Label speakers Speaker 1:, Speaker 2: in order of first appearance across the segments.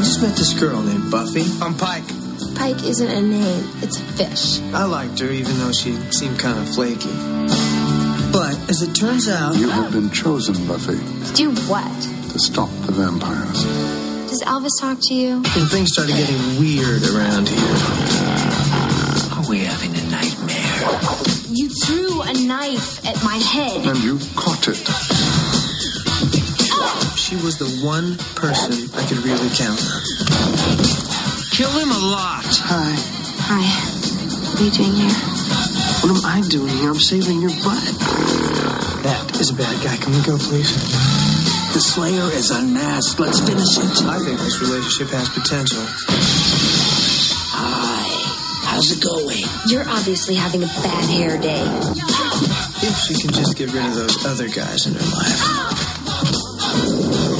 Speaker 1: just met this girl named Buffy. I'm Pike.
Speaker 2: Pike isn't a name, it's a fish.
Speaker 1: I liked her, even though she seemed kind of flaky. But as it turns out,
Speaker 3: You have been chosen, Buffy,
Speaker 2: To do what?
Speaker 3: to stop the vampires.
Speaker 2: Does Elvis talk to you?
Speaker 1: when things started getting weird around here.
Speaker 4: Are we having a nightmare?
Speaker 2: You threw a knife at my head.
Speaker 3: And you caught it.
Speaker 1: She was the one person I could really count on. Kill him a lot.
Speaker 5: Hi.
Speaker 2: Hi. What are you doing here?
Speaker 5: What am I doing here? I'm saving your butt.
Speaker 1: That is a bad guy. Can we go, please?
Speaker 4: The Slayer is unmasked. Let's finish it.
Speaker 1: I think this relationship has potential.
Speaker 4: Hi. How's it going?
Speaker 2: You're obviously having a bad hair day.
Speaker 1: If she can just get rid of those other guys in her life.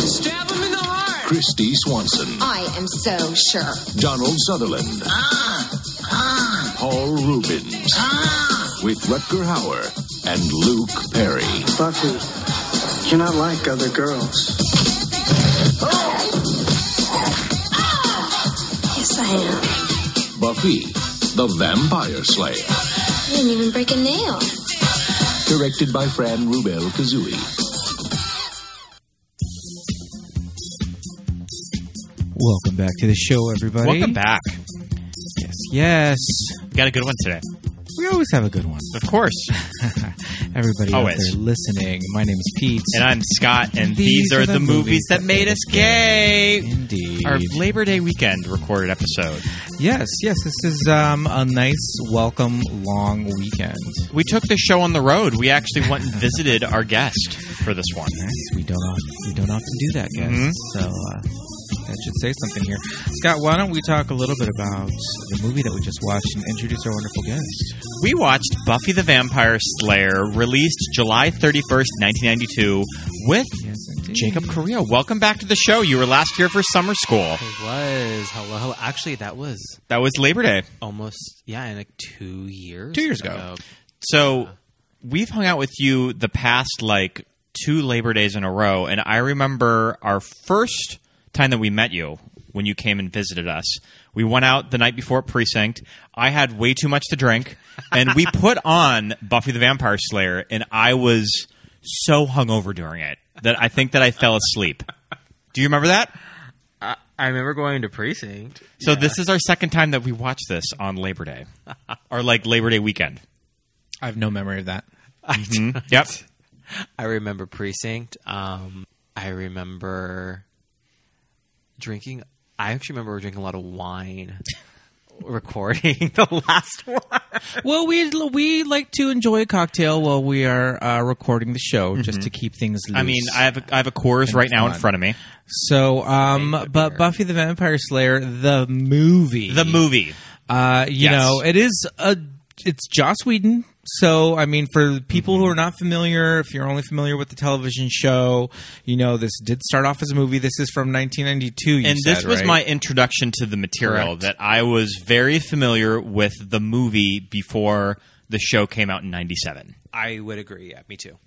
Speaker 1: Stab him in the heart!
Speaker 6: Christy Swanson,
Speaker 2: I am so sure.
Speaker 6: Donald Sutherland, Paul Rubens, with Rutger Hauer and Luke Perry.
Speaker 1: Buffy, you're not like other girls.
Speaker 2: Yes, I am.
Speaker 6: Buffy, the Vampire Slayer,
Speaker 2: I didn't even break a nail.
Speaker 6: directed by Fran Rubel Kazooie.
Speaker 7: Welcome back to the show, everybody.
Speaker 8: Welcome back.
Speaker 7: Yes, yes.
Speaker 8: We got a good one today.
Speaker 7: We always have a good one.
Speaker 8: Of course.
Speaker 7: everybody
Speaker 8: Always.
Speaker 7: out there listening, my name is Pete.
Speaker 8: And I'm Scott, and these, are, the movies that made us gay.
Speaker 7: Indeed.
Speaker 8: Our Labor Day weekend recorded episode.
Speaker 7: yes, yes. This is um, a nice, welcome, long weekend.
Speaker 8: We took the show on the road. We actually went and visited our guest for this one.
Speaker 7: Nice. We don't often, we don't often do that, guys.
Speaker 8: Mhm.
Speaker 7: So uh, that should say something here. Scott, why don't we talk a little bit about the movie that we just watched and introduce our wonderful guest?
Speaker 8: We watched Buffy the Vampire Slayer, released July 31st, 1992, with
Speaker 7: Yes, indeed.
Speaker 8: Jacob Correa. Welcome back to the show. You were last here for summer school.
Speaker 9: It was. Hello, hello. Actually, that was
Speaker 8: That was Labor Day.
Speaker 9: almost, yeah, in like two years.
Speaker 8: Two years ago. So we've hung out with you the past like two Labor Days in a row, and I remember our first time that we met you when you came and visited us. We went out the night before at precinct. I had way too much to drink, and we put on Buffy the Vampire Slayer, and I was so hungover during it that I think that I fell asleep. Do you remember that?
Speaker 9: I remember going to precinct.
Speaker 8: So this is our second time that we watched this on Labor Day, or like Labor Day weekend.
Speaker 7: I have no memory of that.
Speaker 8: Mhm. Yep.
Speaker 9: I remember precinct. Um, I remember drinking. I actually remember drinking a lot of wine. recording the last one.
Speaker 7: Well, we we like to enjoy a cocktail while we are uh, recording the show, just to keep things. Loose.
Speaker 8: Mm-hmm. I mean, I have a, I have a Coors right now in
Speaker 7: fun.
Speaker 8: front of me.
Speaker 7: so um, but Buffy the Vampire Slayer, the movie,
Speaker 8: The movie.
Speaker 7: uh, you
Speaker 8: Yes.
Speaker 7: know, it is a it's Joss Whedon. So I mean, for people
Speaker 8: Mm-hmm.
Speaker 7: who are not familiar, if you're only familiar with the television show, you know this did start off as a movie. This is from 1992, you
Speaker 8: And
Speaker 7: said,
Speaker 8: this was
Speaker 7: right?
Speaker 8: my introduction to the material
Speaker 7: Correct.
Speaker 8: that I was very familiar with the movie before the show came out in 97.
Speaker 9: I would agree. Yeah, me too.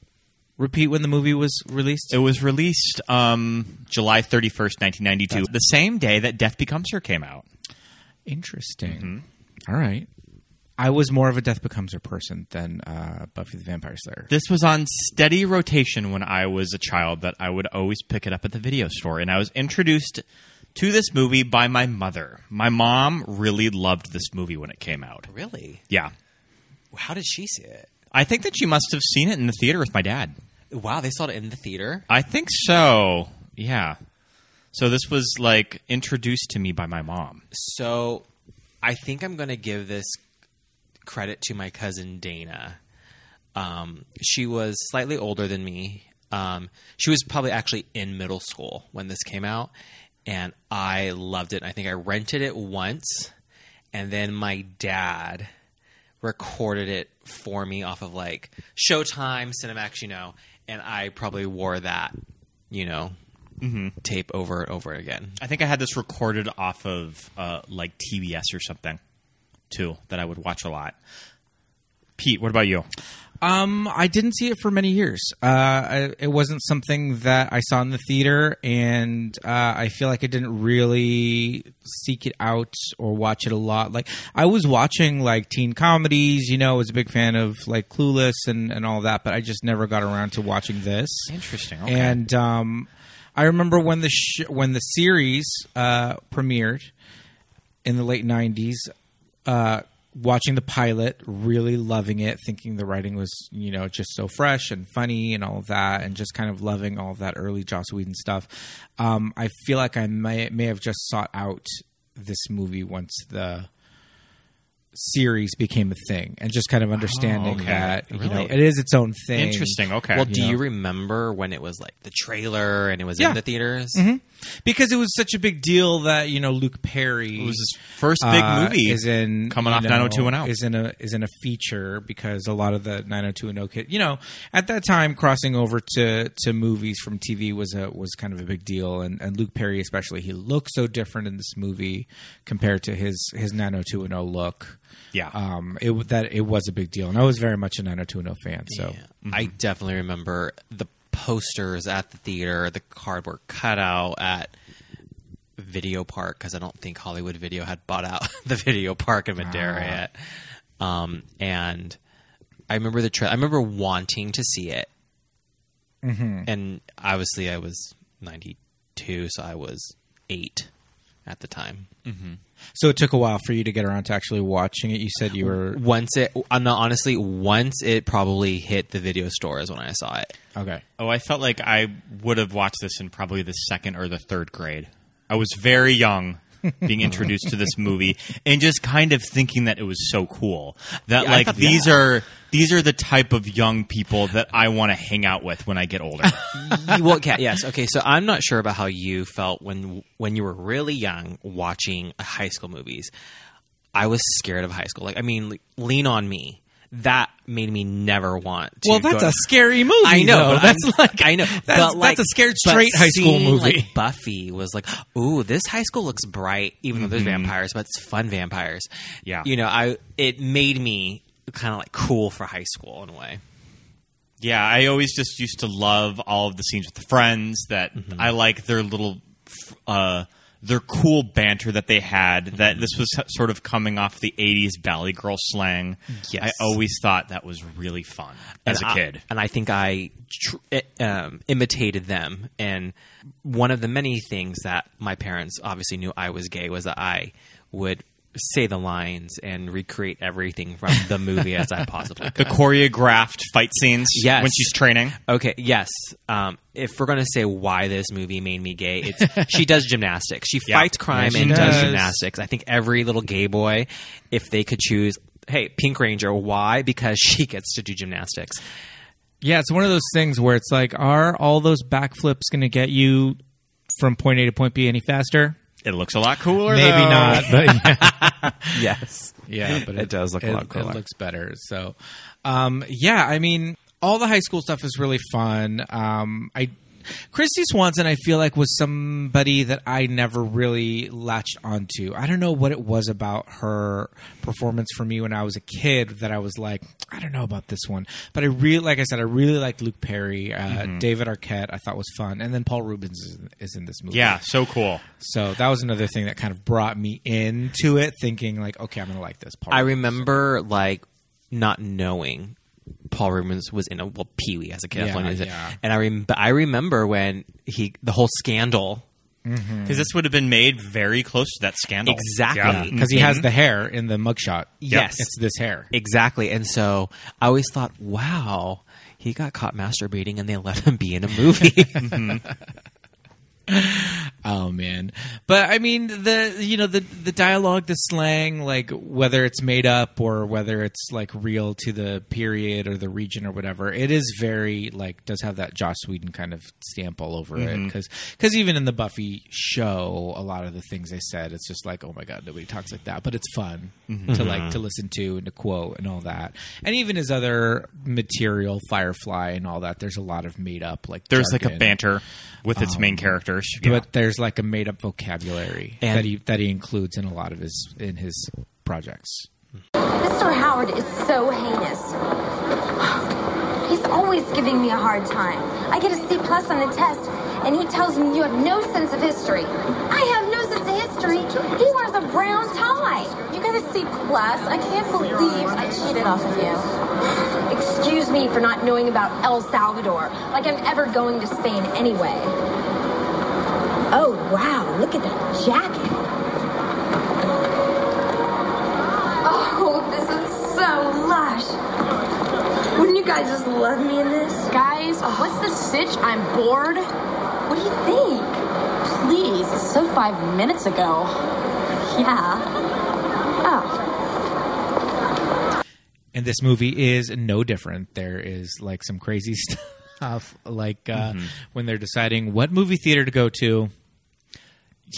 Speaker 7: repeat when the movie was released.
Speaker 8: It was released um, July 31st, 1992, the same day that Death Becomes Her came out.
Speaker 7: Interesting. All right. I was more of a Death Becomes Her person than uh, Buffy the Vampire Slayer.
Speaker 8: This was on steady rotation when I was a child that I would always pick it up at the video store. And I was introduced to this movie by my mother. My mom really loved this movie when it came out.
Speaker 9: Really?
Speaker 8: Yeah.
Speaker 9: How did she see it?
Speaker 8: I think that you must have seen it in the theater with my dad.
Speaker 9: Wow, they saw it in the theater.
Speaker 8: I think so. Yeah. So this was like introduced to me by my mom.
Speaker 9: So I think I'm going to give this credit to my cousin Dana. Um, she was slightly older than me. Um, she was probably actually in middle school when this came out, and I loved it. I think I rented it once, and then my dad recorded it for me off of like Showtime, Cinemax, you know, and I probably wore that, you know, tape over and over again.
Speaker 8: I think I had this recorded off of uh, like TBS or something too that I would watch a lot. Pete, what about you?
Speaker 7: Um, I didn't see it for many years. Uh, I, it wasn't something that I saw in the theater, and uh, I feel like I didn't really seek it out or watch it a lot. Like I was watching like teen comedies, you know, I was a big fan of like Clueless and and all that, but I just never got around to watching this.
Speaker 8: Interesting. Okay.
Speaker 7: And um, I remember when the sh- when the series uh, premiered in the late '90s. Uh, watching the pilot, really loving it, thinking the writing was, you know, just so fresh and funny and all of that, and just kind of loving all of that early Joss Whedon stuff. Um, I feel like I may may have just sought out this movie once the series became a thing, and just kind of understanding
Speaker 8: Oh, okay.
Speaker 7: that you know
Speaker 8: Really?
Speaker 7: it is its own thing.
Speaker 8: Interesting. Okay.
Speaker 9: Well, do
Speaker 7: Yeah.
Speaker 9: you remember when it was like the trailer and it was
Speaker 7: Yeah.
Speaker 9: in the theaters?
Speaker 8: Mm-hmm.
Speaker 7: because it was such a big deal that you know Luke Perry
Speaker 8: it was his first big
Speaker 7: uh,
Speaker 8: movie.
Speaker 7: is in
Speaker 8: coming
Speaker 7: you
Speaker 8: off
Speaker 7: know,
Speaker 8: 90210.
Speaker 7: is in a is in a feature because a lot of the 90210 kid you know at that time crossing over to to movies from TV was a was kind of a big deal and, and Luke Perry especially he looked so different in this movie compared to his his 90210 look
Speaker 8: yeah.
Speaker 9: Uh,
Speaker 7: um it wa- that it was a big deal and I was very much a 90210 fan so
Speaker 9: Yeah. I definitely remember the posters at the theater, the cardboard cutout at Video Park because I don't think Hollywood Video had bought out the Video Park in Madera yet. Um, and I remember the trailer. I remember wanting to see it, and obviously I was ninety two, so I was eight at the time.
Speaker 7: so it took a while for you to get around to actually watching it you said
Speaker 8: Oh.
Speaker 7: you were
Speaker 9: Once it, uh, no, honestly, once it probably hit the video stores when I saw it.
Speaker 7: okay
Speaker 8: Oh, I felt like I would have watched this in probably the second or the third grade. I was very young being introduced to this movie and just kind of thinking that it was so cool. That
Speaker 9: Yeah, I
Speaker 8: like
Speaker 9: thought-
Speaker 8: these are these are the type of young people that I want to hang out with when I get older.
Speaker 9: You- well, Kat, yes. Okay, so I'm not sure about how you felt when when you were really young watching high school movies. I was scared of high school. Like, I mean, like, Lean on Me. That made me never want. to
Speaker 7: well that's
Speaker 9: go
Speaker 7: a scary movie
Speaker 9: I know.
Speaker 7: though.
Speaker 9: but
Speaker 7: that's
Speaker 9: I'm-
Speaker 7: like
Speaker 9: I know.
Speaker 7: that's,
Speaker 9: but like,
Speaker 7: that's a scared
Speaker 9: but
Speaker 7: straight high school
Speaker 9: seeing,
Speaker 7: movie
Speaker 9: Like Buffy was like, "Ooh, this high school looks bright, even though there's
Speaker 7: Mm-hmm.
Speaker 9: vampires, but it's fun vampires."
Speaker 8: Yeah.
Speaker 9: you know, I it made me kind of like cool for high school in a way.
Speaker 8: yeah, I always just used to love all of the scenes with the friends that I like their little f- uh their cool banter that they had that this was sort of coming off the 80s valley girl slang
Speaker 9: Yes.
Speaker 8: i always thought that was really fun as
Speaker 9: And
Speaker 8: a
Speaker 9: I-
Speaker 8: kid
Speaker 9: and I think I tr- it, um, imitated them. And one of the many things that my parents obviously knew I was gay was that I would say the lines and recreate everything from the movie as I possibly
Speaker 8: the
Speaker 9: could.
Speaker 8: choreographed fight scenes
Speaker 9: Yes.
Speaker 8: when she's training.
Speaker 9: Okay. Yes. Um, if we're gonna say why this movie made me gay, it's she does gymnastics. She
Speaker 8: Yeah.
Speaker 9: fights
Speaker 7: Yeah,
Speaker 9: crime
Speaker 7: she
Speaker 9: and does.
Speaker 7: does.
Speaker 9: gymnastics. I think every little gay boy, if they could choose, hey, Pink Ranger. Why? Because she gets to do gymnastics.
Speaker 7: Yeah, it's one of those things where it's like, are all those backflips going to get you from point A to point B any faster?
Speaker 8: It looks a lot cooler.
Speaker 7: Maybe
Speaker 8: though.
Speaker 7: not, but yeah,
Speaker 9: Yes.
Speaker 7: yeah, but
Speaker 9: It does look a lot cooler.
Speaker 7: It looks better. So, um, yeah, I mean, all the high school stuff is really fun. Um, I Christy Swanson, I feel like, was somebody that I never really latched onto. I don't know what it was about her performance for me when I was a kid that I was like, I don't know about this one. But I really, like I said, I really liked Luke Perry, uh,
Speaker 9: Mm-hmm.
Speaker 7: David Arquette. I thought was fun, and then Paul Rubens is, is in this movie.
Speaker 8: Yeah, so cool.
Speaker 7: So that was another thing that kind of brought me into it, thinking like, okay, I'm gonna like this. Paul
Speaker 9: I
Speaker 7: Rubens.
Speaker 9: remember like not knowing Paul Rubens was in a well Pee Wee as a kid, that's
Speaker 7: Yeah,
Speaker 9: what I knew.
Speaker 7: yeah.
Speaker 9: and I rem- but I remember when he the whole scandal
Speaker 7: Mm-hmm.
Speaker 8: Because this would have been made very close to that scandal.
Speaker 9: exactly Mm-hmm.
Speaker 7: because he has the hair in the mugshot.
Speaker 9: Yes.
Speaker 7: it's this hair.
Speaker 9: exactly, and so I always thought, wow, he got caught masturbating and they let him be in a movie.
Speaker 7: Oh man! But I mean, the you know the the dialogue, the slang, like whether it's made up or whether it's like real to the period or the region or whatever, it is very like does have that Joss Whedon kind of stamp all over it. 'Cause it
Speaker 8: Mm-hmm.
Speaker 7: because even in the Buffy show, a lot of the things they said, it's just like oh my god, nobody talks like that. But it's fun
Speaker 8: Mm-hmm.
Speaker 7: to like to listen to and to quote and all that. And even his other material, Firefly and all that, there's a lot of made up like
Speaker 8: There's like a
Speaker 7: jargon
Speaker 8: banter with its main characters. Yeah.
Speaker 7: but there's like a made up vocabulary
Speaker 9: And-
Speaker 7: that he that he includes in a lot of his in his projects.
Speaker 2: Mr. Howard is so heinous. He's always giving me a hard time. I get a C plus on the test, and he tells me you have no sense of history. I have no sense of history. He wears a brown tie.
Speaker 10: You got a C plus. I can't believe I cheated off of you.
Speaker 2: Excuse me for not knowing about El Salvador, like I'm ever going to Spain anyway. Oh, wow, look at that jacket.
Speaker 10: Oh, this is so lush. Wouldn't you guys just love me in this? Guys, what's the sitch? I'm bored. What do you think? Please, it's so five minutes ago. Yeah. Oh,
Speaker 7: and this movie is no different. There is like some crazy stuff, like uh, when they're deciding what movie theater to go to.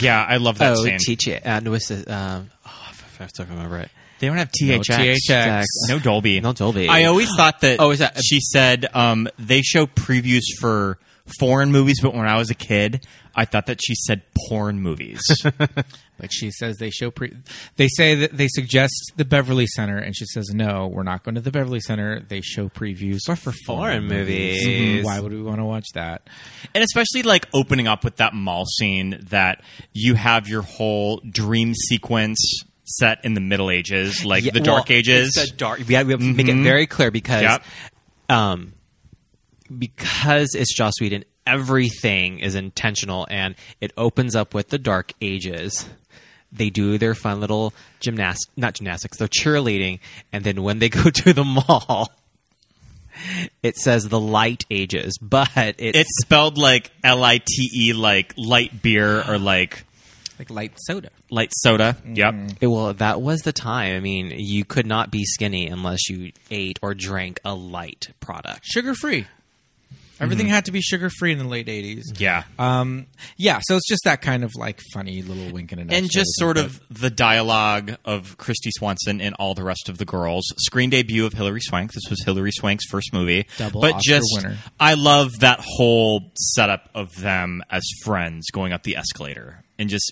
Speaker 8: Yeah, I love that
Speaker 9: oh,
Speaker 8: scene.
Speaker 9: teach it. Uh, no, it's, uh, um, oh, if I have to remember it.
Speaker 8: they don't have
Speaker 7: No,
Speaker 8: THX.
Speaker 7: THX.
Speaker 8: No Dolby.
Speaker 9: No Dolby.
Speaker 8: I always thought that.
Speaker 9: Oh, is that-
Speaker 8: She said um, they show previews for foreign movies, but when I was a kid, I thought that she said porn movies.
Speaker 7: But she says they show pre. They say that they suggest the Beverly Center, and she says no, we're not going to the Beverly Center. They show previews for
Speaker 9: foreign movies.
Speaker 7: Mhm. Why would we want to watch that?
Speaker 8: and especially like opening up with that mall scene that you have your whole dream sequence set in the Middle Ages, like
Speaker 9: Yeah,
Speaker 8: the
Speaker 9: well,
Speaker 8: Dark Ages. Mm-hmm.
Speaker 9: it's the dark. Yeah, we have to make it very clear because,
Speaker 8: Yep.
Speaker 9: um, because it's Joss Whedon, everything is intentional, and it opens up with the Dark Ages. They do their fun little gymnast, not gymnastics, they're cheerleading, and then when they go to the mall, it says the Light Ages, but it's,
Speaker 8: it's spelled like L I T E, like light beer or like
Speaker 7: Like light soda.
Speaker 8: light soda. Yep.
Speaker 9: it- well, that was the time. I mean, you could not be skinny unless you ate or drank a light product.
Speaker 7: sugar free. Everything had to be sugar free in the late eighties.
Speaker 8: Yeah.
Speaker 7: Um, yeah, so it's just that kind of like funny little wink and a nudge
Speaker 8: and
Speaker 7: to
Speaker 8: just
Speaker 7: everything,
Speaker 8: sort of the dialogue of Christy Swanson and all the rest of the girls. Screen debut of Hilary Swank. This was Hilary Swank's first movie.
Speaker 7: Double
Speaker 8: but
Speaker 7: Oscar
Speaker 8: just,
Speaker 7: winner.
Speaker 8: I love that whole setup of them as friends going up the escalator and just.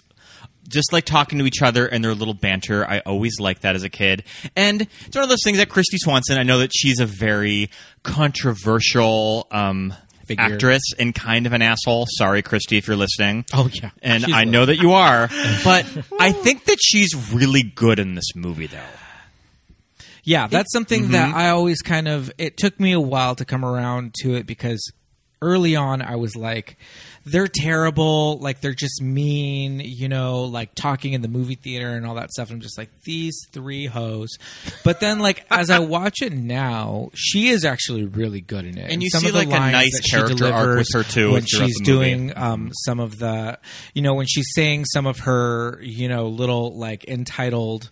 Speaker 8: Just like talking to each other and their little banter, I always liked that as a kid. And it's one of those things that Christy Swanson. I know that she's a very controversial um,
Speaker 7: Figure.
Speaker 8: actress and kind of an asshole. Sorry, Christy, if you're listening.
Speaker 7: Oh, yeah.
Speaker 8: and
Speaker 7: She's
Speaker 8: I know that you are, but I think that she's really good in this movie, though.
Speaker 7: but- yeah, that's something
Speaker 8: Mm-hmm.
Speaker 7: that I always kind of. It took me a while to come around to it because early on I was like, they're terrible, like they're just mean, you know, like talking in the movie theater and all that stuff. I'm just like these three hoes, but then like as I watch it now, she is actually really good in it.
Speaker 8: And you
Speaker 7: some
Speaker 8: see,
Speaker 7: of the
Speaker 8: like, a
Speaker 7: lines
Speaker 8: nice
Speaker 7: that she
Speaker 8: character arc
Speaker 7: delivers
Speaker 8: with her, too,
Speaker 7: when
Speaker 8: throughout
Speaker 7: she's
Speaker 8: the movie.
Speaker 7: doing um, some of the you know when she's saying some of her you know little like entitled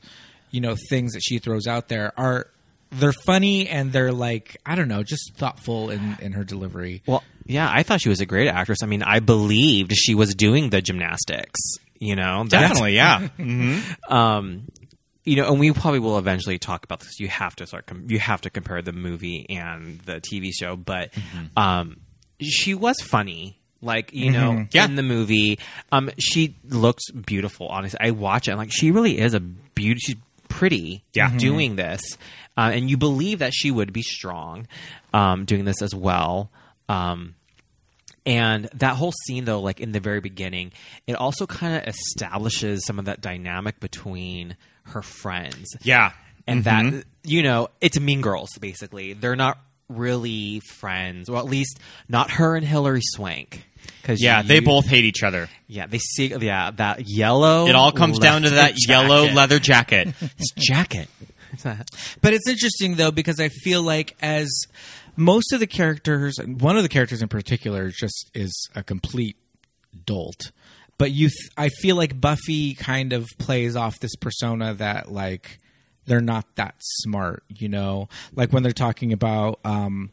Speaker 7: you know things that she throws out there are they're funny and they're like i don't know just thoughtful in in her delivery
Speaker 9: Well, yeah, I thought she was a great actress. I mean, I believed she was doing the gymnastics. You know, That's-
Speaker 8: Definitely, yeah.
Speaker 9: Um, you know, and we probably will eventually talk about this. You have to start. Com- you have to compare the movie and the TV show, but
Speaker 8: Mm-hmm.
Speaker 9: um, she was funny. Like you know,
Speaker 8: Mm-hmm. Yeah.
Speaker 9: in the movie, um, she looks beautiful. Honestly, I watch it. I'm like, she really is a beauty. She's pretty.
Speaker 8: Yeah. Mhm.
Speaker 9: doing this, uh, and you believe that she would be strong, um, doing this as well. Um, and that whole scene, though, like in the very beginning, it also kind of establishes some of that dynamic between her friends.
Speaker 8: Yeah.
Speaker 9: And
Speaker 8: Mm-hmm.
Speaker 9: that, you know, it's Mean Girls, basically. They're not really friends. Well, at least not her and Hillary Swank. Cause
Speaker 8: Yeah,
Speaker 9: you-
Speaker 8: they both hate each other.
Speaker 9: Yeah, they see. Yeah, that yellow.
Speaker 8: It all comes down to that yellow
Speaker 9: Oh, jacket.
Speaker 8: leather jacket.
Speaker 9: jacket.
Speaker 7: But it's interesting though because I feel like as most of the characters, one of the characters in particular, just is a complete dolt. But you, th- I feel like Buffy kind of plays off this persona that like they're not that smart, you know. Like when they're talking about um,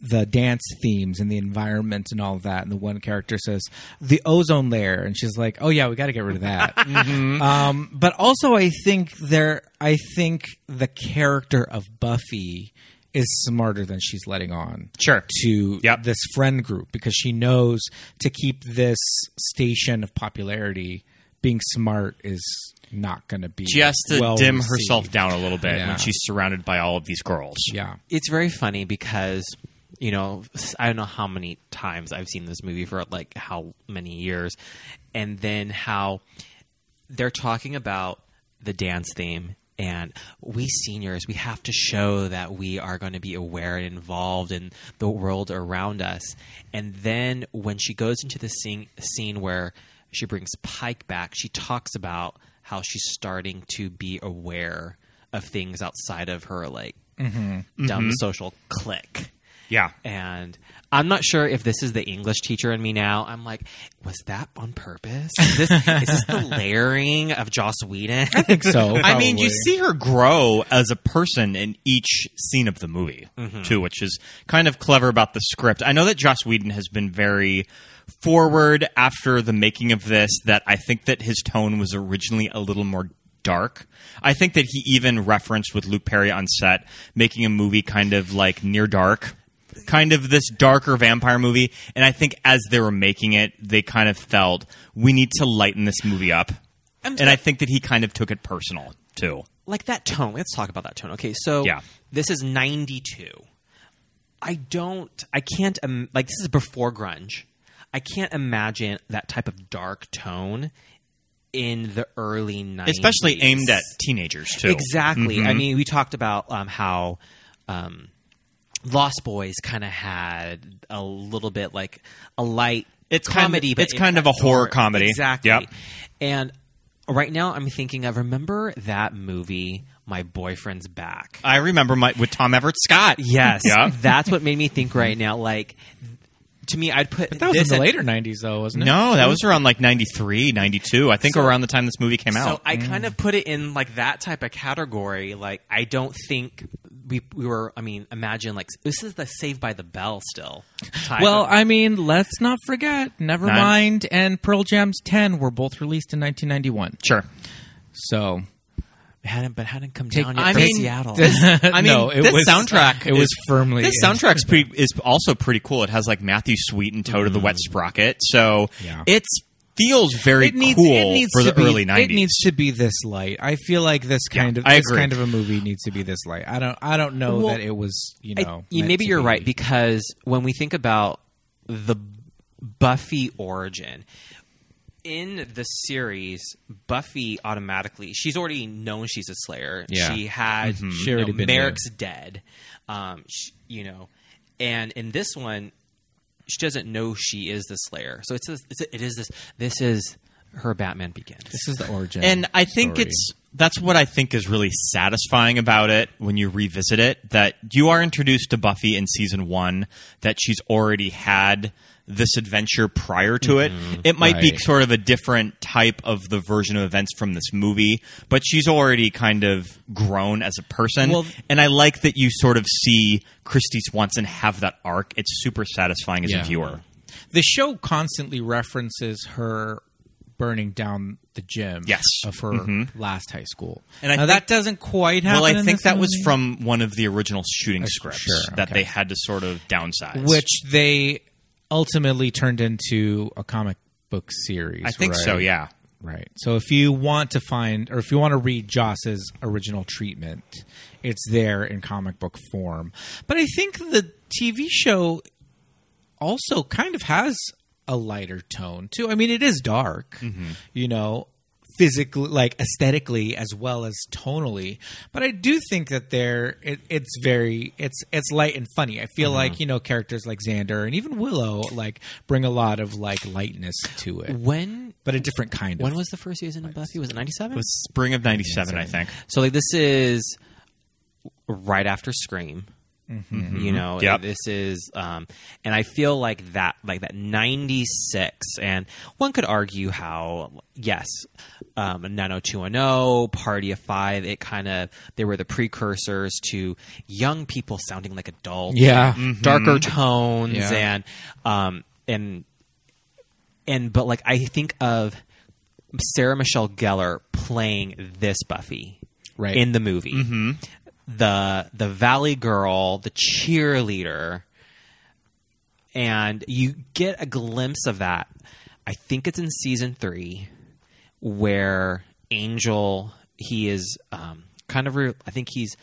Speaker 7: the dance themes and the environment and all of that, and the one character says the ozone layer, and she's like, "Oh yeah, we got to get rid of that." um, but also, I think there, I think the character of Buffy is smarter than she's letting on.
Speaker 8: Sure.
Speaker 7: To
Speaker 8: Yep.
Speaker 7: this friend group because she knows to keep this station of popularity being smart is not going to be
Speaker 8: just to
Speaker 7: well
Speaker 8: dim
Speaker 7: received.
Speaker 8: herself down a little bit
Speaker 7: Yeah.
Speaker 8: when she's surrounded by all of these girls.
Speaker 7: Yeah,
Speaker 9: it's very funny because you know I don't know how many times I've seen this movie for like how many years, and then how they're talking about the dance theme. And we seniors, we have to show that we are going to be aware and involved in the world around us. And then when she goes into the scene, scene where she brings Pike back, she talks about how she's starting to be aware of things outside of her like dumb social clique.
Speaker 8: Yeah.
Speaker 9: And I'm not sure if this is the English teacher in me now. I'm like, was that on purpose? Is this, is this the layering of Joss Whedon?
Speaker 7: I think so.
Speaker 8: I mean, you
Speaker 7: probably.
Speaker 8: see her grow as a person in each scene of the movie, too, which is kind of clever about the script. I know that Joss Whedon has been very forward after the making of this, that I think that his tone was originally a little more dark. I think that he even referenced with Luke Perry on set making a movie kind of like near dark. Kind of this darker vampire movie, and I think as they were making it, they kind of felt we need to lighten this movie up and I think that he kind of took it personal too.
Speaker 9: like that tone. Let's talk about that tone. Okay, so
Speaker 8: Yeah.
Speaker 9: this is 92. I don't I can't Im- like this is before grunge. I can't imagine that type of dark tone in the early 90s.
Speaker 8: Especially aimed at teenagers too. Mm-hmm.
Speaker 9: Exactly. I mean, we talked about um, how um, Lost Boys kind of had a little bit like a light
Speaker 8: It's kind of-
Speaker 9: comedy, but
Speaker 8: it's
Speaker 9: it
Speaker 8: kind of
Speaker 9: got
Speaker 8: a horror
Speaker 9: dark.
Speaker 8: comedy.
Speaker 9: Exactly.
Speaker 8: Yep.
Speaker 9: And right now, I'm thinking of remember that movie, My Boyfriend's Back.
Speaker 8: I remember my with Tom Everett Scott.
Speaker 9: yes,
Speaker 8: Yeah.
Speaker 9: that's what made me think right now. Like to me, I'd put
Speaker 7: that was
Speaker 9: this
Speaker 7: in the
Speaker 9: at-
Speaker 7: later '90s, though, wasn't it?
Speaker 8: No, that was around like 93, 92. I think around the time this movie came out.
Speaker 9: So I kind of put it in like that type of category. Like I don't think we we were. I mean, imagine like this is the Saved by the Bell still. type
Speaker 7: Well,
Speaker 9: of-
Speaker 7: I mean, let's not forget Nevermind and Pearl Jam's 10 were both released in 1991.
Speaker 8: sure.
Speaker 7: So,
Speaker 9: it hadn't but it hadn't come
Speaker 7: Take-
Speaker 9: down yet
Speaker 7: I
Speaker 9: from
Speaker 7: mean,
Speaker 8: Oh.
Speaker 9: Seattle.
Speaker 8: I mean,
Speaker 7: no, Oh, it
Speaker 8: this
Speaker 7: was
Speaker 8: soundtrack.
Speaker 7: It was
Speaker 8: is-
Speaker 7: firmly
Speaker 8: This
Speaker 7: in-
Speaker 8: soundtrack's pretty, is also pretty cool. It has like Matthew Sweet and Toad of the Wet Sprocket. So
Speaker 7: Mm. Yeah.
Speaker 8: it's feels very
Speaker 7: It needs,
Speaker 8: cool
Speaker 7: it needs
Speaker 8: for
Speaker 7: to
Speaker 8: the
Speaker 7: be,
Speaker 8: early 90s.
Speaker 7: It needs to be this light. I feel like this kind of
Speaker 8: I
Speaker 7: this
Speaker 8: agree.
Speaker 7: kind of a movie needs to be this light. I don't I don't know
Speaker 9: Well,
Speaker 7: that it was, you
Speaker 9: I-
Speaker 7: know.
Speaker 9: you-
Speaker 7: meant
Speaker 9: maybe
Speaker 7: to
Speaker 9: you're
Speaker 7: be.
Speaker 9: right because when we think about the Buffy origin in the series, Buffy automatically she's already known she's a Slayer.
Speaker 7: Yeah. Mm-hmm.
Speaker 9: She had
Speaker 7: She
Speaker 9: you
Speaker 7: already
Speaker 9: know,
Speaker 7: been
Speaker 9: Merrick's dead, um, sh you know, and in this one, she doesn't know she is the Slayer. So it's, this, it's it is this this is her Batman Begins.
Speaker 7: This is the origin.
Speaker 8: And I think
Speaker 7: story.
Speaker 8: it's that's what I think is really satisfying about it when you revisit it that you are introduced to Buffy in season 1 that she's already had this adventure prior to it. It might be
Speaker 7: Mm-hmm. right.
Speaker 8: sort of a different type of the version of events from this movie, but she's already kind of grown as a person.
Speaker 7: Well-
Speaker 8: and I like that you sort of see Christy Swanson have that arc. It's super satisfying as
Speaker 7: Yeah.
Speaker 8: a viewer.
Speaker 7: the show constantly references her burning down the gym
Speaker 8: Yes. Mm-hmm.
Speaker 7: of her last high school.
Speaker 8: And I
Speaker 7: now,
Speaker 8: think-
Speaker 7: that doesn't quite happen
Speaker 8: Well, I
Speaker 7: in
Speaker 8: think
Speaker 7: this
Speaker 8: that was
Speaker 7: movie.
Speaker 8: from one of the original shooting scripts
Speaker 7: sure,
Speaker 8: that
Speaker 7: okay.
Speaker 8: they had to sort of downsize.
Speaker 7: which they ultimately turned into a comic book series.
Speaker 8: I think
Speaker 7: right?
Speaker 8: so, yeah.
Speaker 7: Right. So if you want to find or if you want to read Joss's original treatment, it's there in comic book form. But I think the TV show also kind of has a lighter tone too. I mean, it is dark, you know, physically, like aesthetically as well as tonally. But I do think that there, it, it's very, it's it's light and funny. I feel like you know characters like Xander and even Willow like bring a lot of like lightness to it,
Speaker 9: when
Speaker 7: but a different kind.
Speaker 9: when
Speaker 7: of.
Speaker 9: was the first season of Buffy? Was it ninety seven?
Speaker 8: It was spring of 97, I think.
Speaker 9: So like this is right after Scream. You know,
Speaker 8: Yep.
Speaker 9: this is, um, and I feel like that, like that '96, and one could argue how, yes, um, 90210, oh, Party of Five, it kind of they were the precursors to young people sounding like adults,
Speaker 7: Yeah.
Speaker 9: darker tones,
Speaker 7: Mm-hmm. Yeah.
Speaker 9: and um, and and but like I think of Sarah Michelle Gellar playing this Buffy
Speaker 7: Right.
Speaker 9: in the movie. The the Valley Girl, the cheerleader, and you get a glimpse of that. I think it's in season three where Angel he is um, kind of re- I think he's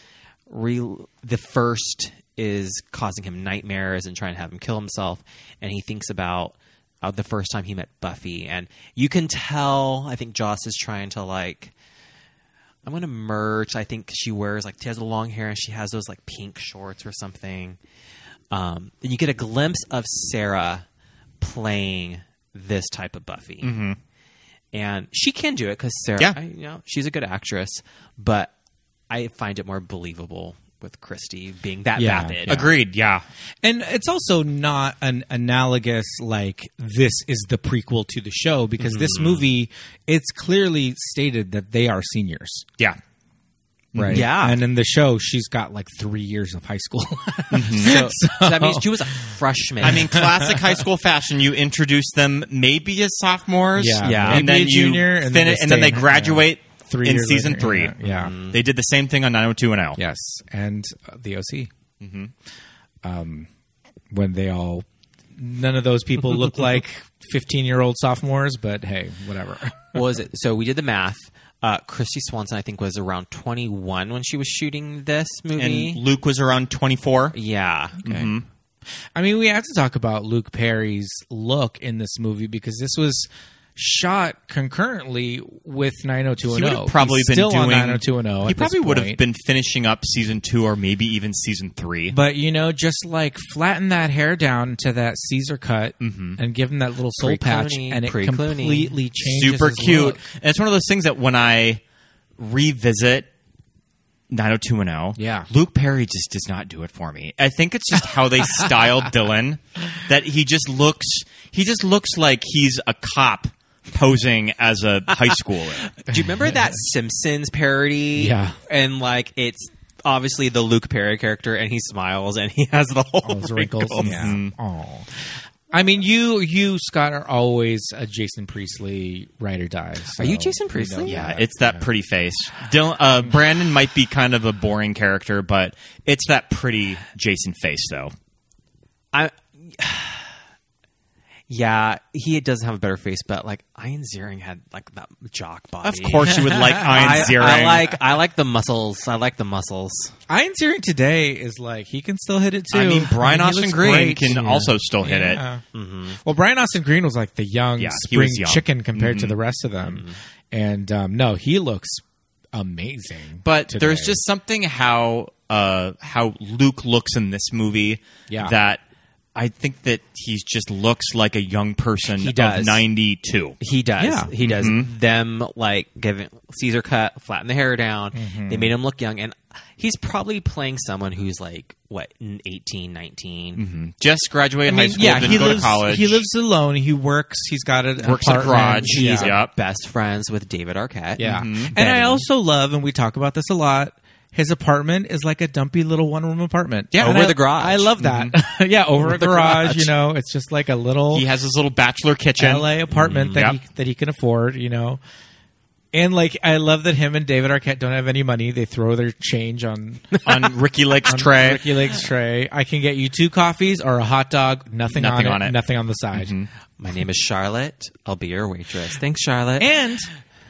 Speaker 9: real the first is causing him nightmares and trying to have him kill himself and he thinks about uh, the first time he met Buffy and you can tell I think Joss is trying to like I'm gonna merge. I think she wears like she has the long hair and she has those like pink shorts or something. Um, and you get a glimpse of Sarah playing this type of Buffy, and she can do it because Sarah,
Speaker 8: Mm-hmm. Yeah.
Speaker 9: I, you know, she's a good actress. But I find it more believable with Christy being that
Speaker 7: Yeah.
Speaker 9: vapid.
Speaker 8: Agreed. Yeah.
Speaker 7: And it's also not an analogous like this is the prequel to the show because this movie it's clearly stated that they are seniors,
Speaker 8: Yeah.
Speaker 7: right?
Speaker 9: Yeah.
Speaker 7: And in the show, she's got like three years of high school.
Speaker 9: So, so that means she was a freshman.
Speaker 8: I mean, classic high school fashion. You introduce them maybe as sophomores,
Speaker 7: Yeah. Yeah.
Speaker 8: and
Speaker 7: Maybe
Speaker 8: then
Speaker 7: a
Speaker 8: you
Speaker 7: junior, and then
Speaker 8: fini-
Speaker 7: they
Speaker 8: and then
Speaker 7: stay
Speaker 8: they
Speaker 7: in-
Speaker 8: graduate
Speaker 7: Three
Speaker 8: in
Speaker 7: years
Speaker 8: season
Speaker 7: later,
Speaker 8: three. Mm.
Speaker 7: yeah. Yeah.
Speaker 8: They did the same thing on 90210.
Speaker 7: yes, and uh, the OC. Mm-hmm. Um, when they all, none of those people look like fifteen-year-old sophomores, but hey, whatever.
Speaker 9: What was it? So we did the math. Uh, Christy Swanson, I think, was around 21 when she was shooting this movie.
Speaker 8: And Luke was around 24.
Speaker 9: yeah.
Speaker 7: I mean, we have to talk about Luke Perry's look in this movie because this was shot concurrently with 90210.
Speaker 8: would've probably
Speaker 7: He's
Speaker 8: been
Speaker 7: still on
Speaker 8: doing-
Speaker 7: 90210.
Speaker 8: He
Speaker 7: at this
Speaker 8: probably would have
Speaker 7: point.
Speaker 8: been finishing up season two or maybe even season three.
Speaker 7: But you know, just like flatten that hair down to that Caesar cut
Speaker 8: Mm-hmm.
Speaker 7: and give him that little soul patch,
Speaker 9: Pre-Clooney,
Speaker 7: and it
Speaker 9: pre-Clooney.
Speaker 7: completely changes.
Speaker 8: Super
Speaker 7: his
Speaker 8: cute.
Speaker 7: look.
Speaker 8: And it's one of those things that when I revisit 90210,
Speaker 7: Yeah.
Speaker 8: Luke Perry just does not do it for me. I think it's just how they styled Dylan that he just looks he just looks like he's a cop posing as a high schooler.
Speaker 9: Do you remember that Simpsons parody?
Speaker 7: Yeah.
Speaker 9: And like it's obviously the Luke Perry character, and he smiles and he has the whole
Speaker 8: Oh
Speaker 7: All those wrinkles.
Speaker 9: wrinkles.
Speaker 7: Yeah.
Speaker 8: Mm-hmm.
Speaker 7: Aw. I mean, you you Scott are always a Jason Priestley ride or die. so
Speaker 9: Are you Jason
Speaker 7: we know
Speaker 9: Priestley?
Speaker 8: Yeah,
Speaker 7: that.
Speaker 8: it's that pretty face. Dylan, uh, Brandon might be kind of a boring character, but it's that pretty Jason face, though.
Speaker 9: I, yeah, he doesn't have a better face, but like Ian Ziering had like that jock body.
Speaker 8: Of course, you would like
Speaker 9: I,
Speaker 8: Iron Zero.
Speaker 9: I like I like the muscles. I like the muscles.
Speaker 7: Ian Searing today is like he can still hit it too.
Speaker 8: I mean, Brian
Speaker 7: he
Speaker 8: Austin
Speaker 7: looks
Speaker 8: Green
Speaker 7: great.
Speaker 8: can
Speaker 7: Yeah.
Speaker 8: also still hit it. Mm-hmm.
Speaker 7: Yeah. Well, Brian Austin Green was like the young
Speaker 8: Yeah, he
Speaker 7: spring
Speaker 8: was young. Mm-hmm.
Speaker 7: chicken compared to the rest of them, and um, no, he looks amazing.
Speaker 8: But
Speaker 7: today.
Speaker 8: there's just something how uh, how Luke looks in this movie
Speaker 7: Yeah.
Speaker 8: that I think that he just looks like a young person
Speaker 9: He does.
Speaker 8: of 92.
Speaker 9: He does.
Speaker 7: Yeah.
Speaker 9: He does. Them like giving Caesar cut, flatten the hair down.
Speaker 7: Mm-hmm.
Speaker 9: They made him look young, and he's probably playing someone who's like what 18, 19.
Speaker 8: Just graduated
Speaker 7: I mean,
Speaker 8: high school,
Speaker 7: yeah,
Speaker 8: didn't
Speaker 7: he
Speaker 8: go
Speaker 7: lives.
Speaker 8: to college.
Speaker 7: He lives alone. He works. He's got a
Speaker 8: Works in a
Speaker 7: apartment.
Speaker 8: garage. Mm-hmm.
Speaker 7: Yeah. Mm-hmm.
Speaker 9: He's
Speaker 8: Yep.
Speaker 9: best friends with David Arquette.
Speaker 7: Yeah. And I
Speaker 9: Benny.
Speaker 7: also love, and we talk about this a lot. His apartment is like a dumpy little one room apartment. Yeah,
Speaker 9: Over the garage.
Speaker 7: I love that.
Speaker 8: Mm-hmm.
Speaker 7: yeah, over, a
Speaker 9: the
Speaker 7: garage,
Speaker 9: garage.
Speaker 7: You know, it's just like a little
Speaker 8: He has his little bachelor kitchen.
Speaker 7: LA apartment that
Speaker 8: Mm-hmm. Yep.
Speaker 7: he that he can afford. You know. And like, I love that him and David Arquette don't have any money. They throw their change on
Speaker 8: on Ricky Lake's
Speaker 7: on
Speaker 8: tray.
Speaker 7: Ricky Lake's tray. I can get you two coffees or a hot dog. Nothing,
Speaker 8: Nothing
Speaker 7: on,
Speaker 8: on
Speaker 7: it,
Speaker 8: it. Mm-hmm.
Speaker 7: Nothing on the side.
Speaker 9: My name is Charlotte. I'll be your waitress. Thanks, Charlotte.
Speaker 7: And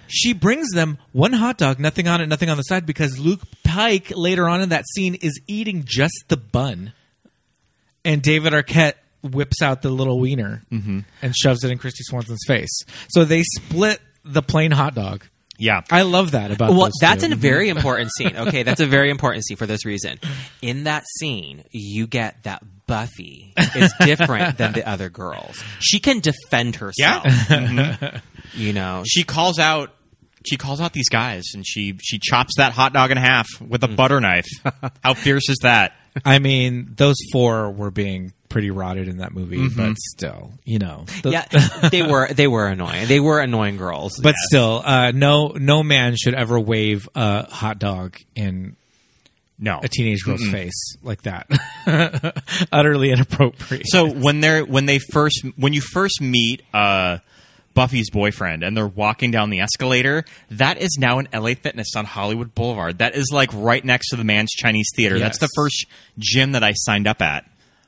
Speaker 7: she brings them one hot dog, nothing on it, nothing on the side, because Luke Pike later on in that scene is eating just the bun, and David Arquette whips out the little wiener
Speaker 8: Mm-hmm.
Speaker 7: and shoves it in Christy Swanson's face. So they split the plain hot dog.
Speaker 8: Yeah.
Speaker 7: I love that about.
Speaker 9: well,
Speaker 7: those
Speaker 9: that's
Speaker 7: two.
Speaker 9: a very important scene. Okay, that's a very important scene for this reason. In that scene, you get that Buffy is different than the other girls. She can defend herself. Mm-hmm. You know,
Speaker 8: she calls out she calls out these guys and she she chops that hot dog in half with
Speaker 7: Mm.
Speaker 8: a butter knife. How fierce is that?
Speaker 7: I mean, those four were being pretty rotted in that movie, but still, you know, the-
Speaker 9: yeah, they were they were annoying. They were annoying girls.
Speaker 7: But still, uh, no no man should ever wave a hot dog in
Speaker 8: No.
Speaker 7: a teenage girl's face like that. Utterly inappropriate.
Speaker 8: So when they're when they first when you first meet uh Buffy's boyfriend and they're walking down the escalator, that is now an LA Fitness on Hollywood Boulevard. That is like right next to the man's Chinese theater. That's the
Speaker 7: Yes.
Speaker 8: first gym that I signed up at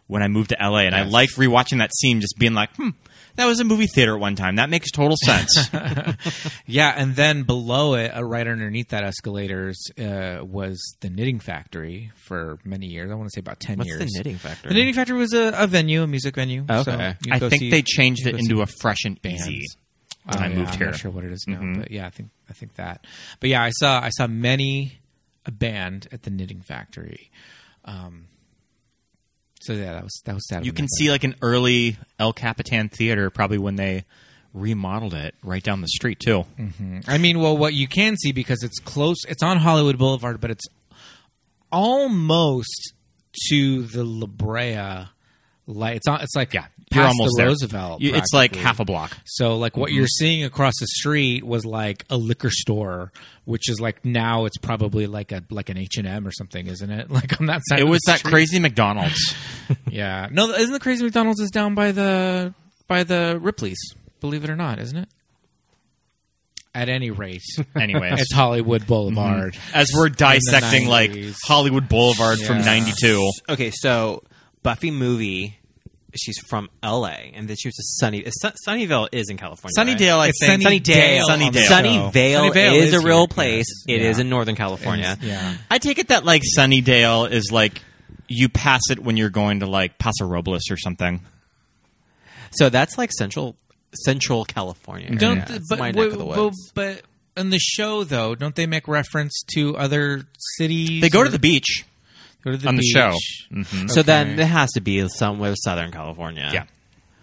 Speaker 8: when I moved to LA, and I liked rewatching that scene, just being like, hmm, that was a movie theater at one time. That makes total sense.
Speaker 7: Yeah, and then below it, uh, right underneath that escalators, uh, was the Knitting Factory for many years. I want to say about ten
Speaker 9: What's
Speaker 7: years.
Speaker 9: the Knitting Factory?
Speaker 7: The Knitting Factory Oh, was a, a venue, a music venue.
Speaker 9: Okay.
Speaker 7: So you
Speaker 8: I
Speaker 7: go
Speaker 8: think
Speaker 7: see
Speaker 8: they changed it
Speaker 7: go
Speaker 8: into
Speaker 7: see
Speaker 8: a fresh and
Speaker 7: bands.
Speaker 8: easy
Speaker 7: Oh,
Speaker 8: when I
Speaker 7: yeah,
Speaker 8: moved
Speaker 7: I'm
Speaker 8: here. Mm-hmm.
Speaker 7: not sure what it is now, but yeah, I think I think that. But yeah, I saw I saw many a band at the Knitting Factory. Um, so yeah, that was that was Saturday.
Speaker 8: You can
Speaker 7: night.
Speaker 8: see like an early El Capitan theater, probably when they remodeled it right down the street too.
Speaker 7: I mean, well, what you can see because it's close, it's on Hollywood Boulevard, but it's almost to the La Brea light. It's on. It's like yeah,
Speaker 8: You're
Speaker 7: past
Speaker 8: almost
Speaker 7: the
Speaker 8: there.
Speaker 7: Roosevelt.
Speaker 8: You- it's like
Speaker 7: practically.
Speaker 8: half a block.
Speaker 7: So like what you're
Speaker 8: Mm-hmm.
Speaker 7: seeing across the street was like a liquor store, which is like now it's probably like a like an H and M or something, isn't it? Like on that side.
Speaker 8: It
Speaker 7: of
Speaker 8: was
Speaker 7: the
Speaker 8: that
Speaker 7: street.
Speaker 8: crazy McDonald's.
Speaker 7: Yeah. No, isn't the crazy McDonald's is down by the by the Ripley's? Believe it or not, isn't it? At any rate,
Speaker 8: Anyways.
Speaker 7: it's Hollywood Boulevard.
Speaker 8: As we're dissecting like
Speaker 7: 90s.
Speaker 8: Hollywood Boulevard from
Speaker 7: Yeah.
Speaker 8: '92,
Speaker 9: Okay, so Buffy movie. She's from L.A. and then she was to Sunny. uh, Sun- Sunnyvale is in California. right?
Speaker 8: Sunnydale, I
Speaker 7: It's
Speaker 8: think.
Speaker 7: Sunnydale.
Speaker 8: Sunnydale.
Speaker 7: Sunnydale.
Speaker 9: Sunnyvale,
Speaker 7: Sunnyvale is
Speaker 9: is, a real
Speaker 7: here,
Speaker 9: place. It
Speaker 7: yes.
Speaker 9: is
Speaker 7: Yeah.
Speaker 9: in Northern California.
Speaker 7: Yeah.
Speaker 8: I take it that like Sunnydale is like you pass it when you're going to like Paso Robles or something.
Speaker 9: So that's like central Central California.
Speaker 7: Don't
Speaker 9: area.
Speaker 7: th-
Speaker 9: It's
Speaker 7: but,
Speaker 9: my neck
Speaker 7: w-
Speaker 9: of the
Speaker 7: but-
Speaker 9: woods.
Speaker 7: but in the show though, don't they make reference to other cities?
Speaker 8: They go to
Speaker 7: or-
Speaker 8: the beach.
Speaker 7: go to the
Speaker 8: on the
Speaker 7: beach?
Speaker 8: show. Mm-hmm.
Speaker 9: So then
Speaker 7: Mm, Okay.
Speaker 9: it has to be somewhere Southern California.
Speaker 8: Yeah.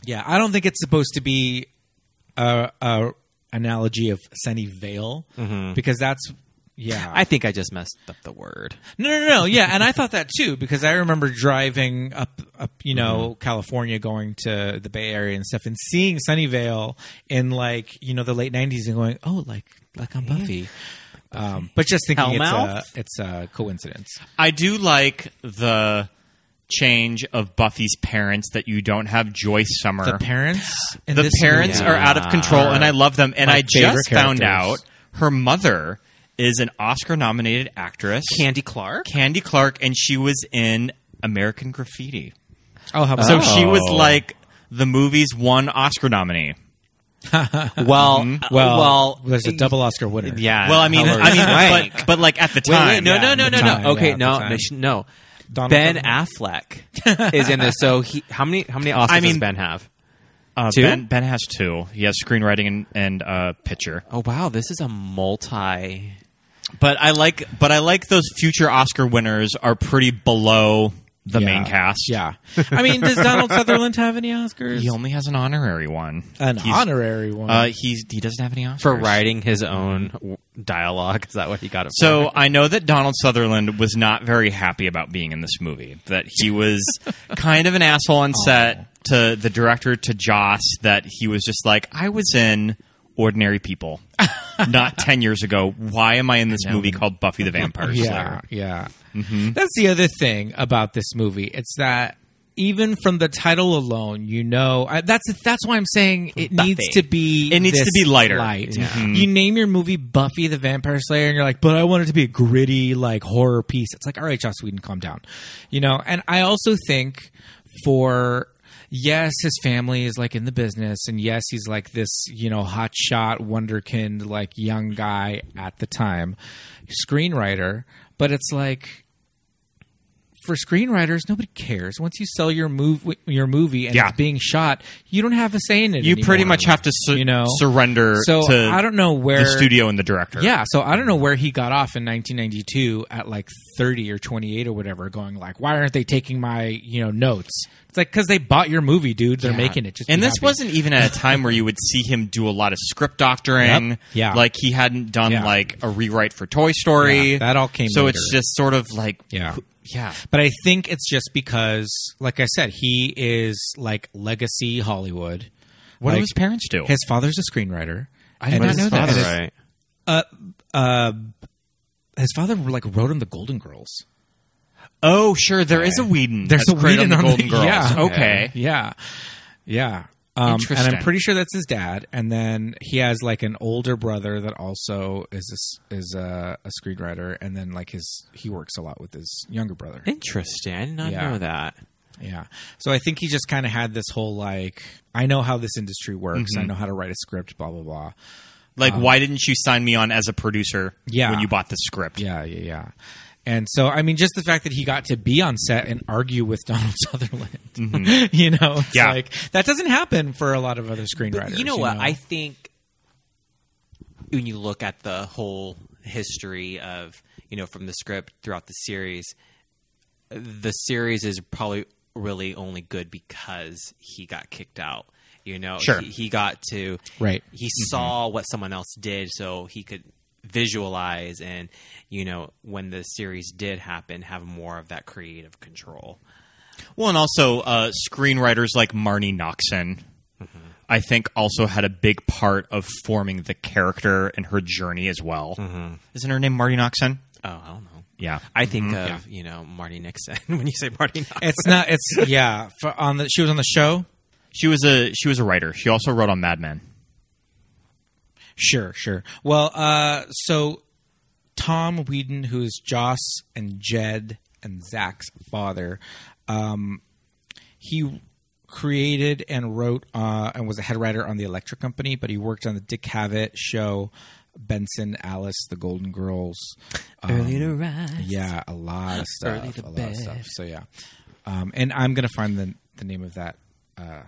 Speaker 7: Yeah, I don't think it's supposed to be a, a analogy of Sunnyvale because that's yeah.
Speaker 9: Mm-hmm. I think I just messed up the word.
Speaker 7: No, no, no. Yeah, and I thought that too because I remember driving up, up, you know,
Speaker 9: Mm-hmm.
Speaker 7: California, going to the Bay Area and stuff, and seeing Sunnyvale in like you know the late '90s, and going, oh, like like on Buffy. Um, but just thinking it's a,
Speaker 9: Hellmouth?
Speaker 7: it's a coincidence.
Speaker 8: I do like the change of Buffy's parents that you don't have Joyce Summer.
Speaker 7: The parents, in
Speaker 8: The
Speaker 7: this
Speaker 8: parents
Speaker 7: movie
Speaker 8: are out of control, and I love them. And
Speaker 7: my
Speaker 8: I
Speaker 7: favorite
Speaker 8: just found out
Speaker 7: characters.
Speaker 8: her mother is an Oscar-nominated actress,
Speaker 9: Candy Clark.
Speaker 8: Candy Clark, and she was in American Graffiti.
Speaker 7: Oh, how about
Speaker 8: So
Speaker 7: that?
Speaker 8: she was like the movie's one Oscar nominee.
Speaker 9: Well, uh,
Speaker 7: well,
Speaker 9: well,
Speaker 7: there's a double Oscar winner.
Speaker 9: yeah.
Speaker 8: Well, I mean,
Speaker 9: Helen
Speaker 8: I mean,
Speaker 9: Swank.
Speaker 8: but, but like at the
Speaker 9: Wait,
Speaker 8: time,
Speaker 9: wait, no,
Speaker 8: yeah.
Speaker 9: no, no,
Speaker 7: the
Speaker 9: no,
Speaker 7: time,
Speaker 9: no. Okay,
Speaker 7: yeah,
Speaker 9: no,
Speaker 7: the
Speaker 9: no,
Speaker 7: time.
Speaker 9: sh- no.
Speaker 7: Donald
Speaker 9: ben
Speaker 7: Trump.
Speaker 9: Affleck is in this. So he, how many, how many Oscars
Speaker 8: I mean-
Speaker 9: does Ben have?
Speaker 8: Uh,
Speaker 9: Two?
Speaker 8: Ben, ben has two. He has screenwriting and, and uh, picture.
Speaker 9: Oh wow, this is a multi.
Speaker 8: But I like, but I like those future Oscar winners are pretty below the
Speaker 7: Yeah.
Speaker 8: main cast.
Speaker 7: Yeah, I mean, does Donald Sutherland have any Oscars?
Speaker 8: he only has an honorary one.
Speaker 7: An
Speaker 8: He's-
Speaker 7: honorary one.
Speaker 8: Uh, he's he doesn't have any Oscars
Speaker 9: for writing his own w- dialogue. Is that what he got it
Speaker 8: So I know that Donald Sutherland was not very happy about being in this movie. That he was kind of an asshole on set to the director to Joss. That he was just like, I was in Ordinary People, not ten years ago. Why am I in this movie called Buffy the Vampire
Speaker 7: Yeah,
Speaker 8: Slayer?
Speaker 7: yeah.
Speaker 8: Mm-hmm.
Speaker 7: That's the other thing about this movie. It's that even from the title alone, you know I, that's that's why I'm saying it
Speaker 9: Buffy.
Speaker 7: needs to be
Speaker 8: It needs to
Speaker 7: this
Speaker 8: be lighter.
Speaker 7: Light. You name your movie Buffy the Vampire Slayer, and you're like, but I want it to be a gritty like horror piece. It's like, all right, Joss Whedon, calm down. You know, and I also think for yes, his family is like in the business, and yes, he's like this, you know, hotshot, wonderkind, like young guy at the time, screenwriter. But it's like for screenwriters, nobody cares. Once you sell your move your movie and
Speaker 8: Yeah.
Speaker 7: it's being shot, you don't have a say in it.
Speaker 8: You pretty
Speaker 7: anymore.
Speaker 8: much have to su-
Speaker 7: you know
Speaker 8: surrender
Speaker 7: So
Speaker 8: to
Speaker 7: I don't know where
Speaker 8: the studio and the director.
Speaker 7: yeah, so I don't know where he got off in 1992 at like 30 or 28 or whatever, going like, why aren't they taking my you know notes? It's like because they bought your movie, dude. They're making it. Just
Speaker 8: and
Speaker 7: be
Speaker 8: this
Speaker 7: happy.
Speaker 8: wasn't even at a time where you would see him do a lot of script doctoring.
Speaker 7: Yep. Yeah.
Speaker 8: like he hadn't done
Speaker 7: Yeah.
Speaker 8: like a rewrite for Toy Story.
Speaker 7: Yeah, that all came
Speaker 8: So
Speaker 7: later.
Speaker 8: it's just sort of like
Speaker 7: Yeah.
Speaker 8: yeah.
Speaker 7: But I think it's just because, like I said, he is like legacy Hollywood.
Speaker 8: What do
Speaker 7: Like,
Speaker 8: his parents do?
Speaker 7: His father's a screenwriter. I
Speaker 8: did not know that.
Speaker 7: His,
Speaker 9: right.
Speaker 7: his father like wrote him the Golden Girls.
Speaker 8: oh, sure, there is a Whedon.
Speaker 7: There's
Speaker 8: that's
Speaker 7: a
Speaker 8: great
Speaker 7: Whedon
Speaker 8: on the
Speaker 7: on the-
Speaker 8: Golden Girls.
Speaker 7: yeah.
Speaker 8: Okay,
Speaker 7: Yeah. Yeah. Um, and
Speaker 8: Interesting.
Speaker 7: I'm pretty sure that's his dad, and then he has like an older brother that also is a, s- is a, a screenwriter, and then like his he works a lot with his younger brother.
Speaker 9: Interesting. I did not
Speaker 7: Yeah.
Speaker 9: know that.
Speaker 7: Yeah. So I think he just kind of had this whole like, I know how this industry works.
Speaker 9: Mm-hmm.
Speaker 7: I know how to write a script. Blah blah blah.
Speaker 8: Like, why didn't you sign me on as a producer
Speaker 7: Uh-huh. Yeah.
Speaker 8: when you bought the script?
Speaker 7: Yeah, yeah, yeah. And so, I mean, just the fact that he got to be on set and argue with Donald Sutherland,
Speaker 9: Mm-hmm.
Speaker 7: you know, it's
Speaker 8: Yeah.
Speaker 7: like that doesn't happen for a lot of other screenwriters.
Speaker 9: you know what? I think when you look at the whole history of you know from the script throughout the series, the series is probably really only good because he got kicked out. You know,
Speaker 8: Sure.
Speaker 9: he, he got to
Speaker 7: Right.
Speaker 9: He saw what someone else did, so he could visualize and you know when the series did happen, have more of that creative control.
Speaker 8: Well, and also uh, screenwriters like Marnie Noxon,
Speaker 7: Mm-hmm.
Speaker 8: I think, also had a big part of forming the character and her journey as well.
Speaker 7: Mm-hmm.
Speaker 8: Isn't her name Marnie Noxon?
Speaker 9: Oh, I don't know.
Speaker 8: Yeah.
Speaker 9: I think of you know Marty Nixon when you say Marty. Nixon.
Speaker 7: it's not. It's yeah. For, on the she was on the show.
Speaker 8: She was a she was a writer. She also wrote on Mad Men.
Speaker 7: Sure, sure. Well, uh, so Tom Whedon, who is Joss and Jed and Zach's father, um, he created and wrote uh, and was a head writer on the Electric Company, but he worked on the Dick Cavett show, Benson, Alice, The Golden Girls. Um,
Speaker 9: Early to rise.
Speaker 7: Yeah, a lot of stuff.
Speaker 9: Early to
Speaker 7: a lot
Speaker 9: bed.
Speaker 7: of stuff. So yeah, um, and I'm gonna find the the name of that. Uh,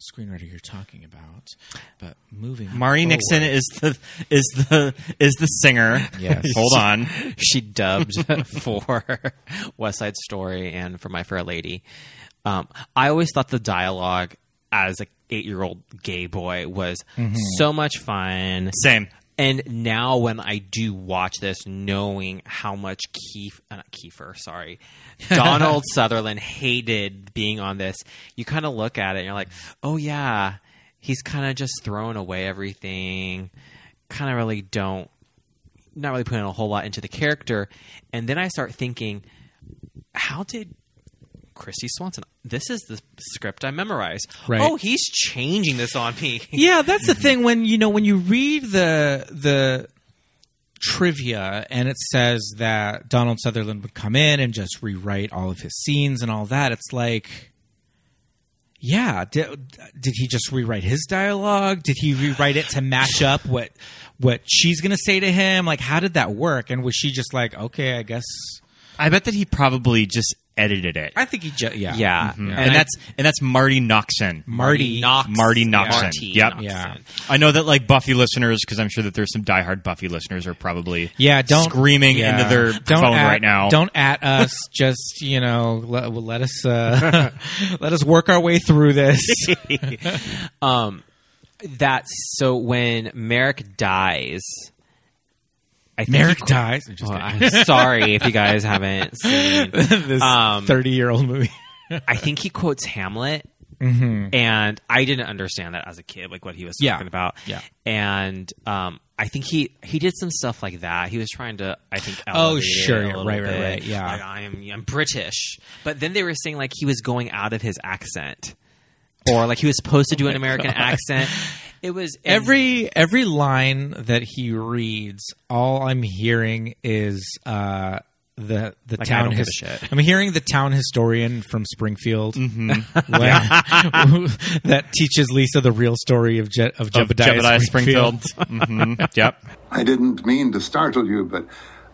Speaker 7: Screenwriter, you're talking about, but moving
Speaker 8: Marnie
Speaker 7: forward-
Speaker 8: Nixon is the is the is the singer.
Speaker 7: Yes.
Speaker 8: Hold on.
Speaker 9: she dubbed for West Side Story and for My Fair Lady. Um, I always thought the dialogue as a eight year old gay boy was so much fun.
Speaker 8: Same.
Speaker 9: And now when I do watch this, knowing how much Keef, uh, not Kiefer, sorry, Donald Sutherland hated being on this, you kind of look at it and you're like, oh yeah, he's kind of just throwing away everything. Kind of really don't, not really putting a whole lot into the character. And then I start thinking, how did Christy Swanson? This is the script I memorized.
Speaker 7: Right.
Speaker 9: Oh, he's changing this on me.
Speaker 7: yeah, that's the thing when you know when you read the the trivia and it says that Donald Sutherland would come in and just rewrite all of his scenes and all that. It's like yeah, did, did he just rewrite his dialogue? Did he rewrite it to match up what what she's going to say to him? Like how did that work? And was she just like, "Okay, I guess
Speaker 8: I bet that he probably just edited it.
Speaker 7: I think he just yeah. Mm-hmm.
Speaker 9: Yeah.
Speaker 8: Mm-hmm. and,
Speaker 9: I-
Speaker 8: that's and that's Marty Noxon.
Speaker 7: Marty
Speaker 9: Knox.
Speaker 8: Marty Noxon.
Speaker 9: Marty
Speaker 8: Yep.
Speaker 9: Noxon.
Speaker 7: Yeah.
Speaker 8: I know that like Buffy listeners, because I'm sure that there's some diehard Buffy listeners are probably
Speaker 7: Yeah, don't
Speaker 8: screaming
Speaker 7: yeah.
Speaker 8: into their
Speaker 7: Don't
Speaker 8: phone
Speaker 7: at-
Speaker 8: right now.
Speaker 7: Don't at us. just you know, let, well, let us uh, let us work our way through this.
Speaker 9: That so when Merrick dies, I think
Speaker 7: Merrick
Speaker 9: he-
Speaker 7: dies.
Speaker 9: Oh, I'm sorry if you guys haven't seen.
Speaker 7: this
Speaker 9: Um,
Speaker 7: thirty-year-old movie.
Speaker 9: I think he quotes Hamlet, and I didn't understand that as a kid, like what he was
Speaker 7: Mm-hmm. Yeah.
Speaker 9: talking about.
Speaker 7: Yeah.
Speaker 9: and um, I think he he did some stuff like that. He was trying to, I think,
Speaker 7: Oh,
Speaker 9: elevate it
Speaker 7: sure.
Speaker 9: a little
Speaker 7: Right, right,
Speaker 9: bit.
Speaker 7: right. Yeah.
Speaker 9: Like, I am I'm British, but then they were saying like he was going out of his accent, or like he was supposed to do an American accent. It was and-
Speaker 7: Oh Every every line that he reads, all I'm hearing is uh, the the
Speaker 9: Like, I
Speaker 7: town.
Speaker 9: don't give a shit.
Speaker 7: I'm hearing the town historian from Springfield
Speaker 9: Oh.
Speaker 7: when- that teaches Lisa the real story of Je- of
Speaker 8: Of
Speaker 7: Jebediah,
Speaker 8: Jebediah
Speaker 7: Springfield.
Speaker 8: Springfield. Mhm. Yep.
Speaker 3: I didn't mean to startle you, but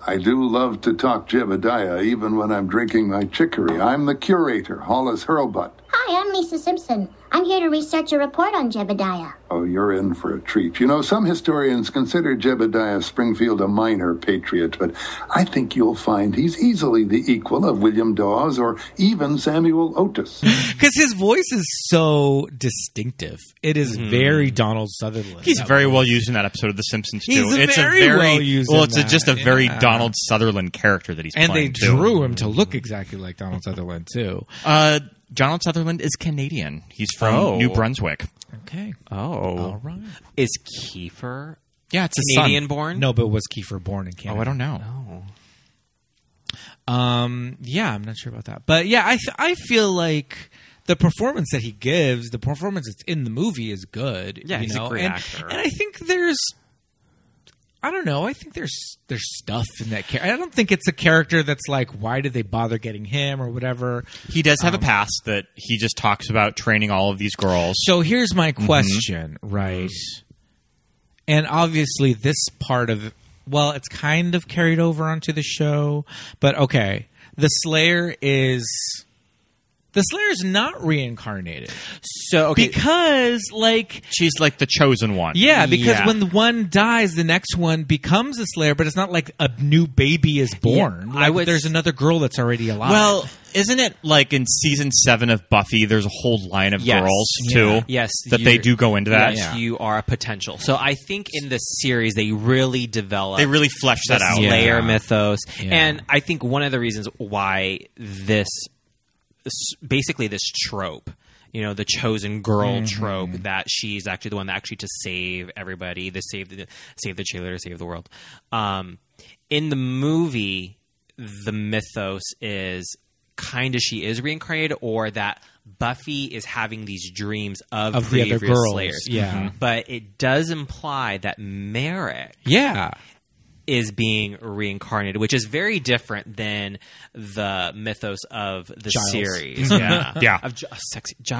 Speaker 3: I do love to talk Jebediah even when I'm drinking my chicory. I'm the curator, Hollis Hurlbut.
Speaker 11: Hi, I'm Lisa Simpson. I'm here to research a report on Jebediah.
Speaker 3: Oh, you're in for a treat. You know, some historians consider Jebediah Springfield a minor patriot, but I think you'll find he's easily the equal of William Dawes or even Samuel Otis.
Speaker 7: because his voice is so distinctive. It is very Donald Sutherland.
Speaker 8: He's very well used in that episode of The Simpsons too.
Speaker 7: He's
Speaker 8: it's
Speaker 7: very
Speaker 8: a very
Speaker 7: well used
Speaker 8: well.
Speaker 7: in
Speaker 8: It's a,
Speaker 7: that,
Speaker 8: just a very
Speaker 7: yeah.
Speaker 8: Donald Sutherland character that he's
Speaker 7: and they
Speaker 8: playing too.
Speaker 7: drew him to look exactly like Donald Sutherland too.
Speaker 8: Uh, Donald Sutherland is Canadian. He's from
Speaker 9: Oh.
Speaker 8: New Brunswick.
Speaker 7: Okay,
Speaker 9: oh,
Speaker 7: right.
Speaker 9: is Kiefer
Speaker 8: Yeah, it's a
Speaker 9: Canadian born?
Speaker 7: No, but was Kiefer born in Canada?
Speaker 8: Oh, I don't know.
Speaker 7: Um, yeah, I'm not sure about that, but yeah, I f- I feel like the performance that he gives, the performance that's in the movie is good.
Speaker 9: Yeah,
Speaker 7: you
Speaker 9: he's a
Speaker 7: know?
Speaker 9: great
Speaker 7: and,
Speaker 9: actor.
Speaker 7: and I think there's I don't know. I think there's there's stuff in that character. I don't think it's a character that's like, why did they bother getting him or whatever.
Speaker 8: He does
Speaker 9: Um,
Speaker 8: have a past that he just talks about training all of these girls.
Speaker 7: So here's my question, right? And obviously, this part of well, it's kind of carried over onto the show, but okay. The Slayer is the Slayer is not reincarnated.
Speaker 8: So okay.
Speaker 7: because like
Speaker 8: she's like the chosen one.
Speaker 7: Yeah, because when the one dies, the next one becomes a Slayer, but it's not like a new baby is born.
Speaker 8: Yeah, I
Speaker 7: Like,
Speaker 8: would-
Speaker 7: there's another girl that's already alive.
Speaker 8: Well, isn't it like in season seven of Buffy? There's a whole line of
Speaker 9: Yes.
Speaker 8: girls
Speaker 9: Yeah.
Speaker 8: too.
Speaker 9: Yes,
Speaker 8: that they
Speaker 9: you're-
Speaker 8: do go into that.
Speaker 9: Yes, you are a potential. So I think in this series they really develop.
Speaker 8: They really flesh that out.
Speaker 9: Layer
Speaker 8: Yeah.
Speaker 9: mythos,
Speaker 8: Yeah.
Speaker 9: and I think one of the reasons why this, this- basically this trope. You know the chosen girl
Speaker 7: Mm-hmm.
Speaker 8: Mhm.
Speaker 9: trope that she's actually the one that actually to save everybody, to save the save the cheerleader, save the world. Um, in the movie, the mythos is kind of she is reincarnated, or that Buffy is having these dreams of,
Speaker 7: Of the other
Speaker 9: previous
Speaker 7: girls,
Speaker 9: Slayers. Mm-hmm.
Speaker 7: yeah. Mhm.
Speaker 9: But it does imply that Merrick
Speaker 7: yeah.
Speaker 9: is being reincarnated, which is very different than the mythos of the
Speaker 8: Giles.
Speaker 9: series.
Speaker 8: Mhm.
Speaker 9: Yeah.
Speaker 8: Yeah.
Speaker 9: Of Gi- oh, sexy Gi-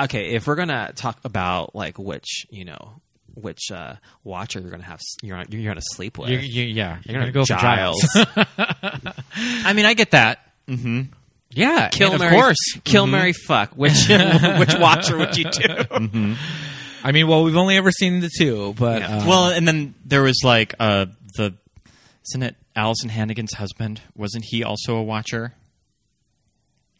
Speaker 9: Okay, if we're gonna talk about like which, you know, which uh, watcher you're gonna have, s- you're gonna, you're gonna sleep with.
Speaker 7: You- you- yeah,
Speaker 9: you're gonna,
Speaker 7: you're gonna go for
Speaker 9: Giles. I mean, I get that. Mm-hmm.
Speaker 7: Yeah,
Speaker 9: kill
Speaker 7: and of
Speaker 9: Mary,
Speaker 7: course.
Speaker 9: kill
Speaker 7: Mhm.
Speaker 9: Mary, fuck. Which which watcher would you do?
Speaker 8: Mhm.
Speaker 7: I mean, well, we've only ever seen the two, but uh,
Speaker 8: well, and then there was like uh, the isn't it Allison Hannigan's husband? Wasn't he also a watcher?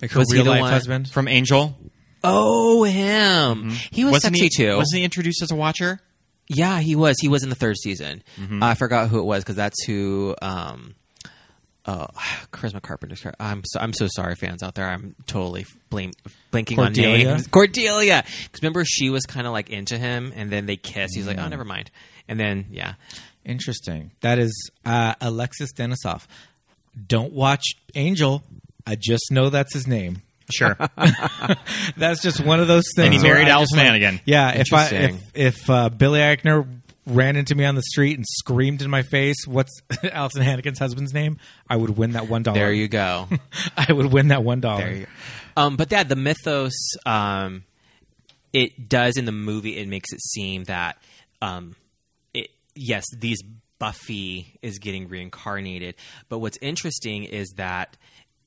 Speaker 7: Like her Was he real the life one- husband?
Speaker 8: from Angel.
Speaker 9: Oh, him. He was
Speaker 8: Wasn't
Speaker 9: sexy
Speaker 8: he-
Speaker 9: too.
Speaker 8: Wasn't he introduced as a watcher?
Speaker 9: Yeah, he was. He was in the third season.
Speaker 7: Mm-hmm.
Speaker 9: I forgot who it was because that's who. Um, oh, Charisma Carpenter's. car- I'm so I'm so sorry, fans out there. I'm totally f- blame, blinking
Speaker 7: Cordelia?
Speaker 9: on names. Cordelia, because remember she was kind of like into him, and then they kissed. He's like, oh,
Speaker 7: Mm.
Speaker 9: never mind. And then yeah,
Speaker 7: interesting. That is uh, Alexis Denisov. Don't watch Angel. I just know that's his name.
Speaker 8: Sure.
Speaker 7: that's just one of those things.
Speaker 8: And he
Speaker 7: where
Speaker 8: married
Speaker 7: I
Speaker 8: Alice
Speaker 7: just like-
Speaker 8: Hannigan.
Speaker 7: Yeah. If I if,
Speaker 8: Interesting.
Speaker 7: if uh, Billy Eichner ran into me on the street and screamed in my face, "What's Allison Hannigan's husband's name?" I would win that one dollar.
Speaker 9: there you go.
Speaker 7: I would win that one
Speaker 9: There you
Speaker 7: dollar.
Speaker 9: go. Um, but yeah, the mythos, um, it does in the movie, it makes it seem that, um, it, yes, these Buffy is getting reincarnated. But what's interesting is that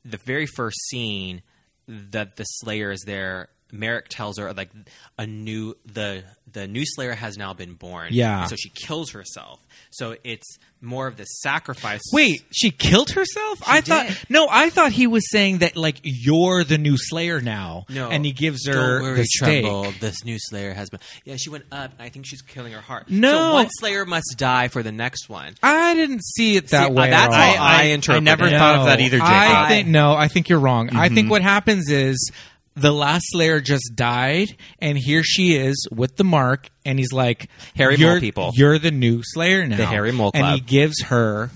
Speaker 9: the very first scene that the Slayer is there, Merrick tells her like a new the the new Slayer has now been born.
Speaker 7: Yeah.
Speaker 9: so she kills herself. So it's more of the sacrifice.
Speaker 7: Wait, she killed herself? I
Speaker 9: did.
Speaker 7: thought no. I thought he was saying that like you're the new Slayer now.
Speaker 9: No,
Speaker 7: and he gives her
Speaker 9: Don't worry,
Speaker 7: the stake.
Speaker 9: Trumbull, This new Slayer has been. Yeah, she went up. and I think she's killing her heart.
Speaker 7: No.
Speaker 9: so one Slayer must die for the next one.
Speaker 7: I didn't see uh, it that
Speaker 9: See,
Speaker 7: way.
Speaker 9: that's
Speaker 7: at all.
Speaker 9: how I I- I interpreted never it.
Speaker 8: thought of that either,
Speaker 7: I
Speaker 8: Jacob.
Speaker 7: think no. I think you're wrong. I
Speaker 9: Mm-hmm.
Speaker 7: think
Speaker 8: Mhm.
Speaker 7: what happens is the last Slayer just died, and here she is with the mark, and he's like,
Speaker 9: Harry Mole
Speaker 7: you're,
Speaker 9: people.
Speaker 7: You're the new Slayer now."
Speaker 9: The Harry Mole
Speaker 7: and
Speaker 9: Club.
Speaker 7: he gives her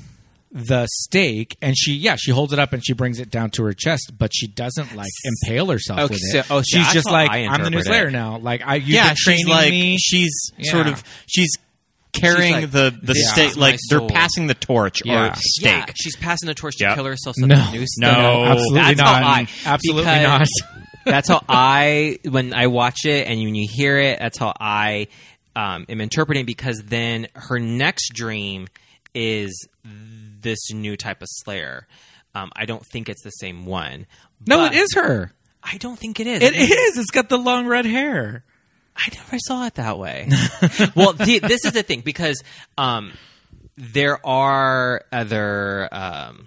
Speaker 7: the stake, and she yeah, she holds it up and she brings it down to her chest, but she doesn't like impale herself
Speaker 9: Okay,
Speaker 7: with
Speaker 9: so-
Speaker 7: it.
Speaker 9: oh, so
Speaker 7: she's
Speaker 9: that's
Speaker 7: just
Speaker 9: how
Speaker 7: like,
Speaker 9: I
Speaker 7: "I'm the new
Speaker 9: interpret it.
Speaker 7: Slayer now." Like, I you've
Speaker 8: yeah,
Speaker 7: been training
Speaker 8: she's like
Speaker 7: me.
Speaker 8: she's sort
Speaker 7: Yeah.
Speaker 8: of she's carrying
Speaker 9: like,
Speaker 8: the the
Speaker 9: "This
Speaker 8: stake
Speaker 9: is my
Speaker 8: like they're
Speaker 9: soul."
Speaker 8: passing the torch
Speaker 7: Yeah.
Speaker 8: or stake.
Speaker 9: Yeah, she's passing the torch to
Speaker 8: Yeah.
Speaker 9: kill herself. So
Speaker 7: No.
Speaker 9: the new Slayer.
Speaker 8: No, absolutely
Speaker 9: that's
Speaker 7: not.
Speaker 9: How I,
Speaker 7: Absolutely
Speaker 9: because
Speaker 7: not.
Speaker 9: that's how I when I watch it and when you hear it, that's how I um, am interpreting. Because then her next dream is this new type of Slayer. Um, I don't think it's the same one.
Speaker 7: No,
Speaker 9: but
Speaker 7: it is her.
Speaker 9: I don't think it is.
Speaker 7: It
Speaker 9: I think-
Speaker 7: is. It's got the long red hair.
Speaker 9: I never saw it that way. well, the, this is the thing because um, there are other, um,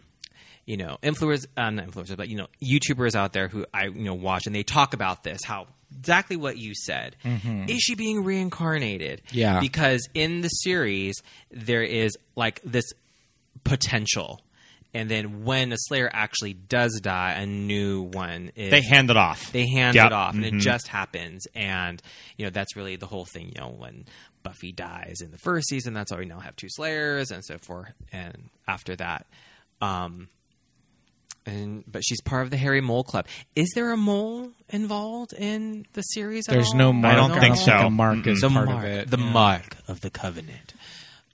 Speaker 9: you know, influencers, uh, not influencers, but you know, YouTubers out there who I you know watch and they talk about this how exactly what you said.
Speaker 8: Mm-hmm.
Speaker 7: Mhm.
Speaker 9: Is she being reincarnated?
Speaker 7: Yeah.
Speaker 9: because in the series there is like this potential. And then when a Slayer actually does die, a new one is
Speaker 8: They hand it off.
Speaker 9: They hand
Speaker 8: Yep.
Speaker 9: it off, and it
Speaker 8: Mhm.
Speaker 9: just happens and you know that's really the whole thing you know when buffy dies in the first season that's why we now have two slayers and so forth and after that um and but she's part of the harry mole club is there a mole involved in the series at
Speaker 7: There's
Speaker 9: all?
Speaker 7: no mark.
Speaker 8: don't think so.
Speaker 7: a mark is
Speaker 9: the
Speaker 7: part
Speaker 9: mark,
Speaker 7: of it.
Speaker 9: the
Speaker 7: Yeah.
Speaker 9: mark of the covenant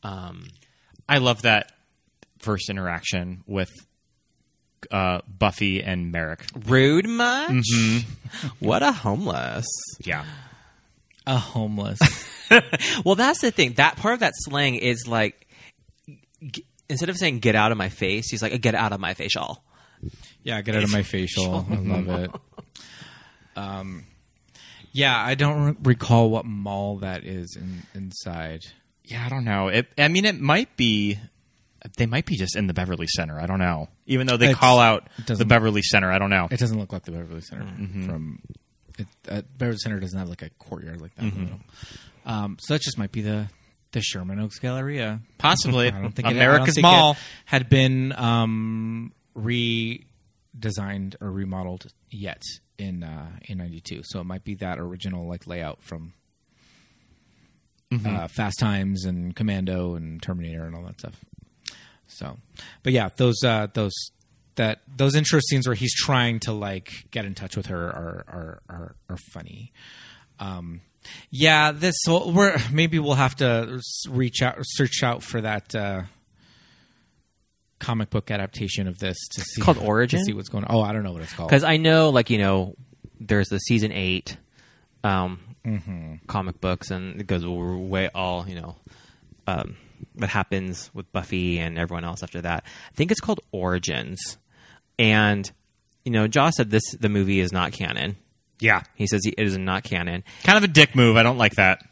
Speaker 9: um
Speaker 8: I love that first interaction with uh, Buffy and Merrick.
Speaker 9: Rude much?
Speaker 8: Mm-hmm.
Speaker 9: What a homeless.
Speaker 8: Yeah.
Speaker 7: A homeless.
Speaker 9: well, that's the thing. That part of that slang is like, g- instead of saying "get out of my face," he's like, "Get out of my facial."
Speaker 7: Yeah, get out of my facial. I love it. Um, yeah, I don't re- recall what mall that is in, inside.
Speaker 8: Yeah, I don't know. It, I mean, it might be. They might be just in the Beverly Center. I don't know. Even though they
Speaker 7: It's-
Speaker 8: call out
Speaker 7: it doesn't
Speaker 8: the
Speaker 7: look-
Speaker 8: Beverly Center, I don't know.
Speaker 7: It doesn't look like the Beverly Center
Speaker 8: Mm-hmm.
Speaker 7: from. It, uh, Beverly Center doesn't have like a courtyard like that. in the
Speaker 8: Mhm.
Speaker 7: middle. Um, so that just might be the the Sherman Oaks Galleria,
Speaker 8: Possibly.
Speaker 7: I don't think it- I don't
Speaker 8: America's
Speaker 7: think
Speaker 8: Mall.
Speaker 7: it had been um, redesigned or remodeled yet in uh, in '92. So it might be that original like layout from
Speaker 8: Mm-hmm.
Speaker 7: uh, Fast Times and Commando and Terminator and all that stuff. So, but yeah, those uh, those that those intro scenes where he's trying to like get in touch with her are are are, are funny. Um, yeah, this whole, we're maybe we'll have to s- reach out search out for that uh, comic book adaptation of this to see
Speaker 9: called
Speaker 7: to
Speaker 9: Origin?
Speaker 7: see what's going. on. Oh, I don't know what it's called.
Speaker 9: Because I know, like you know, there's the season eight um, comic books, and it goes way all you know um, what happens with Buffy and everyone else after that. I think it's called Origins, and you know, Josh said this the movie is not canon.
Speaker 8: Yeah,
Speaker 9: he says he, it is not canon.
Speaker 8: Kind of a dick move. I don't like that.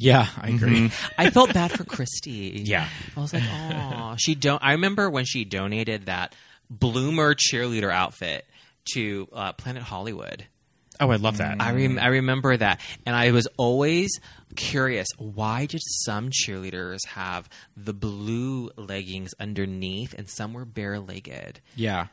Speaker 7: Yeah, I agree.
Speaker 9: I felt bad for Christy.
Speaker 8: Yeah.
Speaker 9: I was like, oh, she don't. I remember when she donated that bloomer cheerleader outfit to uh, Planet Hollywood.
Speaker 8: Oh, I love that.
Speaker 9: I rem- I remember that, and I was always curious why did some cheerleaders have the blue leggings underneath and some were bare legged.
Speaker 7: yeah,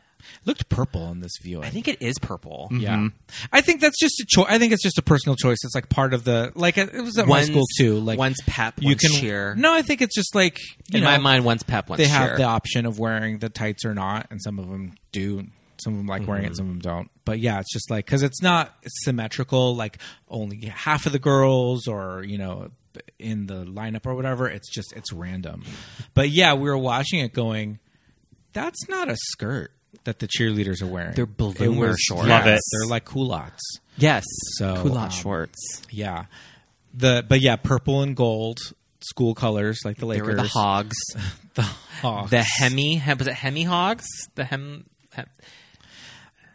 Speaker 7: looked purple in this viewing.
Speaker 9: I think it is purple.
Speaker 7: Yeah, I think that's just a choice. I think it's just a personal choice. It's like part of the like it was at my
Speaker 9: One's-
Speaker 7: school too. Like
Speaker 9: one's pep,
Speaker 7: you
Speaker 9: one's
Speaker 7: can
Speaker 9: cheer.
Speaker 7: No, I think it's just like you
Speaker 9: In
Speaker 7: know,
Speaker 9: my mind, one's pep, one's
Speaker 7: they have
Speaker 9: cheer.
Speaker 7: the option of wearing the tights or not, and some of them do. Some of them like wearing
Speaker 9: Mm-hmm.
Speaker 7: it, some of them don't. But yeah, it's just like because it's not symmetrical. Like only half of the girls, or you know, in the lineup or whatever. It's just it's random. But yeah, we were watching it, going, "That's not a skirt." That the cheerleaders are wearing.
Speaker 9: They're bloomer
Speaker 7: It was-
Speaker 9: shorts.
Speaker 8: Love it.
Speaker 7: They're like culottes.
Speaker 9: Yes,
Speaker 7: So,
Speaker 9: culotte
Speaker 7: um,
Speaker 9: shorts.
Speaker 7: Yeah. The but yeah, purple and gold school colors like the
Speaker 9: They
Speaker 7: Lakers.
Speaker 9: were the hogs.
Speaker 7: the hogs.
Speaker 9: The hemi he- was it hemi hogs? The hem. hem-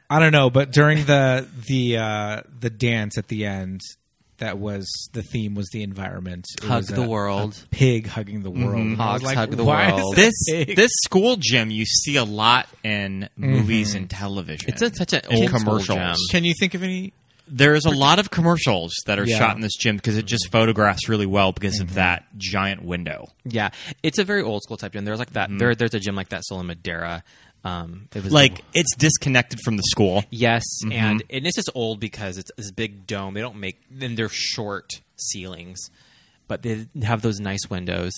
Speaker 7: I don't know, but during the the uh, the dance at the end, that was the theme was the environment. It
Speaker 9: Hug
Speaker 7: was
Speaker 9: the
Speaker 7: a-
Speaker 9: world.
Speaker 7: a pig hugging the world.
Speaker 8: Mm-hmm.
Speaker 7: And I was
Speaker 9: Mm-hmm. Hogs
Speaker 7: like,
Speaker 9: hug the
Speaker 7: why is
Speaker 9: world.
Speaker 7: it
Speaker 8: this
Speaker 7: a pig?
Speaker 8: this school gym you see a lot in movies and television.
Speaker 9: Mm-hmm. It's a, such an
Speaker 8: in
Speaker 9: old
Speaker 8: commercials.
Speaker 7: Can you think of any?
Speaker 8: There's a lot of commercials that are
Speaker 7: Yeah.
Speaker 8: shot in this gym because it just photographs really well because
Speaker 9: Mm-hmm.
Speaker 8: of that giant window.
Speaker 9: Yeah, it's a very old school type gym. There's like that. There, there's a gym like that still in Madeira. Um, it was
Speaker 8: Mm-hmm. Like mm-hmm. it's disconnected from the school.
Speaker 9: yes, and and it's just old because it's this big dome. They don't make then they're short ceilings, but they have those nice windows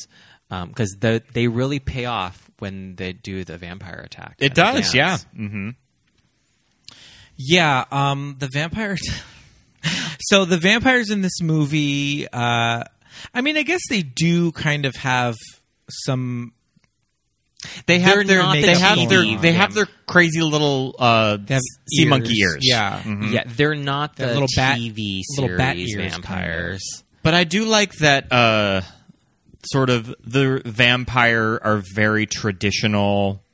Speaker 9: because the they really pay off when they do the vampire attack.
Speaker 8: It
Speaker 9: at the
Speaker 8: does,
Speaker 9: dance.
Speaker 8: yeah. Mm-hmm.
Speaker 7: Yeah, um, the vampires. so the vampires in this movie, uh, I mean, I guess they do kind of have some.
Speaker 9: They have
Speaker 7: They're
Speaker 9: their
Speaker 7: not the
Speaker 8: They have their
Speaker 7: TV
Speaker 8: they have their crazy little uh,
Speaker 7: They have
Speaker 8: sea monkey ears.
Speaker 7: Yeah,
Speaker 9: yeah. They're not the
Speaker 7: That little bat-
Speaker 9: TV series
Speaker 7: little bat ears kind of.
Speaker 9: vampires.
Speaker 8: But I do like that uh sort of the vampire are very traditional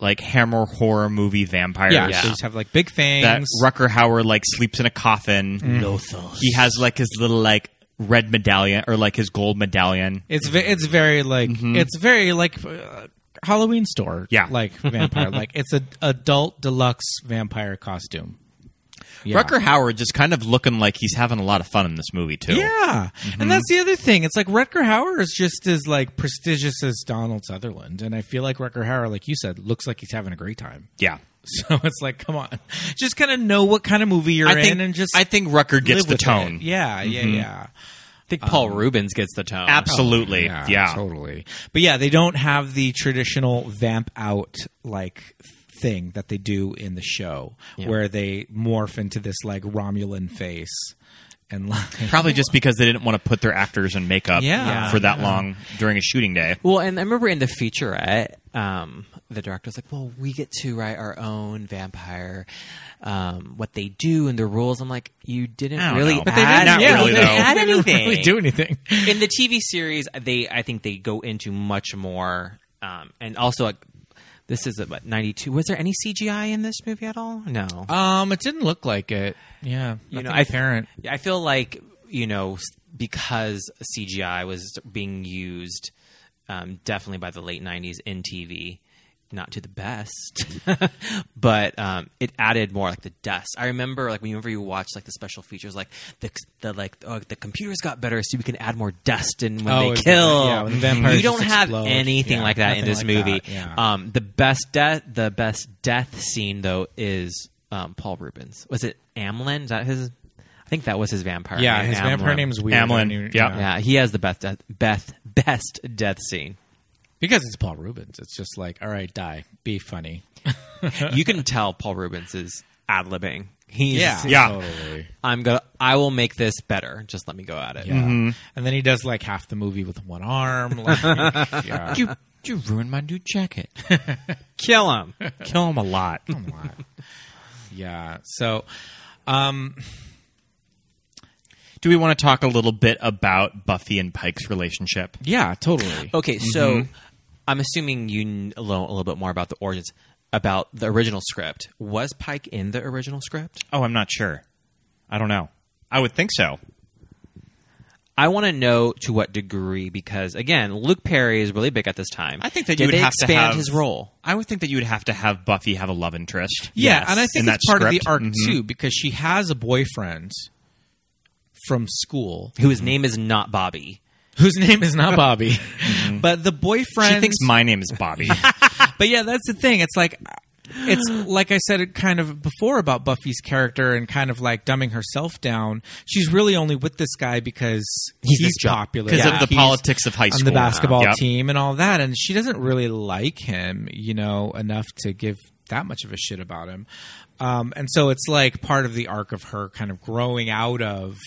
Speaker 8: like hammer horror movie vampires.
Speaker 7: Mm-hmm. yeah. So they just have like big fangs.
Speaker 8: That Rucker Hauer like sleeps in a coffin.
Speaker 9: Mm.
Speaker 8: He has like his little like red medallion or like his gold medallion.
Speaker 7: It's ve- it's very like it's very like uh, Halloween store.
Speaker 8: Mm-hmm. Yeah.
Speaker 7: like vampire. like it's a adult deluxe vampire costume. Yeah.
Speaker 8: Rucker Howard just kind of looking like he's having a lot of fun in this movie too.
Speaker 7: Yeah, Mm-hmm. and that's the other thing. It's like Rutger Hauer is just as like prestigious as Donald Sutherland, and I feel like Rutger Hauer, like you said, looks like he's having a great time.
Speaker 8: Yeah.
Speaker 7: So it's like, come on, just kind of know what kind of movie you're
Speaker 8: I think
Speaker 7: in, and just
Speaker 8: I think Rucker gets
Speaker 7: live
Speaker 8: the
Speaker 7: with
Speaker 8: tone. Mm-hmm.
Speaker 7: it. Yeah, yeah, yeah.
Speaker 9: I think Paul Rubens gets the tone.
Speaker 8: Absolutely.
Speaker 7: Yeah,
Speaker 8: yeah.
Speaker 7: totally. But yeah, they don't have the traditional vamp out like thing that they do in the show, where they morph into this like Romulan face. and like
Speaker 8: Probably just because they didn't want to put their actors in makeup
Speaker 7: Yeah.
Speaker 8: for that
Speaker 7: Yeah.
Speaker 8: long during a shooting day.
Speaker 9: Well, and I remember in the featurette, um, the director's like, "Well, we get to write our own vampire, um, what they do and the rules." I'm like, "You didn't
Speaker 7: I don't
Speaker 9: really
Speaker 7: know. But they
Speaker 9: add,
Speaker 7: didn't- yeah,
Speaker 9: really
Speaker 7: they didn't
Speaker 9: add
Speaker 7: really
Speaker 9: anything.
Speaker 7: do anything."
Speaker 9: in the TV series. They, I think, they go into much more, um, and also like, this is about '92. Was there any CGI in this movie at all? No.
Speaker 7: Um, it didn't look like it. Yeah,
Speaker 9: you know,
Speaker 7: nothing
Speaker 9: I
Speaker 7: apparent.
Speaker 9: I feel like you know s- because CGI was being used um, definitely by the late '90s in TV, not to the best, but um, it added more like the dust. I remember like whenever you watch like the special features, like the the like oh, the computers got better, so we can add more dust in when
Speaker 7: Oh,
Speaker 9: they
Speaker 7: is that-
Speaker 9: kill.
Speaker 7: yeah, when the vampires
Speaker 9: you don't
Speaker 7: just
Speaker 9: have
Speaker 7: explode.
Speaker 9: anything
Speaker 7: Yeah,
Speaker 9: like that in
Speaker 7: nothing
Speaker 9: this
Speaker 7: like
Speaker 9: movie.
Speaker 7: that, yeah.
Speaker 9: Um, the best death, the best death scene though is um, Paul Rubens. Was it Amlin? Is that his? I think that was his vampire.
Speaker 7: Yeah,
Speaker 9: name,
Speaker 7: his vampire name's weird.
Speaker 8: Amlin,
Speaker 7: I knew-
Speaker 8: yeah.
Speaker 9: Yeah, he has the best death, best best death scene.
Speaker 7: because it's Paul Rubens. It's just like, all right, die, be funny.
Speaker 9: you can tell Paul Rubens is ad libbing. He's
Speaker 7: Yeah, Yeah. totally.
Speaker 9: I'm gonna. I will make this better. Just let me go at it.
Speaker 7: Yeah. And then he does like half the movie with one arm. Like, yeah.
Speaker 8: You, you ruined my new jacket.
Speaker 9: Kill him.
Speaker 8: Kill him a lot.
Speaker 7: yeah. So, um,
Speaker 8: Do we want to talk a little bit about Buffy and Pike's relationship?
Speaker 7: yeah, totally.
Speaker 8: Oh,
Speaker 9: Okay, so I'm assuming you kn- a little, a little bit more about the origins, about the original script. Was Pike in the original script?
Speaker 8: Oh, I'm not sure. I don't know. I would think so.
Speaker 9: I want to know to what degree because again, Luke Perry is really big at this time.
Speaker 8: I think that
Speaker 9: Did
Speaker 8: you would
Speaker 9: they
Speaker 8: have
Speaker 9: expand
Speaker 8: to have
Speaker 9: his role.
Speaker 8: I would think that you would have to have Buffy have a love interest.
Speaker 7: Yeah,
Speaker 8: Yes.
Speaker 7: and I
Speaker 8: In
Speaker 7: think
Speaker 8: that
Speaker 7: that's part of the
Speaker 8: script.
Speaker 7: arc
Speaker 8: Mhm.
Speaker 7: too because she has a boyfriend from school
Speaker 9: Whose name is not Bobby.
Speaker 7: whose name is not Bobby, but the boyfriend
Speaker 8: Mm-hmm. She thinks my name is Bobby.
Speaker 7: but yeah, that's the thing. It's like it's like I said it kind of before about Buffy's character and kind of like dumbing herself down. She's really only with this guy because he's,
Speaker 9: the jock.
Speaker 7: popular
Speaker 8: 'Cause of the
Speaker 7: He's
Speaker 8: politics of high
Speaker 7: on
Speaker 8: school.
Speaker 7: the basketball
Speaker 8: Yep.
Speaker 7: team and all that, and she doesn't really like him, you know, enough to give that much of a shit about him. Um, and so it's like part of the arc of her kind of growing out of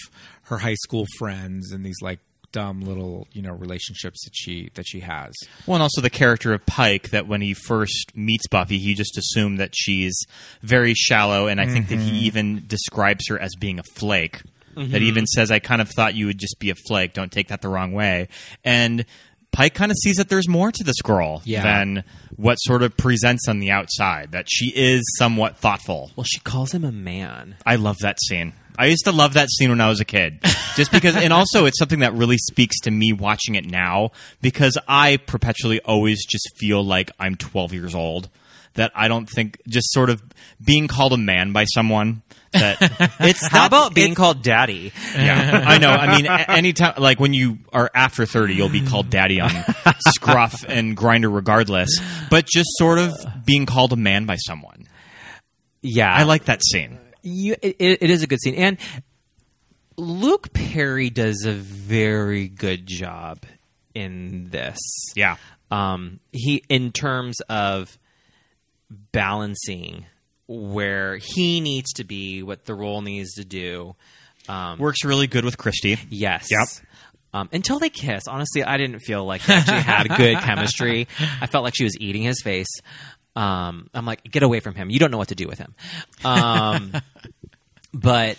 Speaker 7: her high school friends and these like dumb little you know relationships that she that she has.
Speaker 8: Well, and also the character of Pike that when he first meets Buffy, he just assumed that she's very shallow, and I think that he even describes her as being a flake. That he even says, "I kind of thought you would just be a flake. Don't take that the wrong way." And Pike kind of sees that there's more to this girl
Speaker 7: Yeah.
Speaker 8: than what sort of presents on the outside. That she is somewhat thoughtful.
Speaker 9: Well, she calls him a man.
Speaker 8: I love that scene. I used to love that scene when I was a kid. Just because, and also it's something that really speaks to me watching it now because I perpetually always just feel like I'm 12 years old. That I don't think, just sort of being called a man by someone. That it's
Speaker 9: How
Speaker 8: not-
Speaker 9: about being
Speaker 8: it's-
Speaker 9: called daddy?
Speaker 8: yeah, I know. I mean, a- anytime, like when you are after 30, you'll be called daddy on scruff and grinder regardless. But just sort of being called a man by someone.
Speaker 9: Yeah,
Speaker 8: I like that scene.
Speaker 9: you it, it is a good scene and luke perry does a very good job in this
Speaker 8: Yeah.
Speaker 9: um he in terms of balancing where he needs to be what the role needs to do um
Speaker 8: Works really good with Christy.
Speaker 9: yes
Speaker 8: Yep.
Speaker 9: um, until they kiss, honestly, I didn't feel like they actually had good chemistry. I felt like she was eating his face. Um, I'm like, get away from him. You don't know what to do with him. Um, but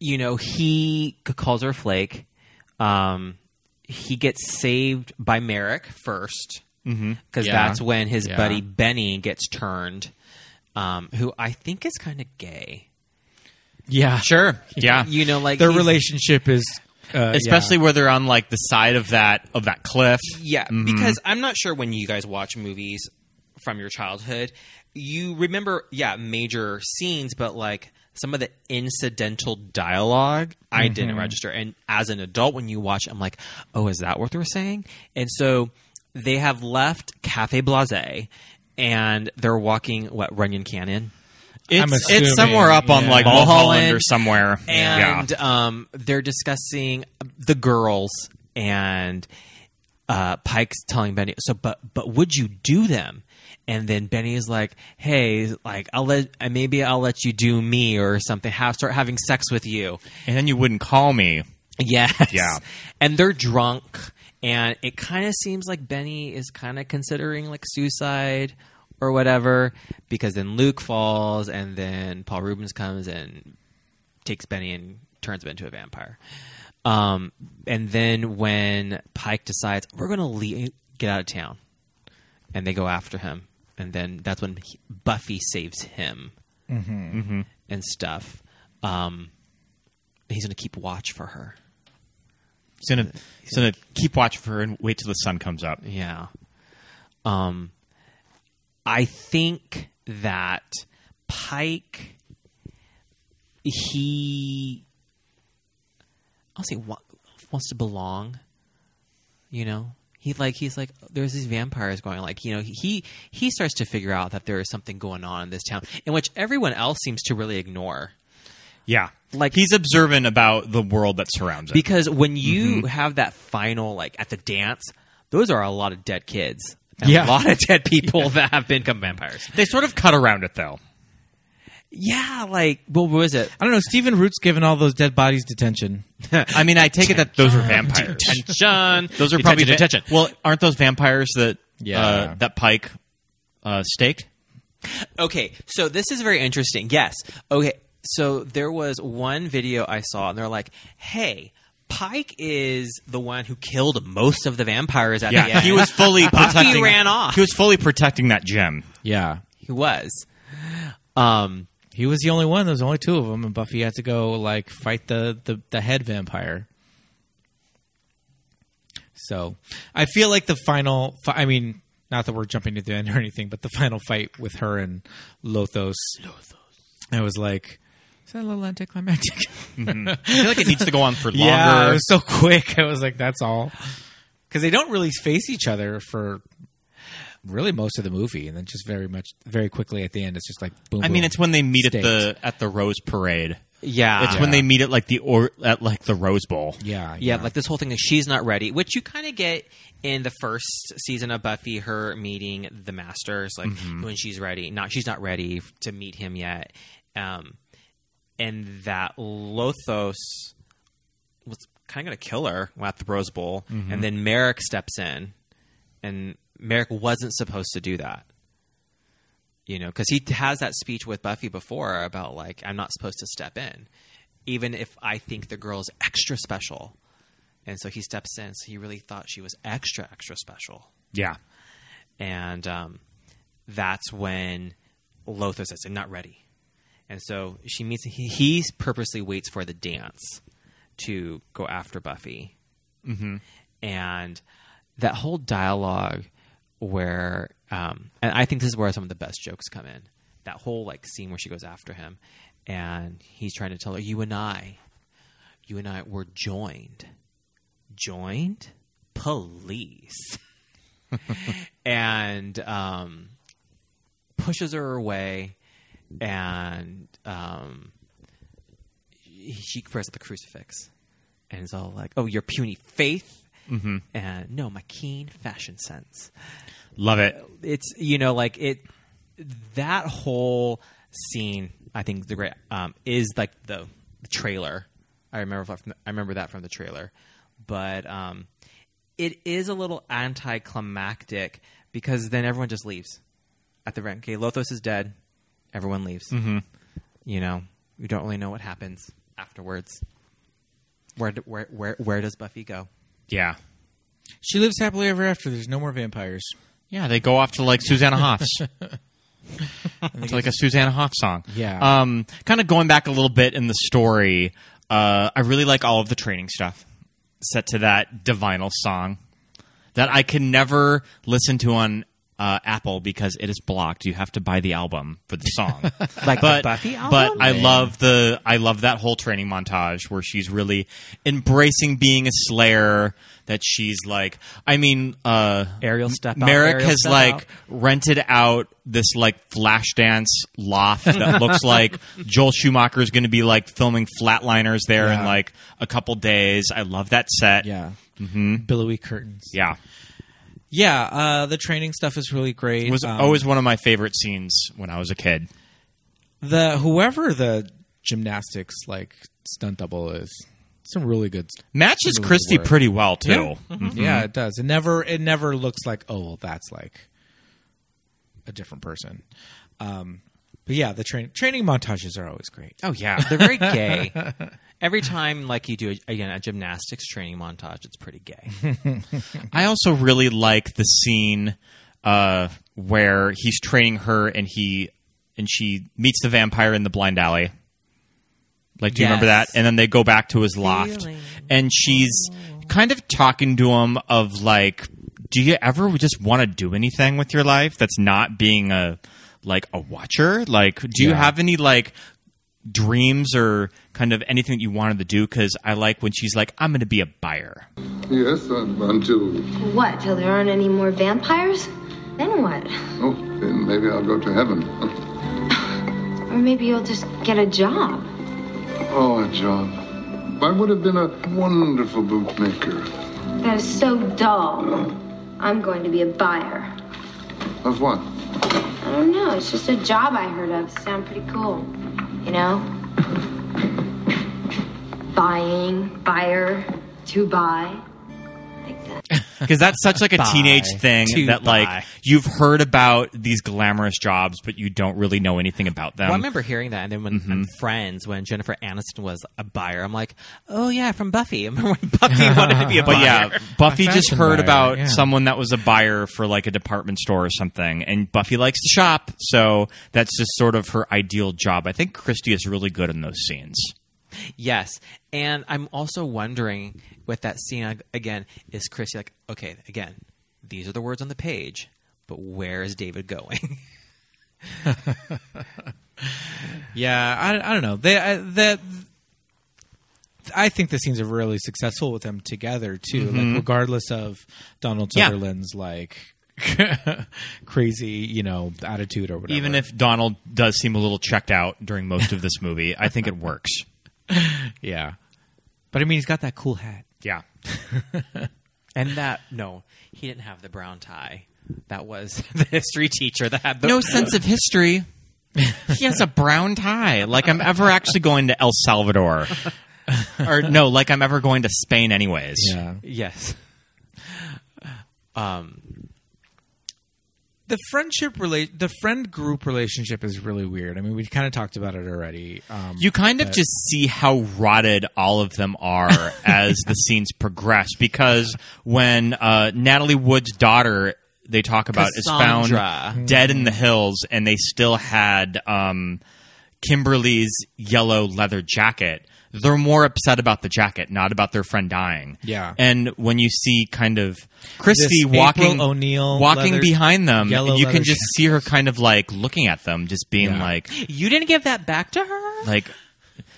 Speaker 9: you know he c- calls her a flake um he gets saved by merrick first because
Speaker 7: Mm-hmm. Yeah.
Speaker 9: that's when his
Speaker 7: Yeah.
Speaker 9: buddy benny gets turned um who i think is kind of gay
Speaker 7: Yeah, sure.
Speaker 8: Yeah.
Speaker 9: you know like
Speaker 7: Their
Speaker 9: he's-
Speaker 7: relationship is uh,
Speaker 8: especially where they're on like the side of that of that cliff.
Speaker 9: yeah because i'm not sure when you guys watch movies from your childhood you remember yeah major scenes but like some of the incidental dialog i didn't register and as an adult when you watch i'm like oh is that what they're saying and so they have left cafe blase and they're walking what runyon canyon
Speaker 8: It's,
Speaker 7: assuming,
Speaker 8: it's somewhere up on
Speaker 7: yeah.
Speaker 8: like
Speaker 9: Mulholland.
Speaker 8: Mulholland or somewhere.
Speaker 9: and um, they're discussing the girls and uh, Pike's telling Benny, so but but would you do them? And then Benny is like, "Hey, like I'll let uh, maybe I'll let you do me or something. Have start having sex with you,
Speaker 8: and then you wouldn't call me."
Speaker 9: Yes.
Speaker 8: Yeah.
Speaker 9: And they're drunk, and it kind of seems like Benny is kind of considering like suicide or whatever because then Luke falls, and then Paul Rubens comes and takes Benny and turns him into a vampire. Um, and then when Pike decides we're going to leave, get out of town, and they go after him, and then that's when he, Buffy saves him
Speaker 7: Mm-hmm.
Speaker 8: Mm-hmm.
Speaker 9: and stuff. Um, he's going to keep watch for her.
Speaker 8: He's gonna, he's gonna keep watch for her and wait till the sun comes up.
Speaker 9: Yeah. Um, I think that Pike, he, I'll say, wa- wants to belong. You know, he like he's like there's these vampires going like you know he he starts to figure out that there is something going on in this town in which everyone else seems to really ignore.
Speaker 8: Yeah,
Speaker 9: like
Speaker 8: he's observant about the world that surrounds him.
Speaker 9: Because when you
Speaker 8: Mm-hmm.
Speaker 9: have that final, like at the dance, those are a lot of dead kids. and
Speaker 8: Yeah.
Speaker 9: A lot of dead people that have become vampires.
Speaker 8: they sort of cut around it though.
Speaker 9: Yeah, like, what was it?
Speaker 7: I don't know. Stephen Root's given all those dead bodies detention.
Speaker 8: I mean, I take it that those are vampires.
Speaker 9: Detention.
Speaker 8: Those are probably va-
Speaker 9: detention.
Speaker 8: Well, aren't those vampires that
Speaker 7: Yeah.
Speaker 8: uh, that Pike uh, staked?
Speaker 9: Okay, so this is very interesting. Yes. Okay, so there was one video I saw, and they're like, hey, Pike is the one who killed most of the vampires at the
Speaker 8: Yeah,
Speaker 9: end.
Speaker 8: he was fully
Speaker 9: Buffy
Speaker 8: protecting.
Speaker 9: ran off.
Speaker 8: He was fully protecting that gem.
Speaker 7: Yeah.
Speaker 9: He was. Um,
Speaker 7: He was the only one. There was only two of them, and Buffy had to go like fight the the, the head vampire. So, I feel like the final. fi- I mean, not that we're jumping to the end or anything, but the final fight with her and Lothos. Lothos. I was like, is that a little anticlimactic?
Speaker 8: I feel like it needs to go on for longer.
Speaker 7: Yeah, it was so quick. I was like, that's all. Because they don't really face each other for really most of the movie, and then just very much, very quickly at the end, it's just like boom.
Speaker 8: I mean,
Speaker 7: boom,
Speaker 8: it's when they meet
Speaker 7: staked.
Speaker 8: at the at the Rose Parade.
Speaker 9: yeah.
Speaker 8: It's when they meet at like the or at like the Rose Bowl.
Speaker 7: yeah,
Speaker 9: Yeah, like this whole thing that she's not ready, which you kind of get in the first season of Buffy, her meeting the Masters, like when she's ready. Not she's not ready f- to meet him yet, um, and that Lothos was kind of going to kill her at the Rose Bowl, and then Merrick steps in, and Merrick wasn't supposed to do that. You know, because he has that speech with Buffy before about like I'm not supposed to step in, even if I think the girl's extra special. And so he steps in. So he really thought she was extra, extra special.
Speaker 8: Yeah.
Speaker 9: And um, that's when Lothar says, "I'm not ready." And so she meets. He, he purposely waits for the dance to go after Buffy. Mm-hmm. And that whole dialogue where, um, and I think this is where some of the best jokes come in. That whole like scene where she goes after him, and he's trying to tell her, "You and I, you and I were joined, joined, police." and um, pushes her away, and um, he- she grabs the crucifix, and is all like, "Oh, your puny faith." And no, my keen fashion sense.
Speaker 8: Love it.
Speaker 9: It's you know like it that whole scene. I think the great um, is like the, the trailer. I remember from, I remember that from the trailer, but um, it is a little anticlimactic because then everyone just leaves at the rent. Okay, Lothos is dead. Everyone leaves. You know, we don't really know what happens afterwards. Where do- where where where does Buffy go?
Speaker 8: Yeah.
Speaker 7: She lives happily ever after. There's no more vampires.
Speaker 8: Yeah, they go off to like Susanna Hoffs. to like a Susanna Hoff song.
Speaker 7: Yeah.
Speaker 8: Um, kind of going back a little bit in the story, uh, I really like all of the training stuff set to that Divinal song that I can never listen to on uh, Apple because it is blocked. You have to buy the album for the song.
Speaker 9: Like the
Speaker 8: but,
Speaker 9: Buffy album?
Speaker 8: But I love the I love that whole training montage where she's really embracing being a Slayer. That she's like, I mean, uh,
Speaker 9: Ariel step out,
Speaker 8: Merrick
Speaker 9: Ariel
Speaker 8: has
Speaker 9: step
Speaker 8: like
Speaker 9: out.
Speaker 8: rented out this like Flashdance loft that looks like Joel Schumacher is going to be like filming Flatliners there in
Speaker 7: Yeah.
Speaker 8: like a couple days. I love that set.
Speaker 7: Yeah. Mm-hmm. billowy curtains.
Speaker 8: Yeah.
Speaker 7: Yeah, uh, the training stuff is really great.
Speaker 8: It was
Speaker 7: Um,
Speaker 8: always one of my favorite scenes when I was a kid.
Speaker 7: the whoever the gymnastics like stunt double is. Some really good
Speaker 8: Matches
Speaker 7: really
Speaker 8: Christie
Speaker 7: work.
Speaker 8: pretty well, too.
Speaker 7: Yeah. Mm-hmm.
Speaker 8: Mhm.
Speaker 7: Yeah, it does. It never it never looks like oh well that's like a different person. Um, but yeah, the train training montages are always great.
Speaker 9: Oh yeah, they're very gay. Every time, like you do again a gymnastics training montage, it's pretty gay.
Speaker 8: I also really like the scene uh, where he's training her and he and she meets the vampire in the blind alley. Like, do you remember that?
Speaker 9: Yes.
Speaker 8: And then they go back to his loft, and she's kind of talking to him of like, "Do you ever just want to do anything with your life that's not being a like a watcher? Like, do you
Speaker 6: Yeah.
Speaker 8: have any like dreams or kind of anything that you wanted to do?" Because I like when she's like, "I'm going to be a buyer."
Speaker 3: Yes, un- until
Speaker 10: What, till there aren't any more vampires? Then what?
Speaker 3: oh, then maybe I'll go to heaven.
Speaker 10: Or maybe you'll just get a job.
Speaker 3: Oh, a job. I would have been a wonderful bootmaker.
Speaker 10: That is so dull. I'm going to be a buyer.
Speaker 3: Of what?
Speaker 10: I don't know, it's just a job I heard of. Sound pretty cool. You know? Buying, buyer, to buy.
Speaker 8: because that's such like a
Speaker 9: Bye.
Speaker 8: teenage thing
Speaker 9: To
Speaker 8: that
Speaker 9: bye.
Speaker 8: like you've heard about these glamorous jobs but you don't really know anything about them
Speaker 9: well, I remember hearing that, and then when
Speaker 8: mm-hmm.
Speaker 9: and Friends, when Jennifer Aniston was a buyer, I'm like, oh yeah, from Buffy. I remember when Buffy wanted to be a
Speaker 8: but
Speaker 9: buyer.
Speaker 8: yeah buffy just
Speaker 9: fashion
Speaker 8: heard
Speaker 9: buyer,
Speaker 8: about
Speaker 9: yeah.
Speaker 8: someone that was a buyer for like a department store or something and buffy likes to shop so that's just sort of her ideal job i think christy is really good in those scenes
Speaker 9: Yes, and I'm also wondering with that scene ag- again, is Chrissy like, okay, again, these are the words on the page, but where is David going?
Speaker 7: Yeah, I, I don't know. They I, the I think the scenes are really successful with them together too.
Speaker 8: Mhm.
Speaker 7: Like regardless of Donald
Speaker 8: Yeah.
Speaker 7: Sutherland's like crazy, you know, attitude or whatever.
Speaker 8: even if donald does seem a little checked out during most of this movie i think it works
Speaker 7: yeah, but I mean, he's got that cool hat.
Speaker 8: yeah
Speaker 9: and that no, he didn't have the brown tie. That was the history teacher that had the
Speaker 8: no sense of history. he has a brown tie. Like I'm ever actually going to El Salvador. or no, like I'm ever going to Spain anyways.
Speaker 7: Yeah.
Speaker 9: Yes. Um,
Speaker 7: the friendship relate the friend group relationship is really weird. I mean, we kind of talked about it already. Um,
Speaker 8: You kind of just see how rotted all of them are as the scenes progress because when uh, Natalie Wood's daughter they talk about is
Speaker 9: Cassandra.
Speaker 7: Mm-hmm.
Speaker 8: found dead in the hills and they still had um, Kimberly's yellow leather jacket. They're more upset about the jacket, not about their friend dying.
Speaker 7: Yeah.
Speaker 8: And when you see kind of Christy
Speaker 7: April
Speaker 8: walking
Speaker 7: O'Neil
Speaker 8: walking
Speaker 7: leather-
Speaker 8: behind them,
Speaker 7: yellow
Speaker 8: you can
Speaker 7: leather
Speaker 8: just see her kind of like looking at them, just being
Speaker 7: Yeah.
Speaker 8: like
Speaker 9: you didn't give that back to her.
Speaker 8: like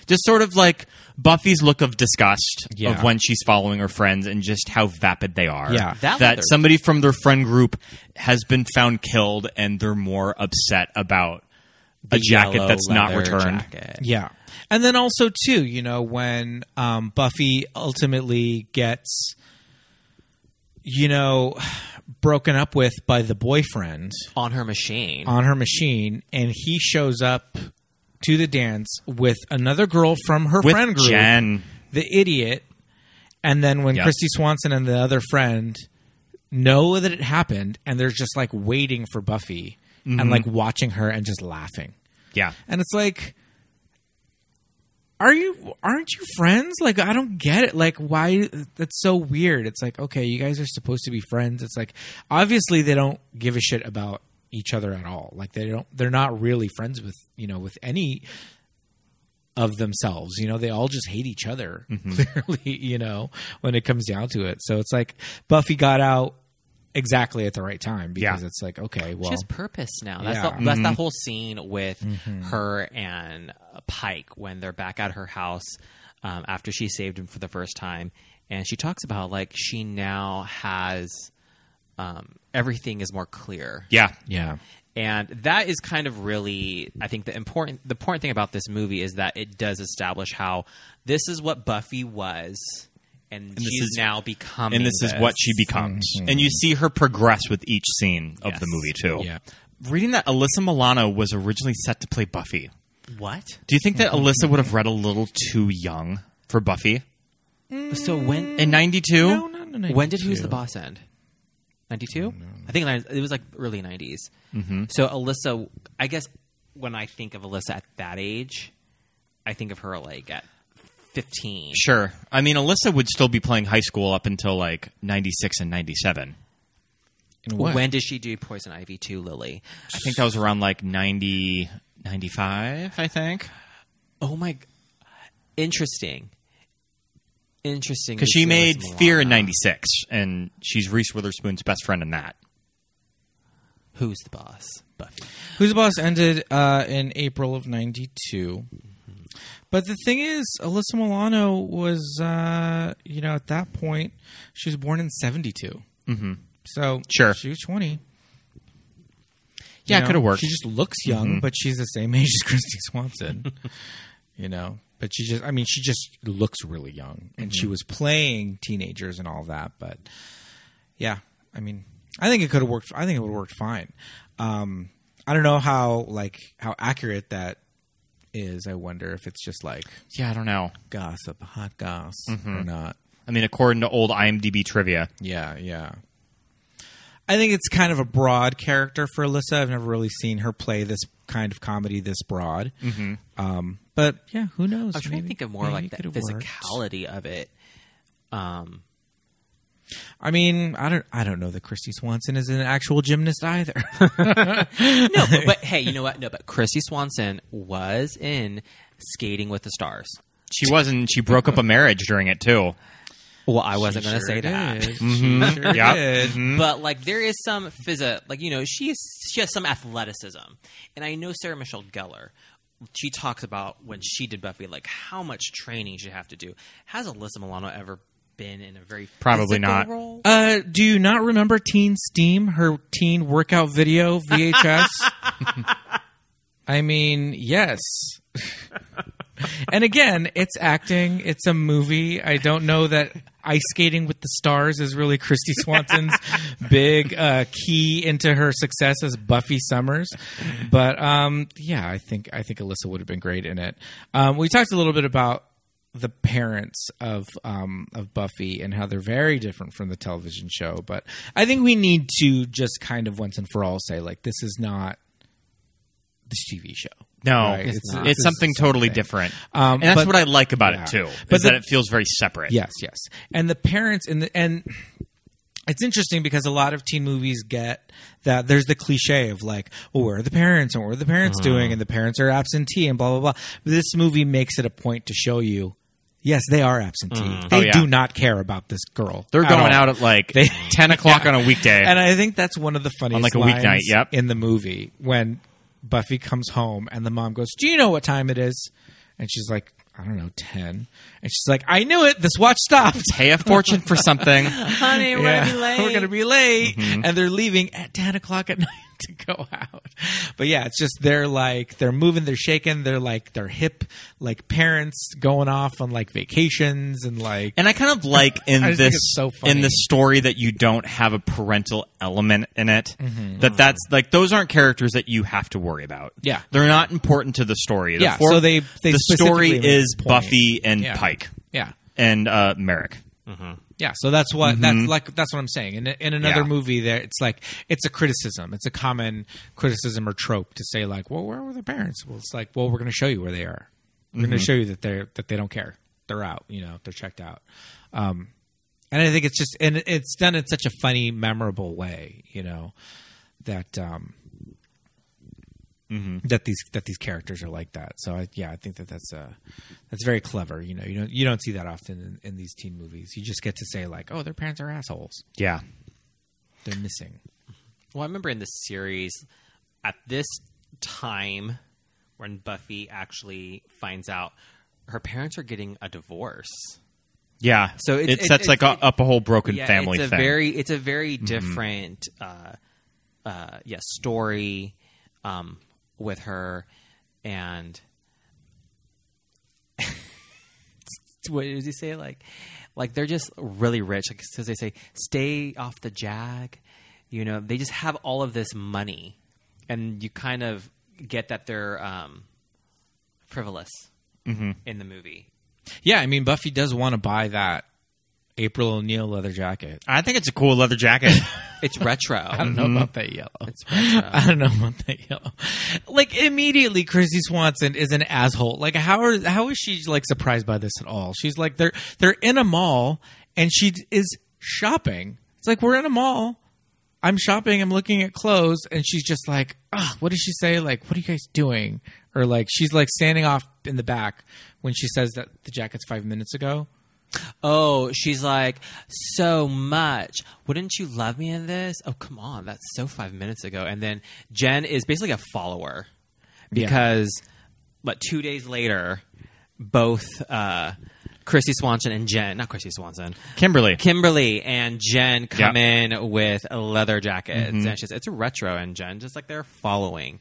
Speaker 8: just sort of like Buffy's look of disgust
Speaker 7: Yeah.
Speaker 8: of when she's following her friends and just how vapid they are.
Speaker 7: Yeah.
Speaker 8: That,
Speaker 9: That leather-
Speaker 8: somebody from their friend group has been found killed and they're more upset about a jacket
Speaker 9: Yellow
Speaker 8: that's not
Speaker 9: leather
Speaker 8: returned.
Speaker 9: jacket.
Speaker 7: Yeah. And then also too, you know, when um, Buffy ultimately gets, you know, broken up with by the boyfriend
Speaker 9: on her
Speaker 8: Uh,
Speaker 9: machine.
Speaker 7: on her machine, and he shows up to the dance with another girl from her
Speaker 8: With
Speaker 7: friend group,
Speaker 8: Jen.
Speaker 7: the idiot. And then when
Speaker 8: Yep.
Speaker 7: Christy Swanson and the other friend know that it happened, and they're just like waiting for Buffy and like watching her and just laughing
Speaker 8: Yeah.
Speaker 7: and it's like are you aren't you friends like i don't get it like why that's so weird it's like okay you guys are supposed to be friends it's like obviously they don't give a shit about each other at all like they don't they're not really friends with you know with any of themselves you know they all just hate each other clearly you know when it comes down to it so it's like buffy got out exactly at the right time because
Speaker 8: Yeah.
Speaker 7: it's like okay well
Speaker 9: She has purpose now. That's
Speaker 7: Yeah.
Speaker 9: the, that's that whole scene with
Speaker 8: Mm-hmm.
Speaker 9: her and Pike when they're back at her house um, after she saved him for the first time, and she talks about like she now has um, everything is more clear.
Speaker 8: Yeah.
Speaker 7: yeah
Speaker 9: And that is kind of really, I think the important the important thing about this movie is that it does establish how this is what Buffy was, and, she's now becoming.
Speaker 8: and this is what she becomes. And you see her progress with each scene of the movie too.
Speaker 9: Yeah.
Speaker 8: Reading that Alyssa Milano was originally set to play Buffy.
Speaker 9: What?
Speaker 8: Do you think that Alyssa would have read a little too young for Buffy?
Speaker 9: So when
Speaker 8: in '92?
Speaker 9: No, no, no, When did Who's the Boss end? Ninety-two.
Speaker 8: Oh,
Speaker 9: I think it was like early 90s
Speaker 8: Mhm.
Speaker 9: So Alyssa, I guess when I think of Alyssa at that age, I think of her like at fifteen.
Speaker 8: Sure. I mean, Alyssa would still be playing high school up until like '96 and '97.
Speaker 9: When did she do Poison Ivy to Lily?
Speaker 8: I think that was around like 90, 95, I think.
Speaker 9: Oh my! Interesting. Interesting.
Speaker 8: Because she
Speaker 9: we see
Speaker 8: made
Speaker 9: Alyssa
Speaker 8: Fear in
Speaker 9: Milano.
Speaker 8: '96, and she's Reese Witherspoon's best friend in that.
Speaker 9: Who's the boss? Buffy.
Speaker 7: Who's the Boss ended uh, in April of '92. But the thing is, Alyssa Milano was, uh, you know, at that point, she was born in '72.
Speaker 8: Mhm.
Speaker 7: So
Speaker 8: Sure.
Speaker 7: she was 20.
Speaker 8: Yeah, it
Speaker 7: know,
Speaker 8: could've worked.
Speaker 7: She just looks young,
Speaker 8: Mhm.
Speaker 7: but she's the same age as Christy Swanson. you know, but she just—I mean, she just looks really young, and she
Speaker 8: Mhm.
Speaker 7: was playing teenagers and all that. But yeah, I mean, I think it could have worked. I think it would have worked fine. Um, I don't know how like how accurate that is. I wonder if it's just like
Speaker 8: yeah, I don't know
Speaker 7: gossip, hot goss or
Speaker 8: Mhm.
Speaker 7: not.
Speaker 8: I mean, according to old IMDb trivia.
Speaker 7: Yeah, yeah. I think it's kind of a broad character for Alyssa. I've never really seen her play this kind of comedy this broad.
Speaker 9: Mhm.
Speaker 7: Um, but yeah, who knows?
Speaker 9: I was trying
Speaker 7: Maybe-
Speaker 9: to think of more
Speaker 7: maybe
Speaker 9: like
Speaker 7: it
Speaker 9: the
Speaker 7: could've worked.
Speaker 9: physicality of it. Um,
Speaker 7: I mean, I don't, I don't know that Christy Swanson is an actual gymnast either.
Speaker 9: no, but, but hey, you know what? No, but Christy Swanson was in Skating with the Stars.
Speaker 8: She wasn't. She broke up a marriage during it too.
Speaker 9: Well, I wasn't going to say that. Mm-hmm.
Speaker 8: Mhm. Yep. Mhm.
Speaker 9: But like, there is some physic. Like, you know, she is she has some athleticism, and I know Sarah Michelle Gellar. She talks about when she did Buffy, like how much training she have to do. Has Alyssa Milano ever been in a very
Speaker 8: Probably
Speaker 9: physical
Speaker 8: not.
Speaker 9: role?
Speaker 7: Uh, do you not remember Teen Steam, her teen workout video VHS? I mean, yes. and again, it's acting. It's a movie. I don't know that ice skating with the stars is really Christy Swanson's big uh, key into her success as Buffy Summers. But um, yeah, I think I think Alyssa would have been great in it. Um, we talked a little bit about the parents of um, of Buffy and how they're very different from the television show. But I think we need to just kind of once and for all say like this is not this TV show.
Speaker 8: No,
Speaker 7: Right?
Speaker 8: it's,
Speaker 7: not. This
Speaker 8: it's
Speaker 7: is
Speaker 8: something totally different,
Speaker 7: Um,
Speaker 8: and that's
Speaker 7: but-
Speaker 8: what I like about
Speaker 7: Yeah.
Speaker 8: it too.
Speaker 7: But
Speaker 8: is that
Speaker 7: the-
Speaker 8: it feels very separate.
Speaker 7: Yes, yes. And the parents and the, and it's interesting because a lot of teen movies get that there's the cliche of like, well, where are the parents and what are the parents
Speaker 8: Uh-huh.
Speaker 7: doing? And the parents are absentee and blah blah blah. But this movie makes it a point to show you, yes, they are absentee.
Speaker 8: Mm.
Speaker 7: They
Speaker 8: Oh, yeah.
Speaker 7: do not care about this girl.
Speaker 8: They're
Speaker 7: at
Speaker 8: going
Speaker 7: all.
Speaker 8: out at like
Speaker 7: They-
Speaker 8: ten o'clock on a weekday,
Speaker 7: And I think that's one of the funniest
Speaker 8: On like a
Speaker 7: lines
Speaker 8: weeknight, yep.
Speaker 7: in the movie when Buffy comes home and the mom goes, "Do you know what time it is?" And she's like, "I don't know, 10. And she's like, "I knew it. This watch stopped.
Speaker 8: pay a fortune for something.
Speaker 7: Honey, we're gonna
Speaker 8: Yeah.
Speaker 7: be Mm-hmm. late. We're gonna be late." And they're leaving at ten o'clock at night to go out. But yeah, it's just they're like they're moving, they're shaking, they're like they're hip, like parents going off on like vacations and like
Speaker 8: And I kind of like in
Speaker 7: I just think
Speaker 8: this
Speaker 7: it's so funny.
Speaker 8: in the story that you don't have a parental element in it.
Speaker 7: Mhm.
Speaker 8: That that's like those aren't characters that you have to worry about.
Speaker 7: Yeah.
Speaker 8: they're not important to the story. The
Speaker 7: Yeah,
Speaker 8: for-
Speaker 7: so they- they
Speaker 8: the
Speaker 7: specifically
Speaker 8: story
Speaker 7: make
Speaker 8: is
Speaker 7: the point.
Speaker 8: Buffy and
Speaker 7: Yeah.
Speaker 8: Pike.
Speaker 7: Yeah.
Speaker 8: and uh, Merrick.
Speaker 7: Yeah, so that's what that's
Speaker 8: Mhm.
Speaker 7: like. That's what I'm saying. In in another
Speaker 8: Yeah.
Speaker 7: movie, there it's like it's a criticism. It's a common criticism or trope to say like, "Well, where were the parents?" Well, it's like, "Well, we're going to show you where they are. We're going
Speaker 8: Mhm.
Speaker 7: to show you that they're that they don't care. They're out. You know, they're checked out." Um, and I think it's just and it's done in such a funny, memorable way. You know, that um, that these that these characters are like that. So I, yeah, I think that that's uh, that's very clever. You know, you don't you don't see that often in, in these teen movies. You just get to say like, "Oh, their parents are assholes.
Speaker 8: Yeah,
Speaker 7: They're missing."
Speaker 9: Well, I remember in this series, at this time, when Buffy actually finds out her parents are getting a divorce.
Speaker 8: yeah.
Speaker 9: So it's-
Speaker 8: it
Speaker 9: it's-
Speaker 8: sets
Speaker 9: it's-
Speaker 8: like
Speaker 9: it-
Speaker 8: a, up a whole broken
Speaker 9: Yeah,
Speaker 8: family
Speaker 9: it's a
Speaker 8: thing.
Speaker 9: very it's a very different uh, uh, yeah story um, with her and what does he say like Like they're just really rich. Like because they say, stay off the jag. You know, they just have all of this money, and you kind of get that they're um, frivolous
Speaker 8: Mhm.
Speaker 9: in the movie.
Speaker 7: Yeah, I mean Buffy does want to buy that April O'Neil leather jacket.
Speaker 8: I think it's a cool leather jacket.
Speaker 9: it's retro.
Speaker 7: I don't know
Speaker 8: Mhm.
Speaker 7: about that yellow. I don't know about that yellow. Like immediately, Chrissy Swanson is an asshole. Like how are how is she like surprised by this at all? She's like they're they're in a mall and she d- is shopping. It's like we're in a mall. I'm shopping. I'm looking at clothes, and she's just like, "Ah, what does she say? Like, what are you guys doing?" Or like she's like standing off in the back when she says that the jacket's five minutes ago.
Speaker 9: Oh, she's like, so much. Wouldn't you love me in this? Oh, come on. That's so five minutes ago. And then Jen is basically a follower because, but two days later, both uh, Chrissy Swanson and Jen, not Chrissy Swanson,
Speaker 8: Kimberly.
Speaker 9: Kimberly and Jen come
Speaker 8: Yeah.
Speaker 9: in with leather jackets.
Speaker 8: Mhm.
Speaker 9: And she's, it's a retro, and Jen just like they're following.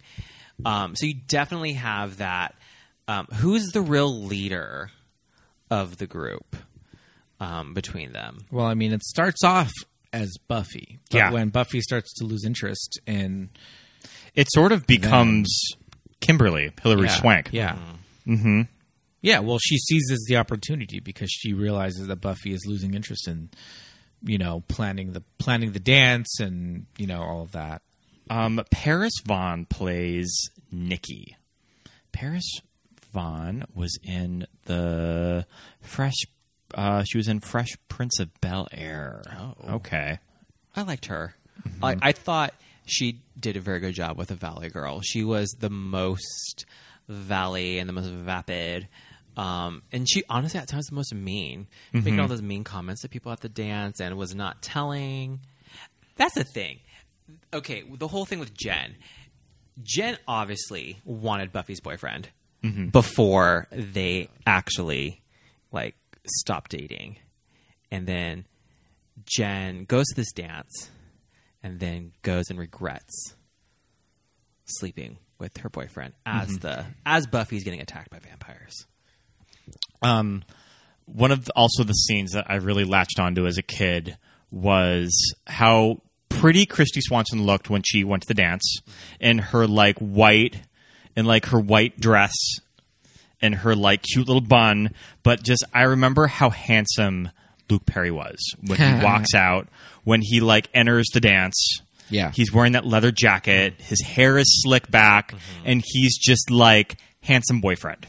Speaker 9: Um, so you definitely have that. Um, who's the real leader of the group um, between them?
Speaker 7: Well, I mean, it starts off as Buffy, but
Speaker 8: Yeah.
Speaker 7: when Buffy starts to lose interest in,
Speaker 8: it sort of becomes Kimberly Hillary
Speaker 7: Yeah,
Speaker 8: Swank.
Speaker 7: yeah.
Speaker 8: hmm
Speaker 7: yeah, well, she seizes the opportunity because she realizes that Buffy is losing interest in, you know, planning the planning the dance and you know all of that.
Speaker 8: Um, Paris Vaughn plays Nikki. Paris Vaughn was in the Fresh. Uh, she was in Fresh Prince of Bel Air. Oh, okay.
Speaker 9: I liked her. Like I thought she did a very good job with a Valley Girl. She was the most Valley and the most vapid. Um, and she honestly at times the most mean, making
Speaker 8: Mhm.
Speaker 9: all those mean comments to people at the dance and was not telling. That's the thing. Okay, the whole thing with Jen. Jen obviously wanted Buffy's boyfriend
Speaker 8: Mhm.
Speaker 9: before they actually like stopped dating. And then Jen goes to this dance and then goes and regrets sleeping with her boyfriend as
Speaker 8: Mhm.
Speaker 9: the as Buffy's getting attacked by vampires.
Speaker 8: Um, one of the- also the scenes that I really latched onto as a kid was how pretty Christy Swanson looked when she went to the dance in her like white and like her white dress and her like cute little bun. But just I remember how handsome Luke Perry was when he walks out when he like enters the dance.
Speaker 7: Yeah.
Speaker 8: He's wearing that leather jacket, his hair is slicked back, and he's just like handsome boyfriend.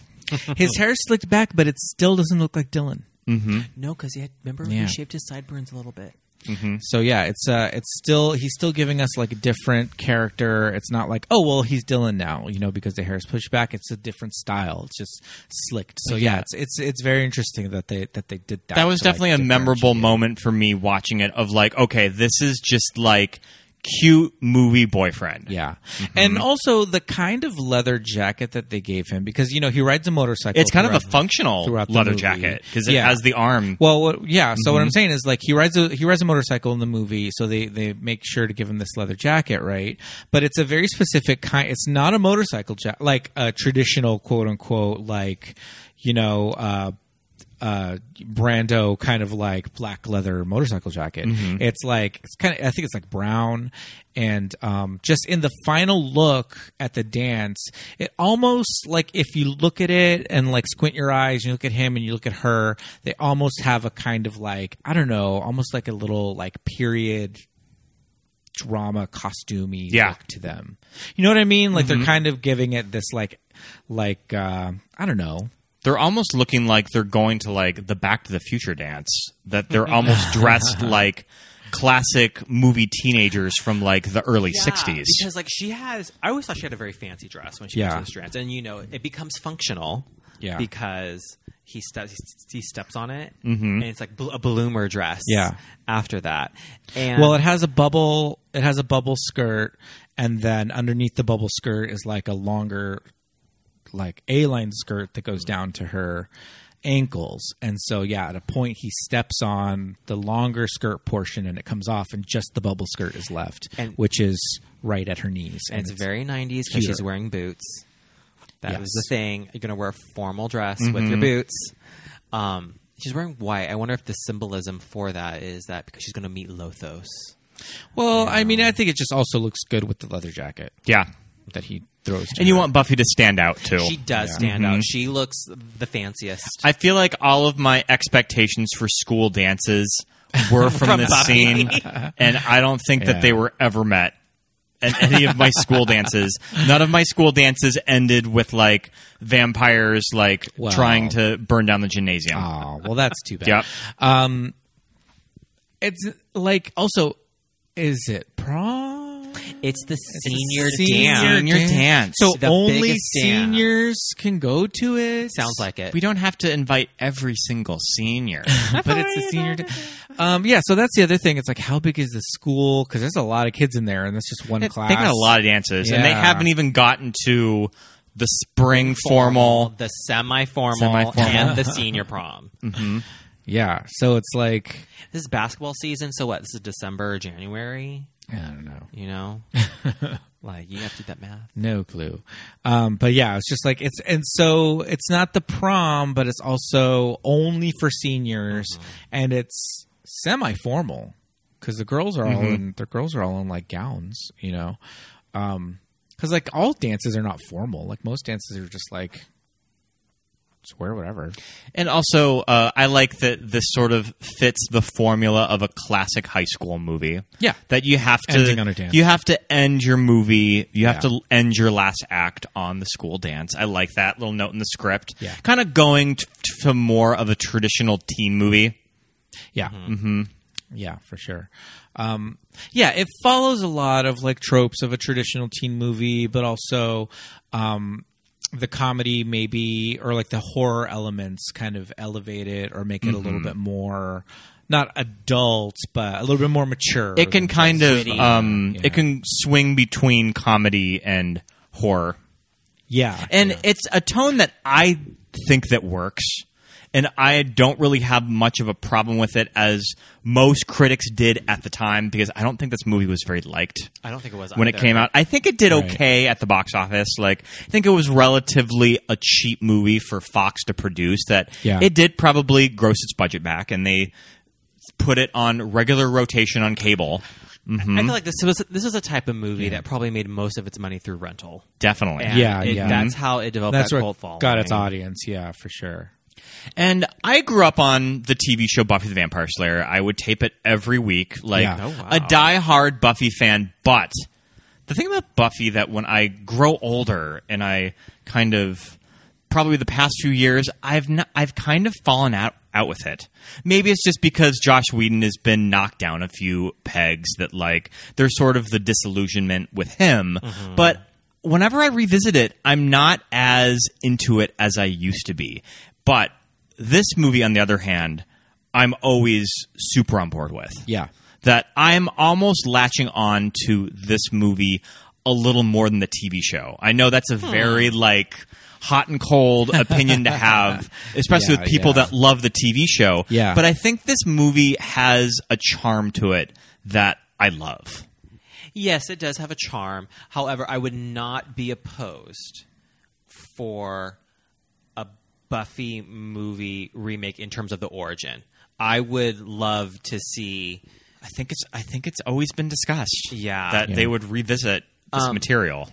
Speaker 7: His hair slicked back, but it still doesn't look like Dylan.
Speaker 8: Mm-hmm.
Speaker 9: No, because he had remember
Speaker 7: Yeah.
Speaker 9: he shaved his sideburns a little bit.
Speaker 8: Mm-hmm.
Speaker 7: So yeah, it's uh, it's still he's still giving us like a different character. It's not like oh well he's Dylan now, you know, because the hair is pushed back. It's a different style. It's just slicked. So yeah, it's it's it's very interesting that they that they did that.
Speaker 8: that was
Speaker 7: to, like,
Speaker 8: definitely a
Speaker 7: differentiate.
Speaker 8: memorable moment for me watching it of like okay this is just like cute movie boyfriend
Speaker 7: Yeah,
Speaker 8: Mm-hmm.
Speaker 7: and also the kind of leather jacket that they gave him because you know he rides a motorcycle.
Speaker 8: it's kind of a
Speaker 7: throughout-
Speaker 8: functional
Speaker 7: throughout the
Speaker 8: leather
Speaker 7: movie.
Speaker 8: jacket because it
Speaker 7: Yeah.
Speaker 8: has the arm
Speaker 7: Well, what, yeah. So what I'm
Speaker 8: Mhm.
Speaker 7: saying is, like, he rides a he rides a motorcycle in the movie, so they they make sure to give him this leather jacket, right? But it's a very specific kind. It's not a motorcycle jacket, like a traditional quote unquote, like you know. uh uh brando kind of like black leather motorcycle jacket
Speaker 8: Mhm.
Speaker 7: it's like it's kind of i think it's like brown and um just in the final look at the dance it almost like if you look at it and like squint your eyes and you look at him and you look at her they almost have a kind of like i don't know almost like a little like period drama costumey
Speaker 8: Yeah.
Speaker 7: look to them you know what i mean like they're kind of giving it this like like uh i don't know
Speaker 8: they're almost looking like they're going to like the back to the future dance that
Speaker 7: Mm-hmm.
Speaker 8: they're almost dressed like classic movie teenagers from like the early
Speaker 9: Yeah,
Speaker 8: 60s
Speaker 9: Because like she has, I always thought she had a very fancy dress when she
Speaker 7: Yeah.
Speaker 9: goes to this dance, and you know it becomes functional.
Speaker 7: Yeah.
Speaker 9: Because he steps, he, s- he steps on it,
Speaker 8: Mhm.
Speaker 9: and it's like bl- a bloomer dress.
Speaker 7: Mm-hmm. Yeah.
Speaker 9: After that, and
Speaker 7: well, it has a bubble. It has a bubble skirt, and then underneath the bubble skirt is like a longer, like a line skirt that goes down to her ankles. And so, yeah, at a point he steps on the longer skirt portion, and it comes off, and just the bubble skirt is left,
Speaker 9: And-
Speaker 7: which is right at her knees.
Speaker 9: and it's, very 90s because
Speaker 7: cute.
Speaker 9: she's wearing boots. That was
Speaker 7: Yes.
Speaker 9: the thing. You're going to wear a formal dress with your boots. Um, she's wearing white. I wonder if the symbolism for that is that because she's going to meet Lothos.
Speaker 7: Well, I mean, I think it just also looks good with the leather jacket.
Speaker 8: Yeah.
Speaker 7: That he throws. to
Speaker 8: And you
Speaker 7: her.
Speaker 8: want Buffy to stand out too.
Speaker 9: She does stand out. She looks the fanciest.
Speaker 8: I feel like all of my expectations for school dances were from,
Speaker 9: From
Speaker 8: this
Speaker 9: Buffy.
Speaker 8: scene, and I don't think
Speaker 7: Yeah.
Speaker 8: that they were ever met at any of my school dances. None of my school dances ended with like vampires like
Speaker 7: Wow.
Speaker 8: trying to burn down the gymnasium.
Speaker 7: Oh, well, that's too bad.
Speaker 8: Yep.
Speaker 7: Um, it's like also, is it prom?
Speaker 9: It's the senior,
Speaker 7: Senior,
Speaker 9: dance.
Speaker 8: Senior dance.
Speaker 7: So
Speaker 9: The
Speaker 7: only
Speaker 9: biggest dance.
Speaker 7: seniors can go to it.
Speaker 9: Sounds like it.
Speaker 8: We don't have to invite every single senior.
Speaker 7: but it's the senior. da- um, yeah. So that's the other thing. It's like, how big is the school? Because there's a lot of kids in there, and that's just one class.
Speaker 8: They got a lot of dances, and they
Speaker 7: Yeah.
Speaker 8: haven't even gotten to the spring formal.
Speaker 9: the semi-formal,
Speaker 8: Semi-formal.
Speaker 9: and the senior prom.
Speaker 7: Yeah. So it's like
Speaker 9: This is basketball season, so what? This is December or January,
Speaker 7: I don't know.
Speaker 9: you know? like, you have to do that math.
Speaker 7: No clue. Um, but yeah, it's just like it's and so it's not the prom, but it's also only for seniors and it's semi formal because the girls are all in the girls are all in like gowns, you know. Um 'cause because like all dances are not formal. Like most dances are just like just wear whatever.
Speaker 8: And also, uh, I like that this sort of fits the formula of a classic high school movie.
Speaker 7: Yeah.
Speaker 8: that you have to
Speaker 7: Ending on a dance.
Speaker 8: you have to end your movie. You have
Speaker 7: Yeah.
Speaker 8: to end your last act on the school dance. I like that little note in the script.
Speaker 7: Yeah.
Speaker 8: kind of going t- to more of a traditional teen movie.
Speaker 7: Yeah. Mm-hmm. Yeah, for sure. Um, yeah, it follows a lot of like tropes of a traditional teen movie, but also um, the comedy maybe or like the horror elements kind of elevate it or make it a little bit more not adult, but a little bit more mature.
Speaker 8: It can
Speaker 7: than
Speaker 8: kind
Speaker 7: just
Speaker 8: of
Speaker 7: witty.
Speaker 8: um,
Speaker 7: Yeah.
Speaker 8: it can swing between comedy and horror.
Speaker 7: yeah,
Speaker 8: and it's a tone that I think that works. And I don't really have much of a problem with it as most critics did at the time because I don't think this movie was very liked
Speaker 9: I don't think it was
Speaker 8: when it
Speaker 9: either.
Speaker 8: came out. I think it did
Speaker 7: Right.
Speaker 8: okay at the box office. Like I think it was relatively a cheap movie for Fox to produce that
Speaker 7: Yeah.
Speaker 8: it did probably gross its budget back and they put it on regular rotation on cable.
Speaker 9: I feel like this was this is a type of movie that probably made most of its money through rental.
Speaker 8: Definitely.
Speaker 9: And
Speaker 7: Yeah,
Speaker 9: it-
Speaker 7: yeah.
Speaker 9: That's how it developed
Speaker 7: that's
Speaker 9: that
Speaker 7: where
Speaker 9: cult
Speaker 7: it
Speaker 9: following.
Speaker 7: got its audience. Yeah, for sure.
Speaker 8: And I grew up on the TV show Buffy the Vampire Slayer. I would tape it every week, like
Speaker 7: Yeah. Oh,
Speaker 9: wow.
Speaker 8: a die-hard Buffy fan. But the thing about Buffy that when I grow older and I kind of probably the past few years, I've not, I've kind of fallen out out with it. Maybe it's just because Josh Whedon has been knocked down a few pegs that like there's sort of the disillusionment with him. But whenever I revisit it, I'm not as into it as I used to be. But this movie on the other hand, I'm always super on board with
Speaker 7: Yeah.
Speaker 8: that I'm almost latching on to this movie a little more than the TV show. I know that's a
Speaker 7: Hmm.
Speaker 8: very like hot and cold opinion to have, especially
Speaker 7: Yeah,
Speaker 8: with people
Speaker 7: yeah.
Speaker 8: that love the TV show.
Speaker 7: Yeah.
Speaker 8: But I think this movie has a charm to it that I love.
Speaker 9: Yes, it does have a charm. However, I would not be opposed for a Buffy movie remake in terms of the origin. I would love to see.
Speaker 8: I think it's I think it's always been discussed. Um,
Speaker 9: Yeah.
Speaker 8: That they would revisit this material.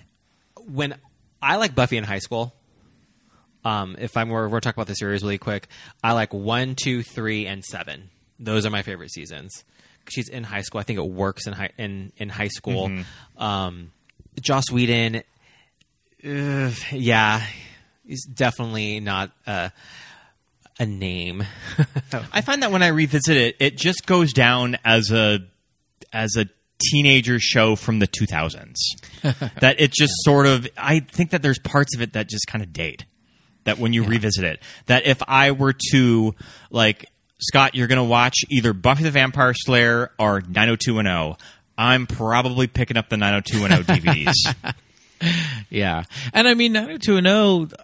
Speaker 9: when I like Buffy in high school. Um, if I'm we're, we're talking about the series really quick, I like one, two, three, and seven. Those are my favorite seasons. She's in high school. I think it works in high in in high school.
Speaker 7: Mm-hmm.
Speaker 9: Um, Joss Whedon, ugh, yeah, he's definitely not a a name.
Speaker 7: Oh.
Speaker 8: I find that when I revisit it, it just goes down as a as a teenager show from the 2000s. that it just sort of I think that there's parts of it that just kind of date. That when you revisit it, that if I were to like Scott, you're going to watch either Buffy the Vampire Slayer or 90210. I'm probably picking up the 90210 DVDs.
Speaker 7: Yeah, and I mean, 90210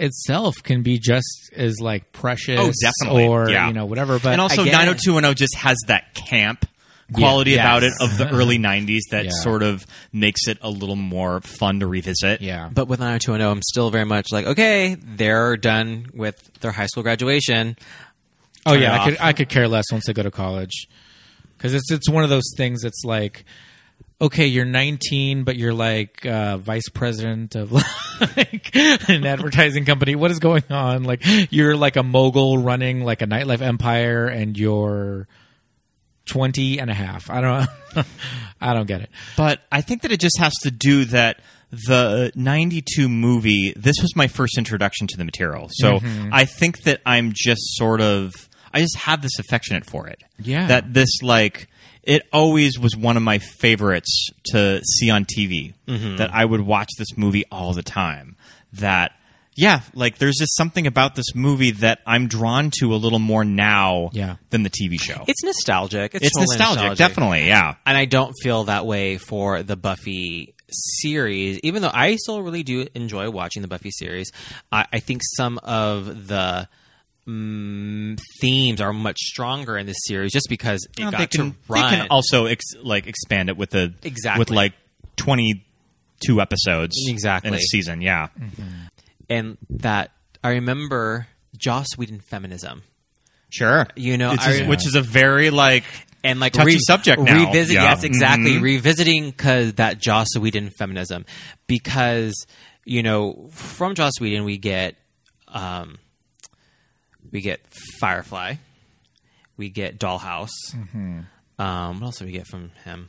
Speaker 7: itself can be just as like precious,
Speaker 8: Oh, definitely.
Speaker 7: or
Speaker 8: Yeah.
Speaker 7: you know whatever. But
Speaker 8: and also
Speaker 7: again-
Speaker 8: 90210 just has that camp quality
Speaker 7: Yeah.
Speaker 8: about it
Speaker 7: Yes.
Speaker 8: of the early 90s that
Speaker 7: Yeah.
Speaker 8: sort of makes it a little more fun to revisit
Speaker 7: Yeah,
Speaker 9: But with 90210, I'm still very much like, okay, they're done with their high school graduation.
Speaker 7: Oh
Speaker 8: turn
Speaker 7: yeah,
Speaker 8: it
Speaker 7: I could
Speaker 8: off.
Speaker 7: I could care less once I go to college because it's it's one of those things that's like. Okay, you're 19, but you're like uh, vice president of like an advertising company. What is going on? Like you're like a mogul running like a nightlife empire, and you're 20 and a half. I don't. I don't get it.
Speaker 8: But I think that it just has to do that the 92 movie, this was my first introduction to the material. So
Speaker 7: Mhm.
Speaker 8: I think that I'm just sort of, I just have this affectionate for it.
Speaker 7: Yeah.
Speaker 8: That this, like, it always was one of my favorites to see on TV.
Speaker 9: Mhm.
Speaker 8: That I would watch this movie all the time. That, yeah, like, there's just something about this movie that I'm drawn to a little more now
Speaker 7: Yeah.
Speaker 8: than the TV show.
Speaker 9: It's nostalgic. It's,
Speaker 8: It's
Speaker 9: totally
Speaker 8: nostalgic, definitely, yeah.
Speaker 9: And I don't feel that way for the Buffy series, even though I still really do enjoy watching the Buffy series. I, I think some of the mm, themes are much stronger in this series just because it
Speaker 8: Well,
Speaker 9: got
Speaker 8: they can,
Speaker 9: to run.
Speaker 8: They can also ex- like expand it with the
Speaker 9: Exactly.
Speaker 8: with like twenty two episodes
Speaker 9: Exactly. Mm.
Speaker 8: in a season. Yeah,
Speaker 9: and that I remember Joss Whedon feminism.
Speaker 8: sure.
Speaker 9: You know,
Speaker 8: It's
Speaker 9: I
Speaker 8: just- which is a very like
Speaker 9: and like
Speaker 8: touchy
Speaker 9: re-
Speaker 8: subject now.
Speaker 9: Revisit,
Speaker 8: Yeah.
Speaker 9: yes, exactly.
Speaker 8: Mhm.
Speaker 9: Revisiting because that Joss Whedon feminism, because you know from Joss Whedon we get, um, we get Firefly, we get Dollhouse.
Speaker 8: Mm-hmm.
Speaker 7: Mhm.
Speaker 9: Um, what else did we get from him?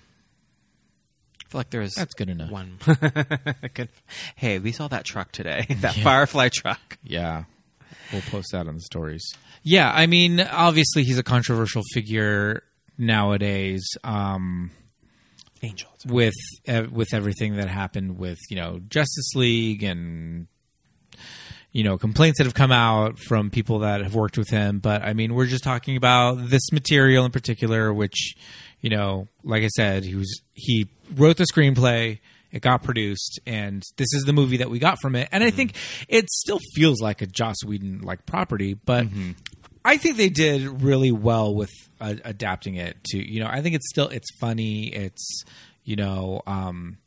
Speaker 9: I feel like there was
Speaker 7: That's good enough.
Speaker 9: One. Good. Hey, we saw that truck today. That Firefly truck.
Speaker 7: Yeah. We'll post that on the stories. Yeah, I mean, obviously he's a controversial figure nowadays. Um,
Speaker 9: Angels
Speaker 7: with uh, with everything that happened with you know Justice League and you know complaints that have come out from people that have worked with him. But I mean, we're just talking about this material in particular, which you know, like I said, he was he wrote the screenplay. It got produced, and this is the movie that we got from it. And I think it still feels like a Joss Whedon like property, but I think they did really well with uh, adapting it to you know I think it's still it's funny it's you know um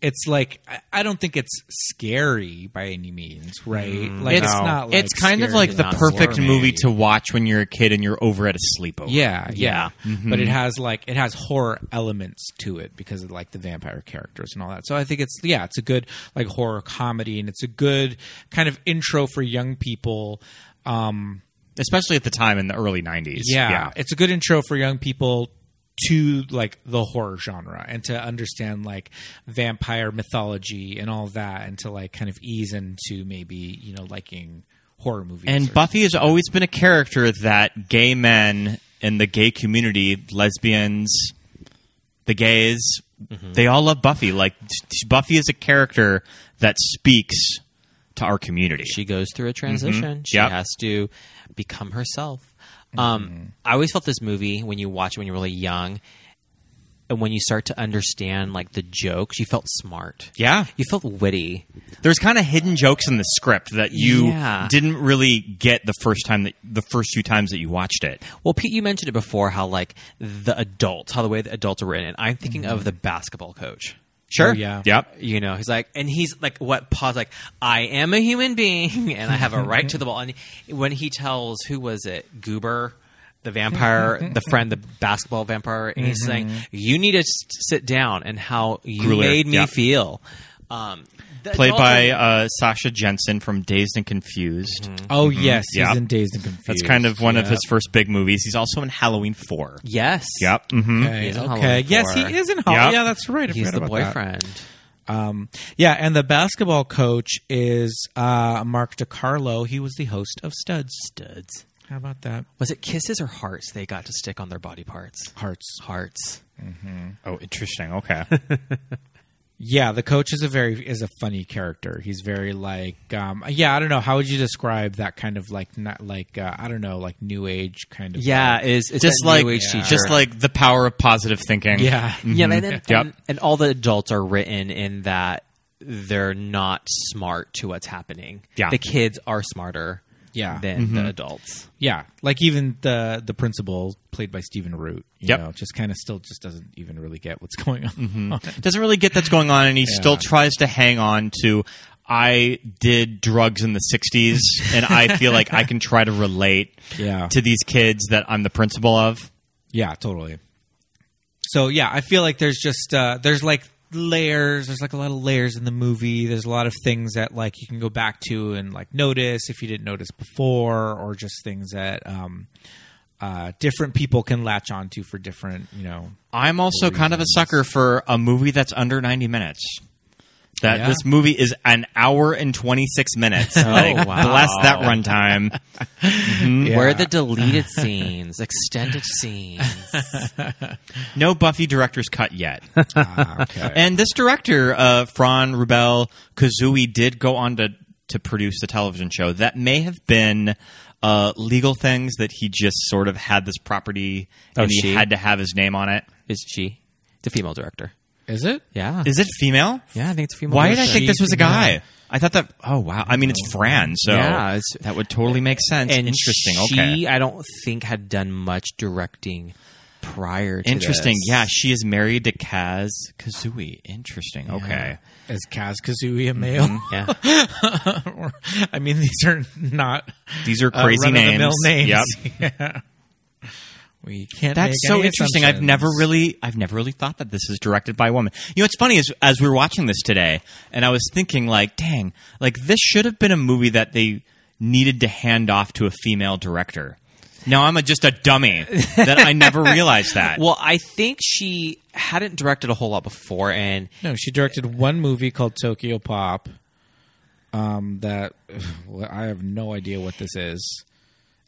Speaker 7: it's like I, I don't think it's scary by any means right like it's not like
Speaker 8: it's kind of
Speaker 7: scary,
Speaker 8: like the
Speaker 7: Mm, not
Speaker 8: perfect
Speaker 7: scary.
Speaker 8: movie to watch when you're a kid and you're over at a sleepover.
Speaker 7: yeah yeah, Mm-hmm.
Speaker 8: Mhm.
Speaker 7: but it has like it has horror elements to it because of like the vampire characters and all that so I think it's yeah it's a good like horror comedy and it's a good kind of intro for young people um
Speaker 8: especially at the time in the early '90s.
Speaker 7: Yeah, it's a good intro for young people to like the horror genre and to understand like vampire mythology and all that, and to like kind of ease into maybe you know liking horror movies.
Speaker 8: And
Speaker 7: or-
Speaker 8: Buffy has always been a character that gay men in the gay community, lesbians, the gays,
Speaker 9: Mm-hmm.
Speaker 8: they all love Buffy. Like t- t- Buffy is a character that speaks to our community.
Speaker 9: She goes through a transition. She
Speaker 8: Mm-hmm. Yep. Mm-hmm.
Speaker 9: has to become herself. Um, I always felt this movie when you watch it when you're really young, and when you start to understand like the jokes, you felt smart.
Speaker 8: yeah,
Speaker 9: You felt witty.
Speaker 8: there's kind of hidden jokes in the script that you
Speaker 9: Yeah.
Speaker 8: didn't really get the first time that the first few times that you watched it.
Speaker 9: Well, Pete, you mentioned it before how like the adults, how the way the adults are written. I'm thinking of the basketball coach.
Speaker 8: Sure.
Speaker 7: Mm-hmm. Oh, yeah.
Speaker 8: Yep.
Speaker 9: You know, he's like, and he's like, what? Pause. Like, I am a human being, and I have a right to the ball. And when he tells, who was it? Goober, the vampire, the friend, the basketball vampire, and he's saying,
Speaker 7: Mm-hmm.
Speaker 9: you need to s- sit down. And how you
Speaker 8: Grueler,
Speaker 9: made me
Speaker 8: yeah.
Speaker 9: feel. Um, the
Speaker 8: Played
Speaker 9: adults
Speaker 8: by
Speaker 9: are-
Speaker 8: uh, Sasha Jensen from Dazed and Confused.
Speaker 7: oh yes, he's
Speaker 8: Yeah.
Speaker 7: in Dazed and Confused.
Speaker 8: That's kind of one of
Speaker 7: Yeah.
Speaker 8: his first big movies. He's also in Halloween 4.
Speaker 9: yes,
Speaker 8: Yep. Mm-hmm.
Speaker 7: Okay,
Speaker 9: He's in
Speaker 7: okay.
Speaker 9: Halloween
Speaker 7: yes, he
Speaker 9: four.
Speaker 7: is in Halloween.
Speaker 8: Yep.
Speaker 7: Yeah, that's right. I
Speaker 9: he's
Speaker 7: forgot
Speaker 9: the
Speaker 7: about that.
Speaker 9: boyfriend.
Speaker 7: Um, yeah, and the basketball coach is uh, Mark DiCarlo. He was the host of Studs. Studs. How about that?
Speaker 9: Was it kisses or hearts they got to stick on their body parts?
Speaker 7: Hearts.
Speaker 9: Hearts.
Speaker 8: Oh, interesting. Okay.
Speaker 7: Yeah, the coach is a very is a funny character. He's very like um yeah, I don't know how would you describe that kind of like not like uh, I don't know like new age kind of
Speaker 9: Yeah, is it's
Speaker 8: just
Speaker 9: that
Speaker 8: like
Speaker 9: new age teacher.
Speaker 8: just like the power of positive thinking.
Speaker 7: yeah
Speaker 9: Yeah, and, and,
Speaker 8: Mm-hmm. Yep.
Speaker 9: and, and all the adults are written in that they're not smart to what's happening.
Speaker 8: Yeah. Mm-hmm.
Speaker 9: The kids are smarter
Speaker 7: Yeah.
Speaker 9: than the adults.
Speaker 7: yeah like even the the principal played by Stephen Root you
Speaker 8: Yep.
Speaker 7: know just kind of still just doesn't even really get what's going on
Speaker 8: Mm-hmm. Doesn't really get that's going on, and he still tries to hang on to. I did drugs in the 60s and I feel like I can try to relate
Speaker 7: Yeah.
Speaker 8: to these kids that I'm the principal of.
Speaker 7: Yeah, totally. So yeah, I feel like there's just uh, there's like layers. There's like a lot of layers in the movie. There's a lot of things that like you can go back to and like notice if you didn't notice before, or just things that um, uh, different people can latch onto for different you know.
Speaker 8: I'm also kind of a sucker for a movie that's under 90 minutes. That
Speaker 7: Yeah.
Speaker 8: this movie is an hour and 26 minutes.
Speaker 9: Oh,
Speaker 8: Like,
Speaker 9: wow.
Speaker 8: Bless that runtime. Mhm.
Speaker 9: Where are the deleted scenes, extended scenes?
Speaker 8: No Buffy director's cut yet.
Speaker 7: uh, okay.
Speaker 8: And this director, uh, Fran Rubel Kazooie, did go on to, to produce the television show. That may have been uh, legal things that he just sort of had this property
Speaker 9: Oh,
Speaker 8: and he
Speaker 9: she?
Speaker 8: had to have his name on it.
Speaker 9: Is she? It's a female director.
Speaker 7: Is it?
Speaker 9: Yeah.
Speaker 8: Is it female?
Speaker 9: Yeah, I think it's a female.
Speaker 8: Why did
Speaker 9: director.
Speaker 8: I think this was a
Speaker 9: Yeah.
Speaker 8: guy? I thought that. Oh wow! I mean, it's Fran, so
Speaker 9: Yeah, it's-
Speaker 8: that would totally make sense.
Speaker 9: And
Speaker 8: Interesting.
Speaker 9: She,
Speaker 8: okay.
Speaker 9: I don't think had done much directing prior. to
Speaker 8: Interesting.
Speaker 9: this.
Speaker 8: Yeah, she is married to Kaz Kazooie. Interesting. Okay.
Speaker 7: Is Kaz Kazooie a male?
Speaker 9: Yeah.
Speaker 7: Or- I mean, these are not uh,
Speaker 8: These are crazy
Speaker 7: run-of-the-mill
Speaker 8: names.
Speaker 7: names. Yeah. We can't.
Speaker 8: That's
Speaker 7: make
Speaker 8: so
Speaker 7: any
Speaker 8: interesting. I've never
Speaker 7: assumptions.
Speaker 8: really, I've never really thought that this is directed by a woman. You know, it's funny as as we were watching this today, and I was thinking, like, dang, like this should have been a movie that they needed to hand off to a female director. Now I'm a, just a dummy that I never realized that.
Speaker 9: Well, I think she hadn't directed a whole lot before, and
Speaker 7: No, she directed one movie called Tokyo Pop. Um, that well, I have no idea what this is,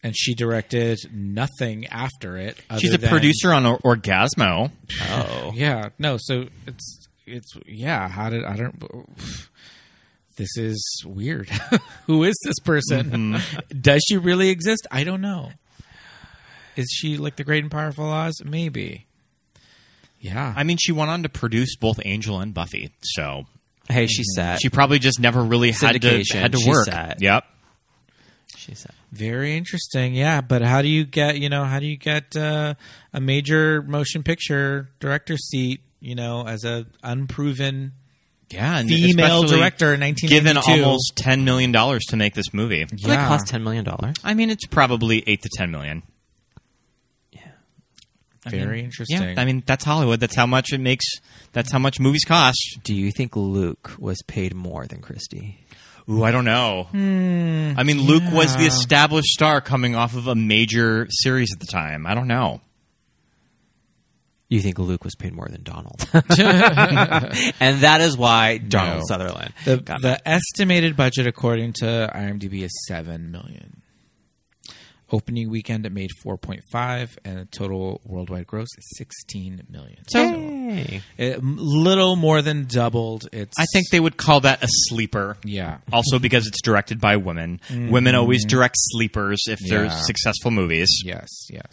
Speaker 7: and she directed nothing after it. other
Speaker 8: She's a
Speaker 7: than-
Speaker 8: producer on Or- Orgasmo.
Speaker 9: oh,
Speaker 7: Yeah, no. So it's it's yeah. How did I don't. This is weird. Who is this person?
Speaker 8: Mm-hmm.
Speaker 7: Does she really exist? I don't know. Is she like the great and powerful Oz? Maybe. Yeah.
Speaker 8: I mean, she went on to produce both Angel and Buffy, so
Speaker 9: hey, she said
Speaker 8: Mm-hmm. Uh, she probably just never really had to
Speaker 9: Syndication,
Speaker 8: had to
Speaker 9: she
Speaker 8: work.
Speaker 9: said.
Speaker 8: Yep.
Speaker 9: she said
Speaker 7: Very interesting, yeah. But how do you get, you know, how do you get uh, a major motion picture director seat, you know, as a unproven?
Speaker 8: Yeah, and
Speaker 7: Female
Speaker 8: especially
Speaker 7: director in
Speaker 8: given
Speaker 7: 1992.
Speaker 8: almost ten million dollars to make this movie.
Speaker 9: Did it cost ten million dollars?
Speaker 8: I mean, it's probably eight to ten million.
Speaker 7: very interesting.
Speaker 8: Yeah, I mean that's Hollywood. That's how much it makes. That's how much movies cost.
Speaker 9: Do you think Luke was paid more than Christie?
Speaker 8: Ooh, I don't know. I mean, Luke was the established star coming off of a major series at the time. I don't know.
Speaker 9: You think Luke was paid more than Donald, and that is why Donald
Speaker 7: No.
Speaker 9: Sutherland.
Speaker 7: the the estimated budget according to IMDb is seven million. Opening weekend, it made four point five, and a total worldwide gross is sixteen million. So,
Speaker 9: Hey.
Speaker 7: it, little more than doubled. It's
Speaker 8: I think they would call that a sleeper.
Speaker 7: yeah.
Speaker 8: Also, because it's directed by women. Women always direct sleepers if they're
Speaker 7: Yeah.
Speaker 8: successful movies.
Speaker 7: Yes, yes.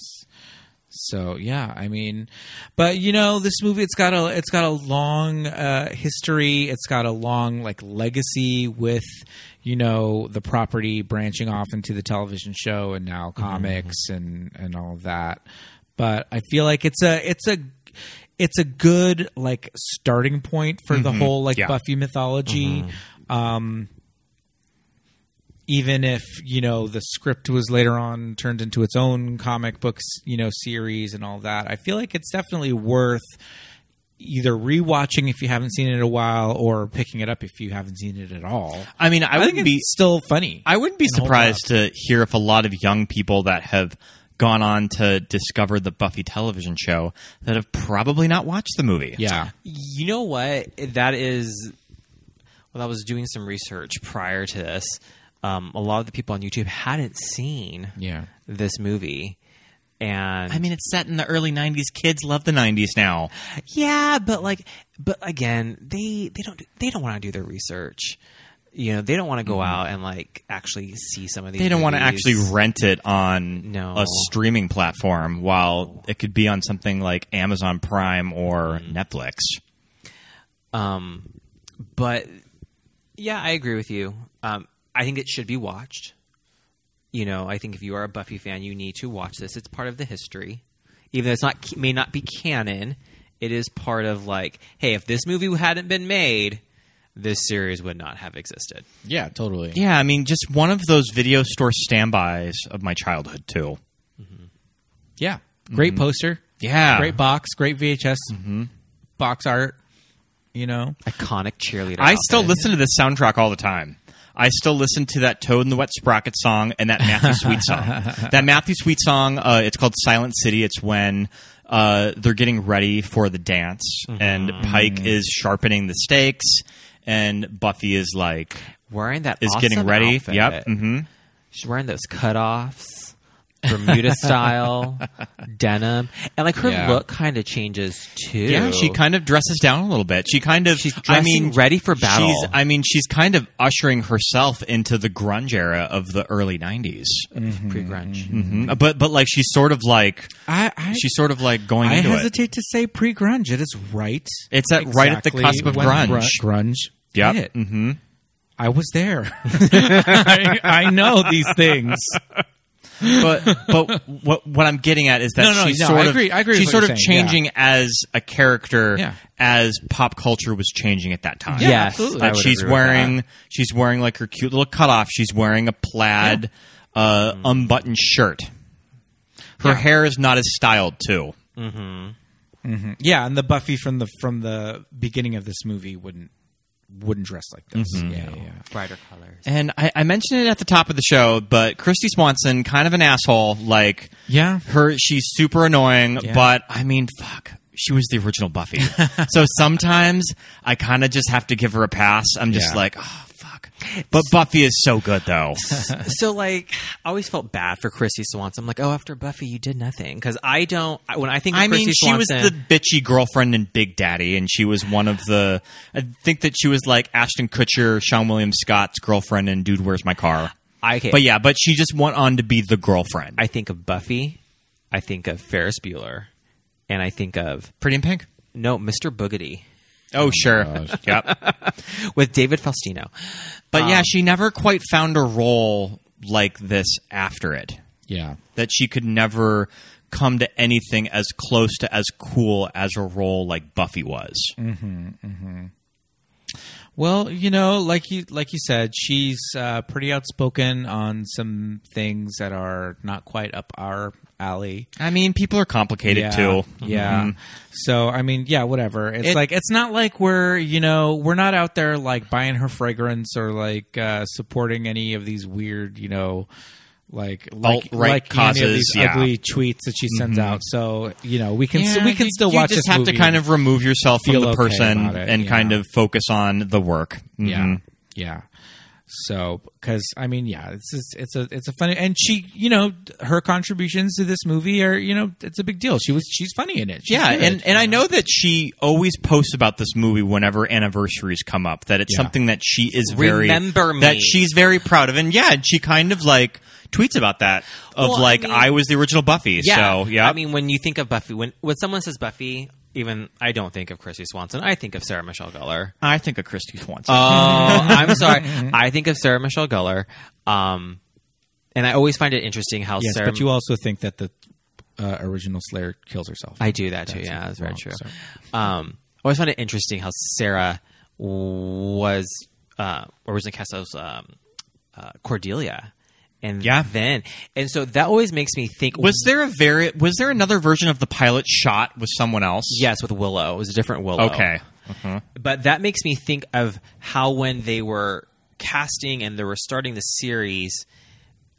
Speaker 7: So yeah, I mean, but you know, this movie it's got a it's got a long uh, history. It's got a long like legacy with you know the property branching off into the television show and now comics and and all of that. But I feel like it's a it's a it's a good like starting point for the whole like
Speaker 8: Yeah.
Speaker 7: Buffy mythology. Um, even if you know the script was later on turned into its own comic books you know series and all that i feel like it's definitely worth either rewatching if you haven't seen it in a while or picking it up if you haven't seen it at all
Speaker 8: I mean, I,
Speaker 7: i,
Speaker 8: wouldn't
Speaker 7: think
Speaker 8: be.
Speaker 7: it's still funny
Speaker 8: I wouldn't be
Speaker 7: and hold
Speaker 8: surprised to hear if a lot of young people that have gone on to discover the Buffy television show that have probably not watched the movie.
Speaker 7: yeah
Speaker 9: You know what? That is. Well, I was doing some research prior to this. Um, a lot of the people on YouTube hadn't seen
Speaker 7: yeah
Speaker 9: this movie, and
Speaker 8: I mean, it's set in the early '90s. Kids love the '90s now.
Speaker 9: yeah, but like, but again, they they don't do, they don't want to do their research. You know, they don't want to go out and like actually see some of these.
Speaker 8: Mm-hmm. They don't want to
Speaker 9: movies.
Speaker 8: actually rent it on
Speaker 9: No.
Speaker 8: a streaming platform, while it could be on something like Amazon Prime or Netflix.
Speaker 9: Um, but yeah, I agree with you. Um, I think it should be watched. You know, I think if you are a Buffy fan, you need to watch this. It's part of the history, even though it's not may not be canon. It is part of like, hey, if this movie hadn't been made, this series would not have existed.
Speaker 7: Yeah, totally.
Speaker 8: Yeah, I mean, just one of those video store standbys of my childhood too.
Speaker 7: Yeah. Great poster.
Speaker 8: Yeah.
Speaker 7: Great box. Great VHS box art. You know,
Speaker 9: iconic cheerleader.
Speaker 8: I still
Speaker 9: outfit.
Speaker 8: listen to this soundtrack all the time. I still listen to that Toad and the Wet Sprocket song and that Matthew Sweet song. That Matthew Sweet song, uh, it's called Silent City. It's when uh, they're getting ready for the dance, and Pike is sharpening the stakes, and Buffy is like
Speaker 9: wearing that
Speaker 8: is getting
Speaker 9: awesome
Speaker 8: ready.
Speaker 9: outfit.
Speaker 8: Yep. hmm
Speaker 9: She's wearing those cutoffs, Bermuda style, denim, and like her
Speaker 8: Yeah.
Speaker 9: look kind of changes too.
Speaker 8: Yeah, she kind of dresses down a little bit. She kind of, she's I
Speaker 9: dressing
Speaker 8: mean,
Speaker 9: ready for battle.
Speaker 8: She's, I mean, she's kind of ushering herself into the grunge era of the early '90s,
Speaker 9: pre-grunge. Mm-hmm.
Speaker 8: hmm But but like she's sort of like
Speaker 7: I, I
Speaker 8: she's sort of like going
Speaker 7: I
Speaker 8: into it.
Speaker 7: hesitate to say pre grunge. It is right.
Speaker 8: It's at- right at the
Speaker 7: exactly
Speaker 8: cusp of
Speaker 7: when
Speaker 8: grunge.
Speaker 7: gru- grunge.
Speaker 8: Yep.
Speaker 7: hit. I was there. I, I know these things.
Speaker 8: but but what what I'm getting at is that
Speaker 7: No, no,
Speaker 8: she's
Speaker 7: no, I
Speaker 8: sort
Speaker 7: agree-
Speaker 8: of
Speaker 7: I agree with
Speaker 8: she's
Speaker 7: what
Speaker 8: sort
Speaker 7: you're
Speaker 8: of
Speaker 7: saying, yeah.
Speaker 8: changing as a character
Speaker 7: Yeah.
Speaker 8: as pop culture was changing at that time.
Speaker 7: Yeah, Yes, absolutely. I
Speaker 8: That
Speaker 7: would
Speaker 8: she's
Speaker 7: agree with
Speaker 8: wearing she's wearing like her cute little cutoff. She's wearing a plaid uh, unbuttoned shirt. Her
Speaker 7: Yeah.
Speaker 8: hair is not as styled too.
Speaker 7: Mhm. Yeah, and the Buffy from the from the beginning of this movie wouldn't wouldn't dress like this. Yeah, Mm-hmm. yeah, yeah.
Speaker 9: brighter colors.
Speaker 8: And I, I mentioned it at the top of the show, but Christy Swanson, kind of an asshole. Like,
Speaker 7: Yeah.
Speaker 8: her she's super annoying.
Speaker 7: Yeah.
Speaker 8: But I mean, fuck, she was the original Buffy. so sometimes I kind of just have to give her a pass. I'm just
Speaker 7: Yeah.
Speaker 8: like, oh fuck. But Buffy is so good though.
Speaker 9: so like, I always felt bad for Chrissy Swanson. I'm like, oh, after Buffy, you did nothing because I don't. I- When I think of
Speaker 8: I mean,
Speaker 9: Chrissy
Speaker 8: she was
Speaker 9: Swanson,
Speaker 8: the bitchy girlfriend in Big Daddy, and she was one of the. I think that she was like Ashton Kutcher, Sean William Scott's girlfriend in Dude, Where's My Car?
Speaker 9: I, okay,
Speaker 8: But yeah, but she just went on to be the girlfriend.
Speaker 9: I think of Buffy, I think of Ferris Bueller, and I think of
Speaker 8: Pretty in Pink.
Speaker 9: no Mr. Boogedy
Speaker 8: Oh, sure. Yep.
Speaker 9: with David Faustino.
Speaker 8: But yeah, she never quite found a role like this after it.
Speaker 7: Yeah.
Speaker 8: That she could never come to anything as close to as cool as a role like Buffy was.
Speaker 7: Mm. Well, you know, like you like you said, she's uh, pretty outspoken on some things that are not quite up our alley.
Speaker 8: I mean, people are complicated too.
Speaker 7: Yeah.
Speaker 8: Mhm.
Speaker 7: So I mean, yeah, whatever. It's
Speaker 8: It-
Speaker 7: like it's not like we're you know we're not out there like buying her fragrance or like uh, supporting any of these weird you know like like
Speaker 8: Alt-right
Speaker 7: like any of
Speaker 8: causes,
Speaker 7: these
Speaker 8: yeah. Mm-hmm.
Speaker 7: ugly tweets that she sends out. So you know we can
Speaker 8: Yeah,
Speaker 7: we can
Speaker 8: you-
Speaker 7: still
Speaker 8: you
Speaker 7: watch.
Speaker 8: just
Speaker 7: this
Speaker 8: have
Speaker 7: movie
Speaker 8: to kind
Speaker 7: and-
Speaker 8: of remove yourself from
Speaker 7: feel
Speaker 8: the
Speaker 7: okay
Speaker 8: person
Speaker 7: about it,
Speaker 8: and
Speaker 7: yeah.
Speaker 8: kind of focus on the work. Mhm.
Speaker 7: Yeah, yeah. So, because I mean, yeah, it's just, it's a it's a funny and she, you know, her contributions to this movie are you know it's a big deal. She was she's funny in it. She's
Speaker 8: Yeah,
Speaker 7: good.
Speaker 8: and, and I know that she always posts about this movie whenever anniversaries come up. That it's
Speaker 7: Yeah.
Speaker 8: something that she is very
Speaker 9: Remember me.
Speaker 8: that she's very proud of, and yeah, and she kind of like tweets about that of
Speaker 9: Well, I
Speaker 8: like I,
Speaker 9: mean-
Speaker 8: was the original Buffy. so yeah,
Speaker 9: I mean, when you think of Buffy, when when someone says Buffy, even I don't think of Chrissy Swanson. I think of Sarah Michelle Gellar.
Speaker 8: I think of Christy Swanson.
Speaker 9: Oh, I'm sorry. I think of Sarah Michelle Gellar. Um, and I always find it interesting how
Speaker 7: yes,
Speaker 9: Sarah.
Speaker 7: but you also think that the uh, original Slayer kills herself.
Speaker 9: I do that too.
Speaker 7: That's
Speaker 9: yeah, that's very
Speaker 7: wrong,
Speaker 9: true.
Speaker 7: so-
Speaker 9: Um, I always find it interesting how Sarah was uh, originally cast as um, uh, Cordelia, and
Speaker 8: Yeah.
Speaker 9: then and so that always makes me think
Speaker 8: was there a very was there another version of the pilot shot with someone else?
Speaker 9: Yes, with Willow. It was a different Willow.
Speaker 8: Okay.
Speaker 9: But that makes me think of how when they were casting and they were starting the series,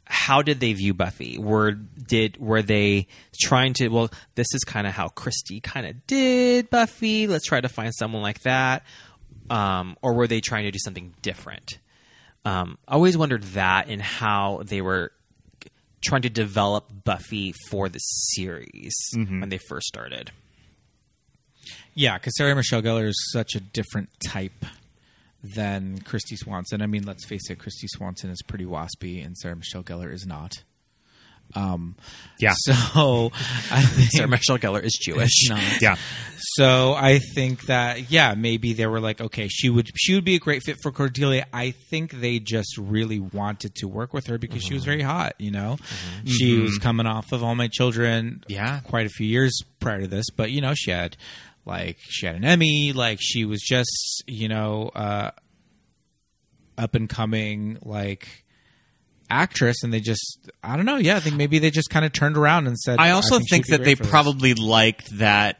Speaker 9: how did they view Buffy? Were did were they trying to well, this is kind of how Christy kind of did Buffy. Let's try to find someone like that. Um, or were they trying to do something different? Um, I always wondered that and how they were trying to develop Buffy for the series when they first started.
Speaker 7: Yeah, because Sarah Michelle Gellar is such a different type than Christy Swanson. I mean, let's face it, Christy Swanson is pretty waspy, and Sarah Michelle Gellar is not. Um,
Speaker 8: Yeah.
Speaker 7: So I think
Speaker 9: Sarah Michelle Gellar is Jewish.
Speaker 7: it's not.
Speaker 8: Yeah.
Speaker 7: So I think that yeah, maybe they were like, okay, she would she would be a great fit for Cordelia. I think they just really wanted to work with her because she
Speaker 8: Mm-hmm.
Speaker 7: was very hot. You know, she was coming off of All My Children,
Speaker 8: Yeah.
Speaker 7: quite a few years prior to this, but you know, she had Like she had an Emmy. Like she was just you know uh, up and coming like actress, and they just I don't know. Yeah, I think maybe they just kind of turned around and said.
Speaker 8: I also
Speaker 7: think
Speaker 8: think
Speaker 7: she'd be
Speaker 8: that
Speaker 7: great
Speaker 8: they
Speaker 7: for this."
Speaker 8: probably liked that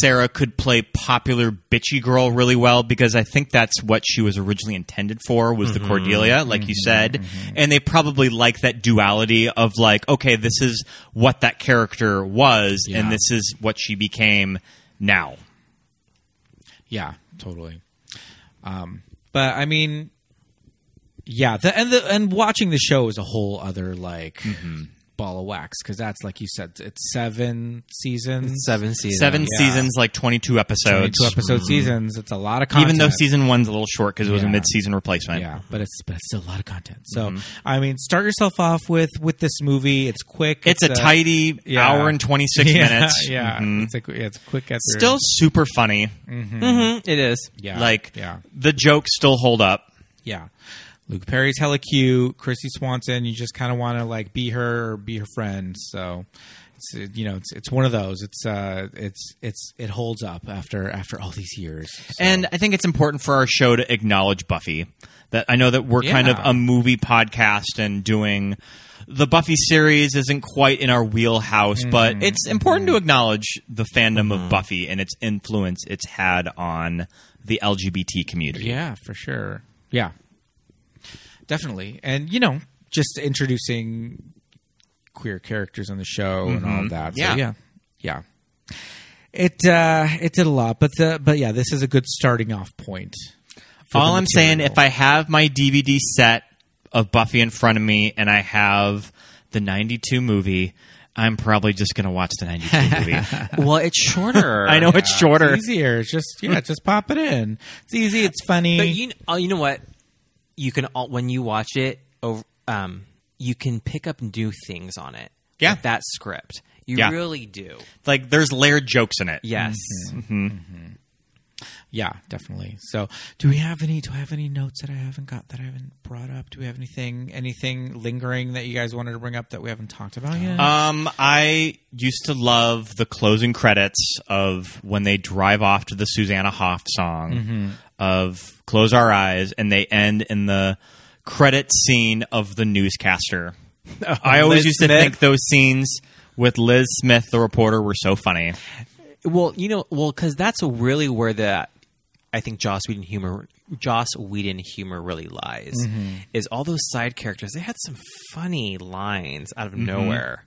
Speaker 8: Sarah could play popular bitchy girl really well because I think that's what she was originally intended for was the
Speaker 7: Mm-hmm.
Speaker 12: Mhm.
Speaker 8: Cordelia, like you said. And they probably like that duality of like, okay, this is what that character was
Speaker 7: Yeah.
Speaker 8: and this is what she became now.
Speaker 7: Yeah, totally. Um, but I mean, yeah, the, and the and watching the show is a whole other like
Speaker 9: Mm-hmm.
Speaker 7: ball of wax because that's like you said, it's seven seasons,
Speaker 9: seven seasons. Mm-hmm.
Speaker 8: Seven
Speaker 7: Yeah.
Speaker 8: seasons, like 22 episodes.
Speaker 7: 22 episode seasons. It's a lot of
Speaker 8: Even though
Speaker 7: content.
Speaker 8: season one's a little short because it was a
Speaker 7: Yeah.
Speaker 8: mid season replacement.
Speaker 7: Yeah, but it's but it's still a lot of content. So
Speaker 8: Mm-hmm.
Speaker 7: I mean, start yourself off with with this movie. It's quick.
Speaker 8: It's a tidy hour and 26
Speaker 7: Yeah,
Speaker 8: minutes.
Speaker 7: Yeah,
Speaker 8: Mhm.
Speaker 7: it's a yeah, it's a quick. get through.
Speaker 8: Still super funny.
Speaker 7: Mhm.
Speaker 9: Mhm, it is.
Speaker 7: Yeah.
Speaker 8: Like,
Speaker 7: Yeah.
Speaker 8: the jokes still hold up.
Speaker 7: Yeah. Luke Perry's hella cute. Chrissy Swanson, you just kind of want to like be her or be her friend. So, it's, you know, it's it's one of those. It's uh, it's it's it holds up after after all these years.
Speaker 8: And I think it's important for our show to acknowledge Buffy. That I know that we're kind of
Speaker 7: Yeah.
Speaker 8: a movie podcast and doing the Buffy series isn't quite in our wheelhouse,
Speaker 7: Mm-hmm.
Speaker 8: but it's important to acknowledge the fandom of Buffy and its influence it's had on the LGBT community.
Speaker 7: Yeah, for sure. Yeah, definitely. And you know, just introducing queer characters on the show and all
Speaker 8: Mhm.
Speaker 7: of that. So,
Speaker 8: Yeah.
Speaker 7: yeah, yeah. It uh, it did a lot, but the but yeah, this is a good starting off point. for
Speaker 8: All
Speaker 7: the
Speaker 8: I'm saying, if I have my DVD set of Buffy in front of me and I have the 92 movie, I'm probably just going to watch the 92 movie.
Speaker 9: well, it's shorter.
Speaker 8: I know it's
Speaker 7: Yeah,
Speaker 8: shorter.
Speaker 7: It's easier. It's just yeah, just pop it in. It's easy. It's funny.
Speaker 9: Hmm. But you, oh, you know what? You can all, when you watch it, over, um, you can pick up new things on it.
Speaker 8: Yeah.
Speaker 9: with that script. You
Speaker 8: Yeah.
Speaker 9: really do.
Speaker 8: Like there's layered jokes in it.
Speaker 9: Yes.
Speaker 7: yeah, definitely. So, do we have any? Do I have any notes that I haven't got that I haven't brought up? Do we have anything? Anything lingering that you guys wanted to bring up that we haven't talked about yet?
Speaker 9: Uh,
Speaker 8: Um, I used to love the closing credits of when they drive off to the Susanna Hoff song
Speaker 9: Mm-hmm.
Speaker 7: Mhm.
Speaker 8: of "Close Our Eyes," and they end in the credit scene of the newscaster. I always
Speaker 9: Oh, Liz
Speaker 8: used to
Speaker 9: Smith.
Speaker 8: think those scenes with Liz Smith, the reporter, were so funny.
Speaker 9: Well, you know, well, because that's really where the I think Joss Whedon humor, Joss Whedon humor, really lies.
Speaker 8: Mhm.
Speaker 9: Is all those side characters? They had some funny lines out of nowhere.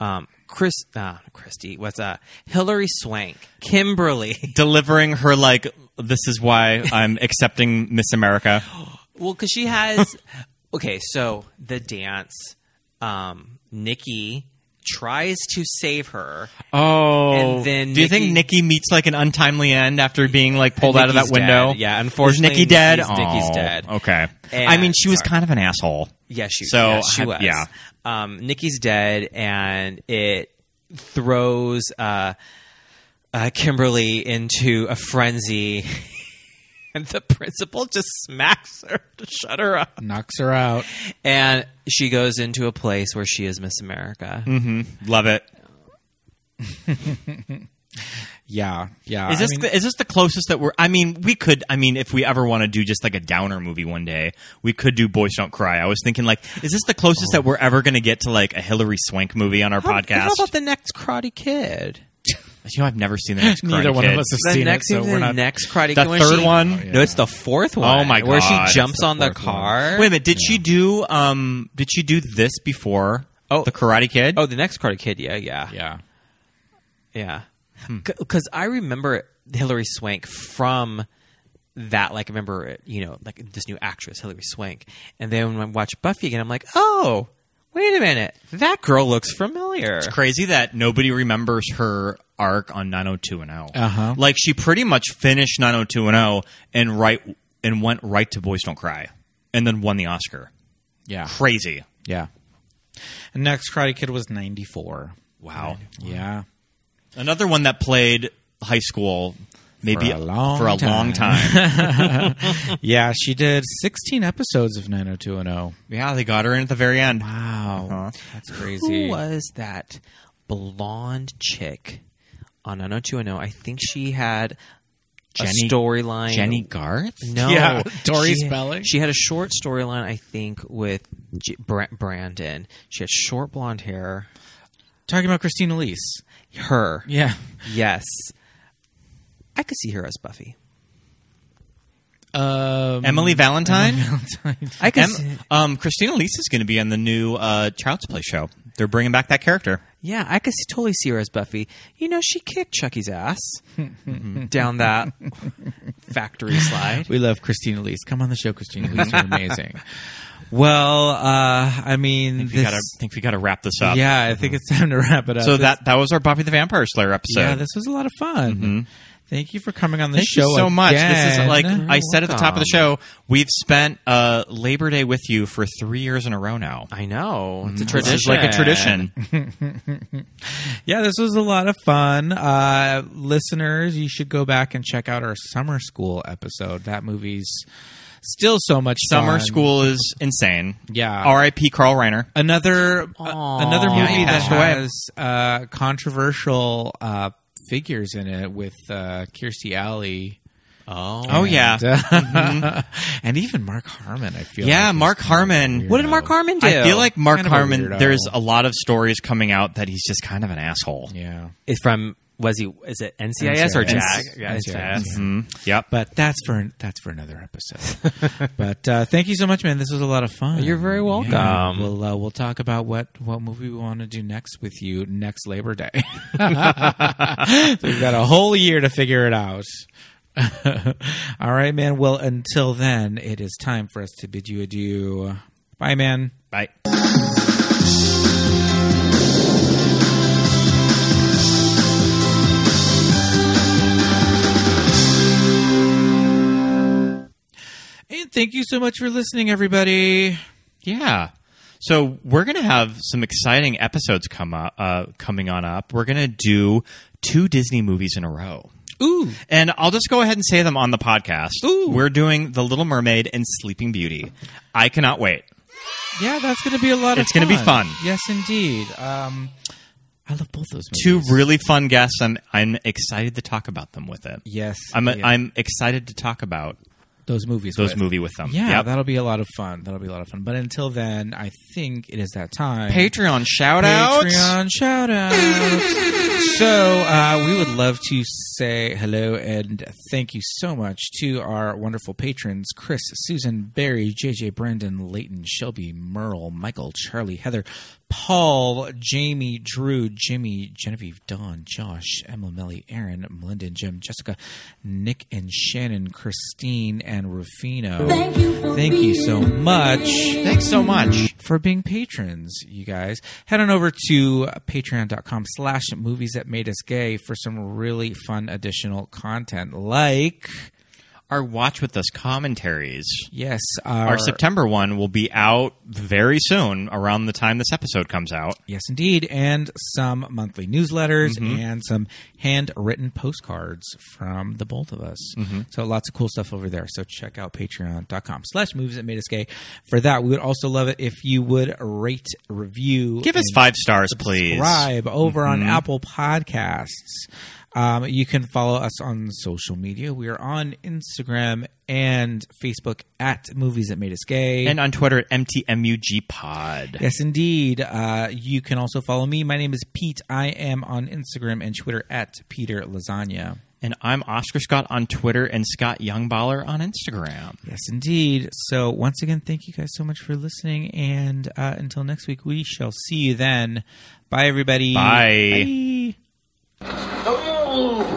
Speaker 9: Um, Chris, uh, Christy, what's uh, Hillary Swank, Kimberly.
Speaker 8: Delivering her like, "This is why I'm accepting Miss America."
Speaker 9: Well, because she has. okay, so the dance. Um, Nikki tries to save her.
Speaker 8: Oh,
Speaker 9: And then
Speaker 8: do you think
Speaker 9: Nikki-
Speaker 8: Nikki meets like an untimely end after being like pulled out of that
Speaker 9: Nikki's
Speaker 8: window?
Speaker 9: dead. Yeah, unfortunately,
Speaker 8: is Nikki dead.
Speaker 9: Nikki's- Nikki's
Speaker 8: Oh,
Speaker 9: dead.
Speaker 8: Okay, I
Speaker 9: And-
Speaker 8: mean she was
Speaker 9: sorry.
Speaker 8: kind of an asshole.
Speaker 9: Yeah, she.
Speaker 8: So
Speaker 9: yeah, she
Speaker 8: I-
Speaker 9: was.
Speaker 8: yeah.
Speaker 9: Um, Nikki's dead, and it throws uh, uh, Kimberly into a frenzy, and the principal just smacks her to shut her up,
Speaker 7: Knocks her out.
Speaker 9: and she goes into a place where she is Miss America.
Speaker 8: hmm Love it.
Speaker 7: Yeah, yeah.
Speaker 8: Is
Speaker 7: I
Speaker 8: this
Speaker 7: mean-
Speaker 8: the, is this the closest that we're? I mean, we could. I mean, if we ever want to do just like a downer movie one day, we could do Boys Don't Cry. I was thinking like, is this the closest that we're ever going to get to like a Hillary Swank movie on our
Speaker 9: Oh. How-
Speaker 8: podcast?
Speaker 9: How about the next Karate Kid?
Speaker 8: you know, I've never seen the next.
Speaker 7: Neither
Speaker 8: Karate
Speaker 7: one of
Speaker 8: Kid.
Speaker 7: us have
Speaker 9: The
Speaker 7: seen
Speaker 9: next,
Speaker 7: it, so
Speaker 9: the
Speaker 7: we're not.
Speaker 9: next Karate
Speaker 8: The
Speaker 9: Kid. when
Speaker 8: third
Speaker 9: she-
Speaker 8: one?
Speaker 9: No, it's the fourth one.
Speaker 8: Oh my
Speaker 9: Where she
Speaker 8: God. It's
Speaker 9: jumps
Speaker 8: the
Speaker 9: on the
Speaker 7: fourth one.
Speaker 9: car.
Speaker 8: Wait a minute. Did she do? Um, did she do this before?
Speaker 9: Oh.
Speaker 8: the Karate Kid.
Speaker 9: Oh, the next Karate Kid. Yeah, yeah,
Speaker 7: Yeah,
Speaker 9: yeah. Because I remember Hilary Swank from that. Like, I remember it, you know, like this new actress, Hilary Swank. And then when I watch Buffy again, I'm like, oh, wait a minute, that girl looks familiar.
Speaker 8: It's crazy that nobody remembers her arc on 90210.
Speaker 7: Uh-huh.
Speaker 8: Like she pretty much finished 90210 and right and went right to Boys Don't Cry and then won the Oscar.
Speaker 7: yeah,
Speaker 8: Crazy.
Speaker 7: yeah. And next Karate Kid was ninety four.
Speaker 8: Wow.
Speaker 7: Yeah.
Speaker 8: Another one that played high school maybe
Speaker 7: For a long
Speaker 8: for a
Speaker 7: time.
Speaker 8: long time.
Speaker 7: Yeah, she did 16 episodes of 90210.
Speaker 8: yeah, they got her in at the very end.
Speaker 9: Uh-huh.
Speaker 7: Wow. That's
Speaker 9: Who
Speaker 7: crazy.
Speaker 9: was that blonde chick on 90210. I think she had
Speaker 8: Jenny-
Speaker 9: a storyline.
Speaker 8: Jenny Garth?
Speaker 9: No.
Speaker 7: Yeah, Dory
Speaker 9: She-
Speaker 7: Spelling?
Speaker 9: She had a short storyline, I think, with J- Bra- Brandon. She had short blonde hair.
Speaker 7: Talking about Christina Lees.
Speaker 9: Her.
Speaker 7: Yeah.
Speaker 9: Yes. I could see her as Buffy.
Speaker 7: Um,
Speaker 8: Emily Valentine.
Speaker 7: Valentine.
Speaker 9: I could
Speaker 8: Em-
Speaker 9: see it.
Speaker 8: um, Christina Lise is going to be on the new uh, Child's Play show. They're bringing back that character.
Speaker 9: Yeah, I could see, totally see her as Buffy. You know, she kicked Chucky's ass down that factory slide.
Speaker 7: We love Christina Lees. Come on the show, Christina Lees. You're amazing. Well, uh, I mean,
Speaker 8: We
Speaker 7: this-
Speaker 8: gotta, I think we got to wrap this up.
Speaker 7: yeah, I think it's time to wrap it up.
Speaker 8: So
Speaker 7: This-
Speaker 8: that that was our Buffy the Vampire Slayer episode. Mm-hmm.
Speaker 7: yeah, this was a lot of fun. Thank you for coming on the
Speaker 8: Thank
Speaker 7: show
Speaker 8: you so much. This is
Speaker 7: again.
Speaker 8: like I said at the top of the
Speaker 7: Um,
Speaker 8: show. We've spent uh, Labor Day with you for three years in a row now.
Speaker 9: I know. It's a
Speaker 8: This
Speaker 9: tradition.
Speaker 8: is like a tradition.
Speaker 7: Yeah, this was a lot of fun. Uh, listeners, you should go back and check out our summer school episode. That movie's still so much
Speaker 8: Summer
Speaker 7: fun.
Speaker 8: school is insane.
Speaker 7: Yeah.
Speaker 8: R.I.P. Carl Reiner.
Speaker 7: Another uh,
Speaker 9: Aw.
Speaker 7: another
Speaker 9: Yeah,
Speaker 7: movie
Speaker 8: he
Speaker 7: that
Speaker 8: passed away.
Speaker 7: has uh, controversial uh, figures in it with uh, Kirstie Alley.
Speaker 9: Oh.
Speaker 8: Oh yeah,
Speaker 7: And, uh, and even Mark Harmon. I feel
Speaker 8: yeah.
Speaker 7: like is
Speaker 8: Mark
Speaker 7: kind of
Speaker 8: Harmon.
Speaker 7: weird.
Speaker 9: What did Mark Harmon do?
Speaker 8: I feel like Mark
Speaker 7: Kind of a
Speaker 8: Harmon.
Speaker 7: weirdo.
Speaker 8: There's a lot of stories coming out that he's just kind of an asshole.
Speaker 7: Yeah,
Speaker 9: It's from was he is it NCIS or
Speaker 7: NCIS.
Speaker 9: JAG? Mm-hmm. Yeah,
Speaker 7: NCIS.
Speaker 9: NCIS.
Speaker 8: Mhm. Yep.
Speaker 7: but that's for that's for another episode. but uh, thank you so much, man. This was a lot of fun.
Speaker 9: You're very welcome.
Speaker 7: Yeah. We'll uh, we'll talk about what what movie we want to do next with you next Labor Day. We've got a whole year to figure it out. All right, man. Well, until then, it is time for us to bid you adieu. Bye, man.
Speaker 8: Bye.
Speaker 7: And thank you so much for listening, everybody.
Speaker 8: Yeah. So we're gonna have some exciting episodes come up, uh, coming on up. We're gonna do two Disney movies in a row.
Speaker 7: Ooh.
Speaker 8: And I'll just go ahead and say them on the podcast.
Speaker 7: Ooh.
Speaker 8: We're doing The Little Mermaid and Sleeping Beauty. I cannot wait.
Speaker 7: Yeah, that's going to be a lot of
Speaker 8: It's gonna be fun.
Speaker 7: Yes, indeed. Um, I love both those movies.
Speaker 8: Two really fun guests. I'm I'm excited to talk about them with it.
Speaker 7: Yes.
Speaker 8: I'm
Speaker 7: yeah.
Speaker 8: I'm excited to talk about
Speaker 7: those movies.
Speaker 8: those
Speaker 7: with.
Speaker 8: movie with them.
Speaker 7: Yeah,
Speaker 8: Yep.
Speaker 7: that'll be a lot of fun. That'll be a lot of fun. But until then, I think it is that time.
Speaker 8: Patreon shout outs.
Speaker 7: Patreon shout out. so uh, we would love to say hello and thank you so much to our wonderful patrons Chris, Susan, Barry, JJ, Brandon, Leighton, Shelby, Merle, Michael, Charlie, Heather, Paul, Jamie, Drew, Jimmy, Genevieve, Dawn, Josh, Emma, Melly, Aaron, Melinda, and Jim, Jessica, Nick, and Shannon, Christine, and Rufino. Thank you, thank you so much
Speaker 8: Thanks so much.
Speaker 7: for being patrons, you guys. Head on over to patreon.com slash movies that made us gay for some really fun additional content like,
Speaker 8: Our watch with us commentaries.
Speaker 7: yes, our,
Speaker 8: Our September one will be out very soon around the time this episode comes out.
Speaker 7: yes indeed, and some monthly newsletters
Speaker 8: Mm-hmm.
Speaker 7: and some handwritten postcards from the both of us.
Speaker 8: Mm-hmm.
Speaker 7: So lots of cool stuff over there. So check out patreon.com slash movies that made us gay for that. We would also love it if you would rate, review,
Speaker 8: Give us
Speaker 7: and
Speaker 8: five stars, please.
Speaker 7: subscribe over on Apple Podcasts. Um, you can follow us on social media. We are on Instagram and Facebook at Movies That Made Us Gay.
Speaker 8: And on Twitter at MTMUG Pod.
Speaker 7: yes, indeed. Uh, you can also follow me. My name is Pete. I am on Instagram and Twitter at Peter Lasagna.
Speaker 8: And I'm Oscar Scott on Twitter and Scott Youngballer on Instagram.
Speaker 7: Yes, indeed. So, once again, thank you guys so much for listening. And uh, until next week, we shall see you then. Bye, everybody.
Speaker 8: Bye.
Speaker 7: Bye.
Speaker 1: Oh,